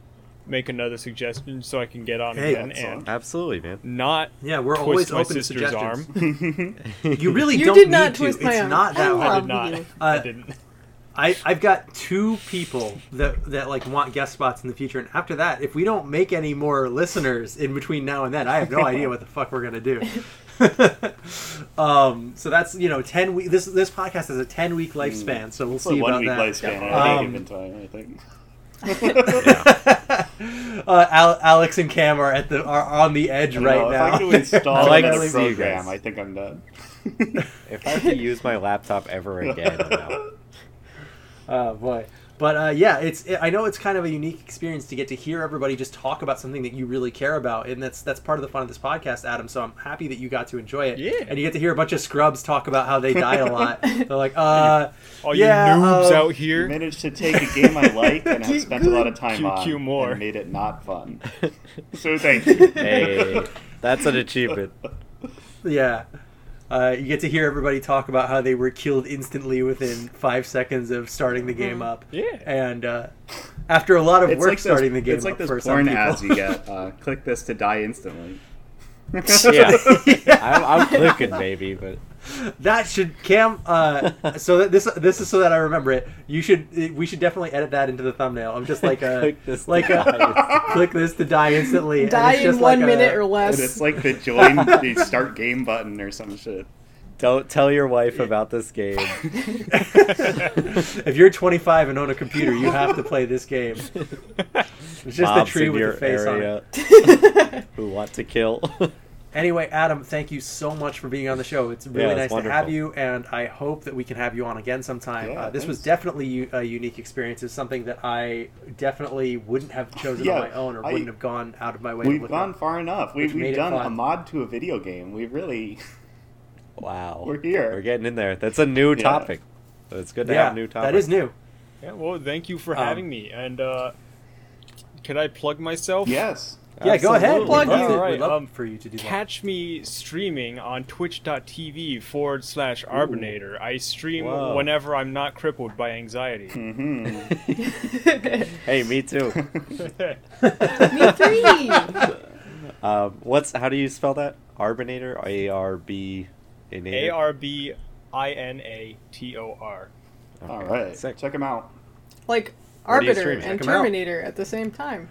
S5: make another suggestion so I can get on
S2: Hey,
S5: again
S3: that's
S5: and
S1: Absolutely, man.
S5: not
S2: Yeah, we're always
S5: twist my
S2: open to
S5: sister's
S2: suggestions.
S5: arm.
S2: You really
S4: You
S2: don't
S4: did
S2: need
S4: not
S2: to.
S4: twist my
S2: it's
S4: arm.
S2: not that
S4: I
S2: hard.
S5: I
S4: love
S5: did not.
S4: you.
S5: I
S2: Uh,
S5: didn't.
S2: I, I've got two people that that like want guest spots in the future, and after that, if we don't make any more listeners in between now and then, I have no idea what the fuck we're gonna do. um, so that's you know ten week. This this podcast has a ten week lifespan, so we'll
S3: Hmm. It's a
S2: see about
S3: one week
S2: that.
S3: lifespan at
S2: Um,
S3: any given time, I think.
S2: uh, Al- Alex and Cam are at the are on the edge
S3: I don't
S2: right
S3: know,
S2: now.
S3: If I could install
S1: I like
S3: another
S1: to see you
S3: program,
S1: guys.
S3: I think I'm done.
S1: If I could use my laptop ever again, I'm out.
S2: Oh boy. But uh, yeah, it's I know it's kind of a unique experience to get to hear everybody just talk about something that you really care about, and that's that's part of the fun of this podcast, Adam. So I'm happy that you got to enjoy it.
S5: Yeah.
S2: And you get to hear a bunch of scrubs talk about how they die a lot. They're like, uh,
S5: All
S2: yeah,
S5: you noobs
S2: uh,
S5: out
S3: You
S5: here.
S3: managed to take a game I like and have spent a lot of time on
S5: QQ more.
S3: and made it not fun. So thank you.
S1: Hey, that's an achievement.
S2: yeah. Uh, you get to hear everybody talk about how they were killed instantly within five seconds of starting the game up.
S5: Mm-hmm. Yeah.
S2: And uh, after a lot of work
S3: those-
S2: starting the game
S3: It's
S2: up
S3: like those
S2: for
S3: porn
S2: some
S3: ads you
S2: people.
S3: get. Uh, click this to die instantly.
S1: Yeah, I'm, I'm clicking, baby, but
S2: That should Cam. Uh, so that this this is so that I remember it. You should it- we should definitely edit that into the thumbnail. I'm just like a
S1: Click this to
S2: like a
S1: die.
S2: click this to die instantly. and
S4: Die
S2: it's
S4: in
S2: just
S4: one
S2: like a-
S4: minute or
S3: And
S4: less.
S3: it's like the join the start game button or some shit.
S1: don't tell your wife about this game.
S2: if you're 25 and own a computer, you have to play this game. It's just the
S1: Mobs
S2: tree
S1: in
S2: with
S1: your
S2: the face on it.
S1: area who want to kill.
S2: Anyway, Adam, thank you so much for being on the show. It's really
S1: Yeah, it's
S2: nice to
S1: wonderful.
S2: have you, and I hope that we can have you on again sometime.
S3: Yeah,
S2: uh, this was
S3: thanks.
S2: definitely u- a unique experience. It's something that I definitely wouldn't have chosen
S3: Yeah,
S2: on my own, or
S3: I-
S2: wouldn't have gone out of my way. to
S3: We've
S2: look
S3: gone
S2: up.
S3: far enough. We,
S2: Which made
S3: we've
S2: it
S3: done a
S2: fun.
S3: mod to a video game. We really
S1: wow,
S3: We're here.
S1: We're getting in there. That's a new
S3: Yeah.
S1: topic. So it's good to
S2: Yeah,
S1: have new topics.
S2: that is new.
S5: Yeah, well, thank you for
S2: Um,
S5: having me. And uh, can I plug myself?
S3: Yes.
S2: Yeah, go ahead.
S1: Absolutely.
S2: We'd love,
S5: Plug
S2: to-
S5: you.
S2: we'd love
S5: Um,
S2: for you to do that.
S5: Catch me streaming on twitch.tv forward slash Arbinator. I stream
S1: Whoa.
S5: whenever I'm not crippled by anxiety.
S3: hmm
S1: Hey, me too.
S4: Me three.
S1: um, what's how do you spell that? Arbinator. A R B.
S5: A R B I N A T O R.
S3: All right.
S1: Sick.
S3: Check him out.
S4: like
S1: What do you
S4: Arbiter
S1: stream?
S4: and
S2: Check 'em out.
S4: Terminator at the same time.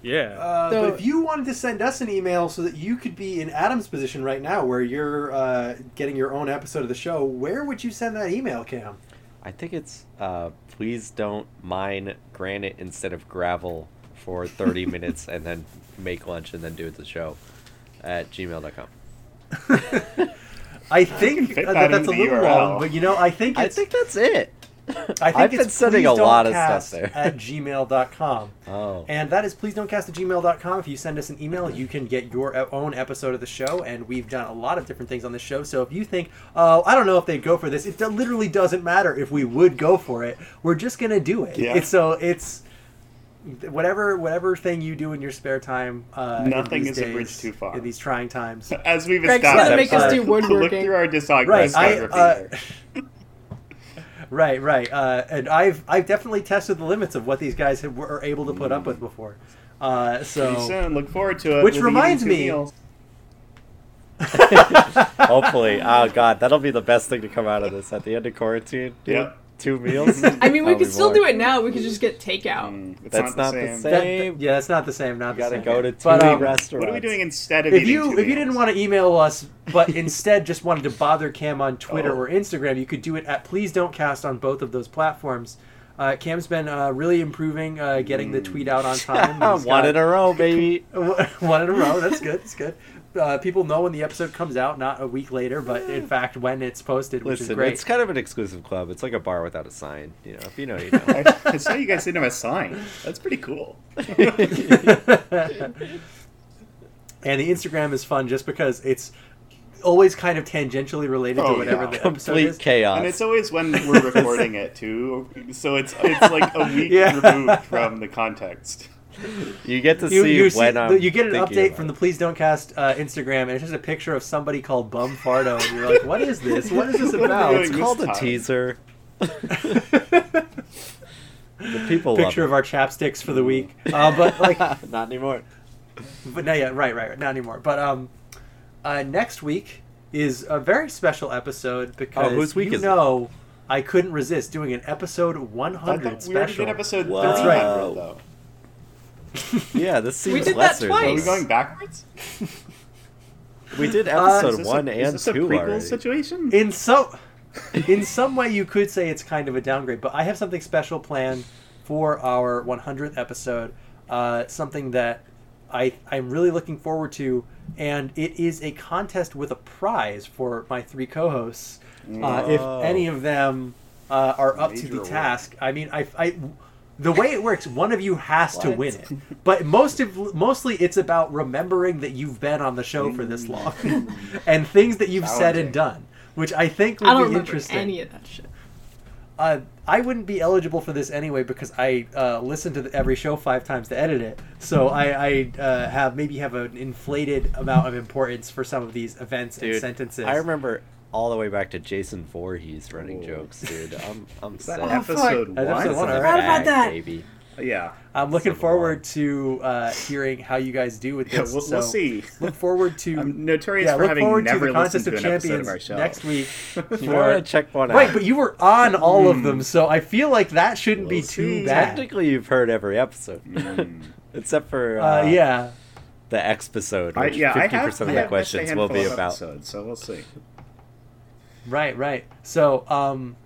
S5: Yeah.
S2: Uh,
S4: So-
S2: but if you wanted to send us an email so that you could be in Adam's position right now, where you're uh, getting your own episode of the show, where would you send that email, Cam?
S1: I think it's uh, please don't mine granite instead of gravel for 30 minutes and then make lunch and then do the show at gmail.com.
S2: I think
S3: fit
S2: uh, that
S3: that
S2: that's a
S3: into the
S2: little
S3: URL.
S2: long, but you know, I think
S1: I
S2: it's.
S1: think that's it.
S2: I think
S1: I've been
S2: it's
S1: sending a
S2: please don't
S1: lot of
S2: cast
S1: stuff there.
S2: at gmail.com.
S1: Oh.
S2: And that is please don't cast at gmail.com. If you send us an email, you can get your e- own episode of the show. And we've done a lot of different things on this show. So if you think, oh, I don't know if they'd go for this, it do- literally doesn't matter if we would go for it. We're just going to do it.
S3: Yeah.
S2: It's- so it's whatever whatever thing you do in your spare time. Uh, in
S3: Nothing
S2: these
S3: is a
S2: days,
S3: bridge too far.
S2: In these trying times.
S3: As we've
S4: Greg's gonna
S3: established,
S1: make us
S4: do
S3: look
S4: woodworking.
S3: through our discography.
S2: Right, I,
S3: discography
S2: uh,
S3: here.
S2: Right, right, uh, and I've I've definitely tested the limits of what these guys have, were able to put up with before. Uh,
S3: Mm. Pretty
S2: so,
S3: soon. Look forward to it.
S2: Which
S3: We'll be
S2: reminds
S3: eating two
S2: me-
S3: meals.
S1: Hopefully. Oh, God. That'll be the best thing to come out of this at the end of quarantine. dude.
S3: Yep.
S1: Two meals.
S4: I mean, we
S1: Probably
S4: could still
S1: more.
S4: do it now. We could just get takeout.
S2: um,
S3: Mm, it's
S1: That's
S3: not the same.
S2: that- that- yeah, it's not the same. Not
S1: You
S2: the
S1: gotta
S2: same.
S1: go to two
S2: But, um,
S1: restaurants.
S3: What are we doing instead of
S2: if
S3: eating
S2: you
S3: two
S2: if
S3: meals?
S2: you didn't want to email us, but instead just wanted to bother Cam on Twitter
S3: Oh.
S2: or Instagram, you could do it at Please Don't Cast on both of those platforms. Uh, Cam's been uh, really improving, uh, getting the tweet out on time. He's
S1: One
S2: got-
S1: in a row, baby.
S2: one in a row. That's good. That's good. Uh, people know when the episode comes out, not a week later, but in fact when it's posted, which is
S1: Listen,
S2: great.
S1: it's kind of an exclusive club. It's like a bar without a sign. You know, if you know, you know.
S3: I saw you guys sitting on a sign. That's pretty cool.
S2: and the Instagram is fun just because it's always kind of tangentially related
S3: Oh,
S2: to whatever
S3: yeah.
S2: the episode
S1: Complete
S2: is.
S1: chaos.
S3: And it's always when we're recording it too, so it's it's like a week
S2: Yeah.
S3: removed from the context.
S1: You get to
S2: You,
S1: see
S2: you, see-
S1: when I'm
S2: you get an
S1: thinking
S2: update
S1: about
S2: from
S1: it.
S2: the Please Don't Cast uh, Instagram, and it's just a picture of somebody called Bum Fardo, and you're like, "What is this? What is this
S3: What are
S2: about?"
S3: we
S1: It's
S3: this
S1: called a
S3: time.
S1: teaser.
S2: the
S1: The people
S2: picture
S1: love
S2: of our chapsticks for the week, uh, but like
S1: it. not anymore.
S2: But no, yeah, right, right, right, not anymore. But um, uh, next week is a very special episode because
S1: Oh, whose week
S2: you
S1: is it?
S2: know I couldn't resist doing an episode 100
S3: I thought we already
S2: special.
S3: did episode
S1: Wow.
S3: That's
S1: That's
S3: right.
S1: right.
S3: though.
S1: Yeah, this seems
S4: did that
S1: lesser. than
S3: Are we
S4: twice.
S1: that.
S3: going backwards?
S1: We did
S2: Uh,
S1: episode
S3: Is this
S1: one
S3: a,
S1: and
S3: is this a
S1: two
S3: prequel
S1: already.
S3: situation?
S2: in so, in some way, you could say it's kind of a downgrade. But I have something special planned for our 100th episode. Uh, something that I I'm really looking forward to, and it is a contest with a prize for my three co-hosts. Uh, if
S1: Whoa.
S2: any of them uh, are up to
S3: Major
S2: the
S3: award.
S2: task. I mean, I, I- the way it works, one of you has to
S1: What?
S2: win it, but most of mostly it's about remembering that you've been on the show for this long,
S1: Mm.
S2: and things that you've said and
S3: Challenging.
S2: done, which I think would
S4: I don't
S2: be
S4: remember
S2: interesting.
S4: any of that shit.
S2: uh, I wouldn't be eligible for this anyway because I uh, listen to the, every show five times to edit it. So I, I uh, have maybe have an inflated amount of importance for some of these events and
S1: Dude,
S2: sentences.
S1: I remember all the way back to Jason Voorhees running
S3: Whoa.
S1: jokes, dude. I'm I'm
S3: Is that
S2: oh,
S1: sad.
S3: episode
S2: That's episode
S3: one?
S2: one,
S1: It's in
S2: all
S1: the
S2: right.
S4: Forgot about
S1: bag,
S4: that.
S1: Baby.
S3: Yeah.
S2: I'm looking
S1: Civil War.
S2: forward to uh, hearing how you guys do with
S3: Yeah,
S2: this.
S3: we'll,
S2: so
S3: we'll see.
S2: Look forward to
S3: I'm notorious
S2: yeah,
S3: for
S2: look
S3: having
S2: forward to
S3: never
S2: the
S3: listened
S2: contest
S3: to
S2: of
S3: an episode
S2: champions
S3: of our show.
S2: next week.
S1: You want
S2: For,
S1: to check one out?
S2: right, but you were on all of them, so I feel like that shouldn't be
S3: Hmm. We'll
S2: too
S3: see.
S2: bad.
S1: Technically, you've heard every episode,
S3: Hmm.
S1: except for uh,
S2: Uh, yeah,
S1: the episode,
S3: I,
S1: which
S3: yeah, I
S1: fifty
S3: have,
S1: percent
S3: I
S1: of the
S3: have missed a
S1: questions will
S3: handful
S1: be
S3: of
S1: about.
S3: episodes, so we'll see.
S2: right, right. So, um,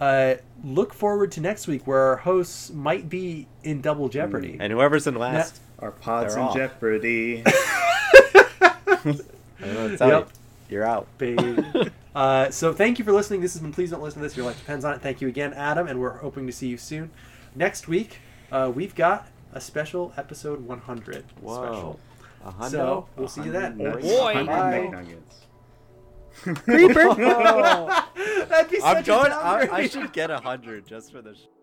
S2: uh, look forward to next week where our hosts might be in double jeopardy.
S1: Mm, And whoever's in last,
S3: Our pods
S1: They're
S3: in
S1: off.
S3: jeopardy.
S1: I don't know what to tell
S2: Yep.
S1: you, you're out.
S2: Babe. uh, so thank you for listening. This has been Please Don't Listen to This. Your life depends on it. Thank you again, Adam, and we're hoping to see you soon. Next week, uh, we've got a special episode 100
S1: Whoa.
S2: special.
S1: A hundo?
S2: So we'll see you then.
S3: Nuts.
S5: Boy.
S3: Hundred
S2: Bye.
S3: McNuggets.
S8: Creeper!
S3: That'd be such
S1: I'm going.
S3: a
S1: I, I
S3: downgrade.
S1: should get a hundred just for the. Sh-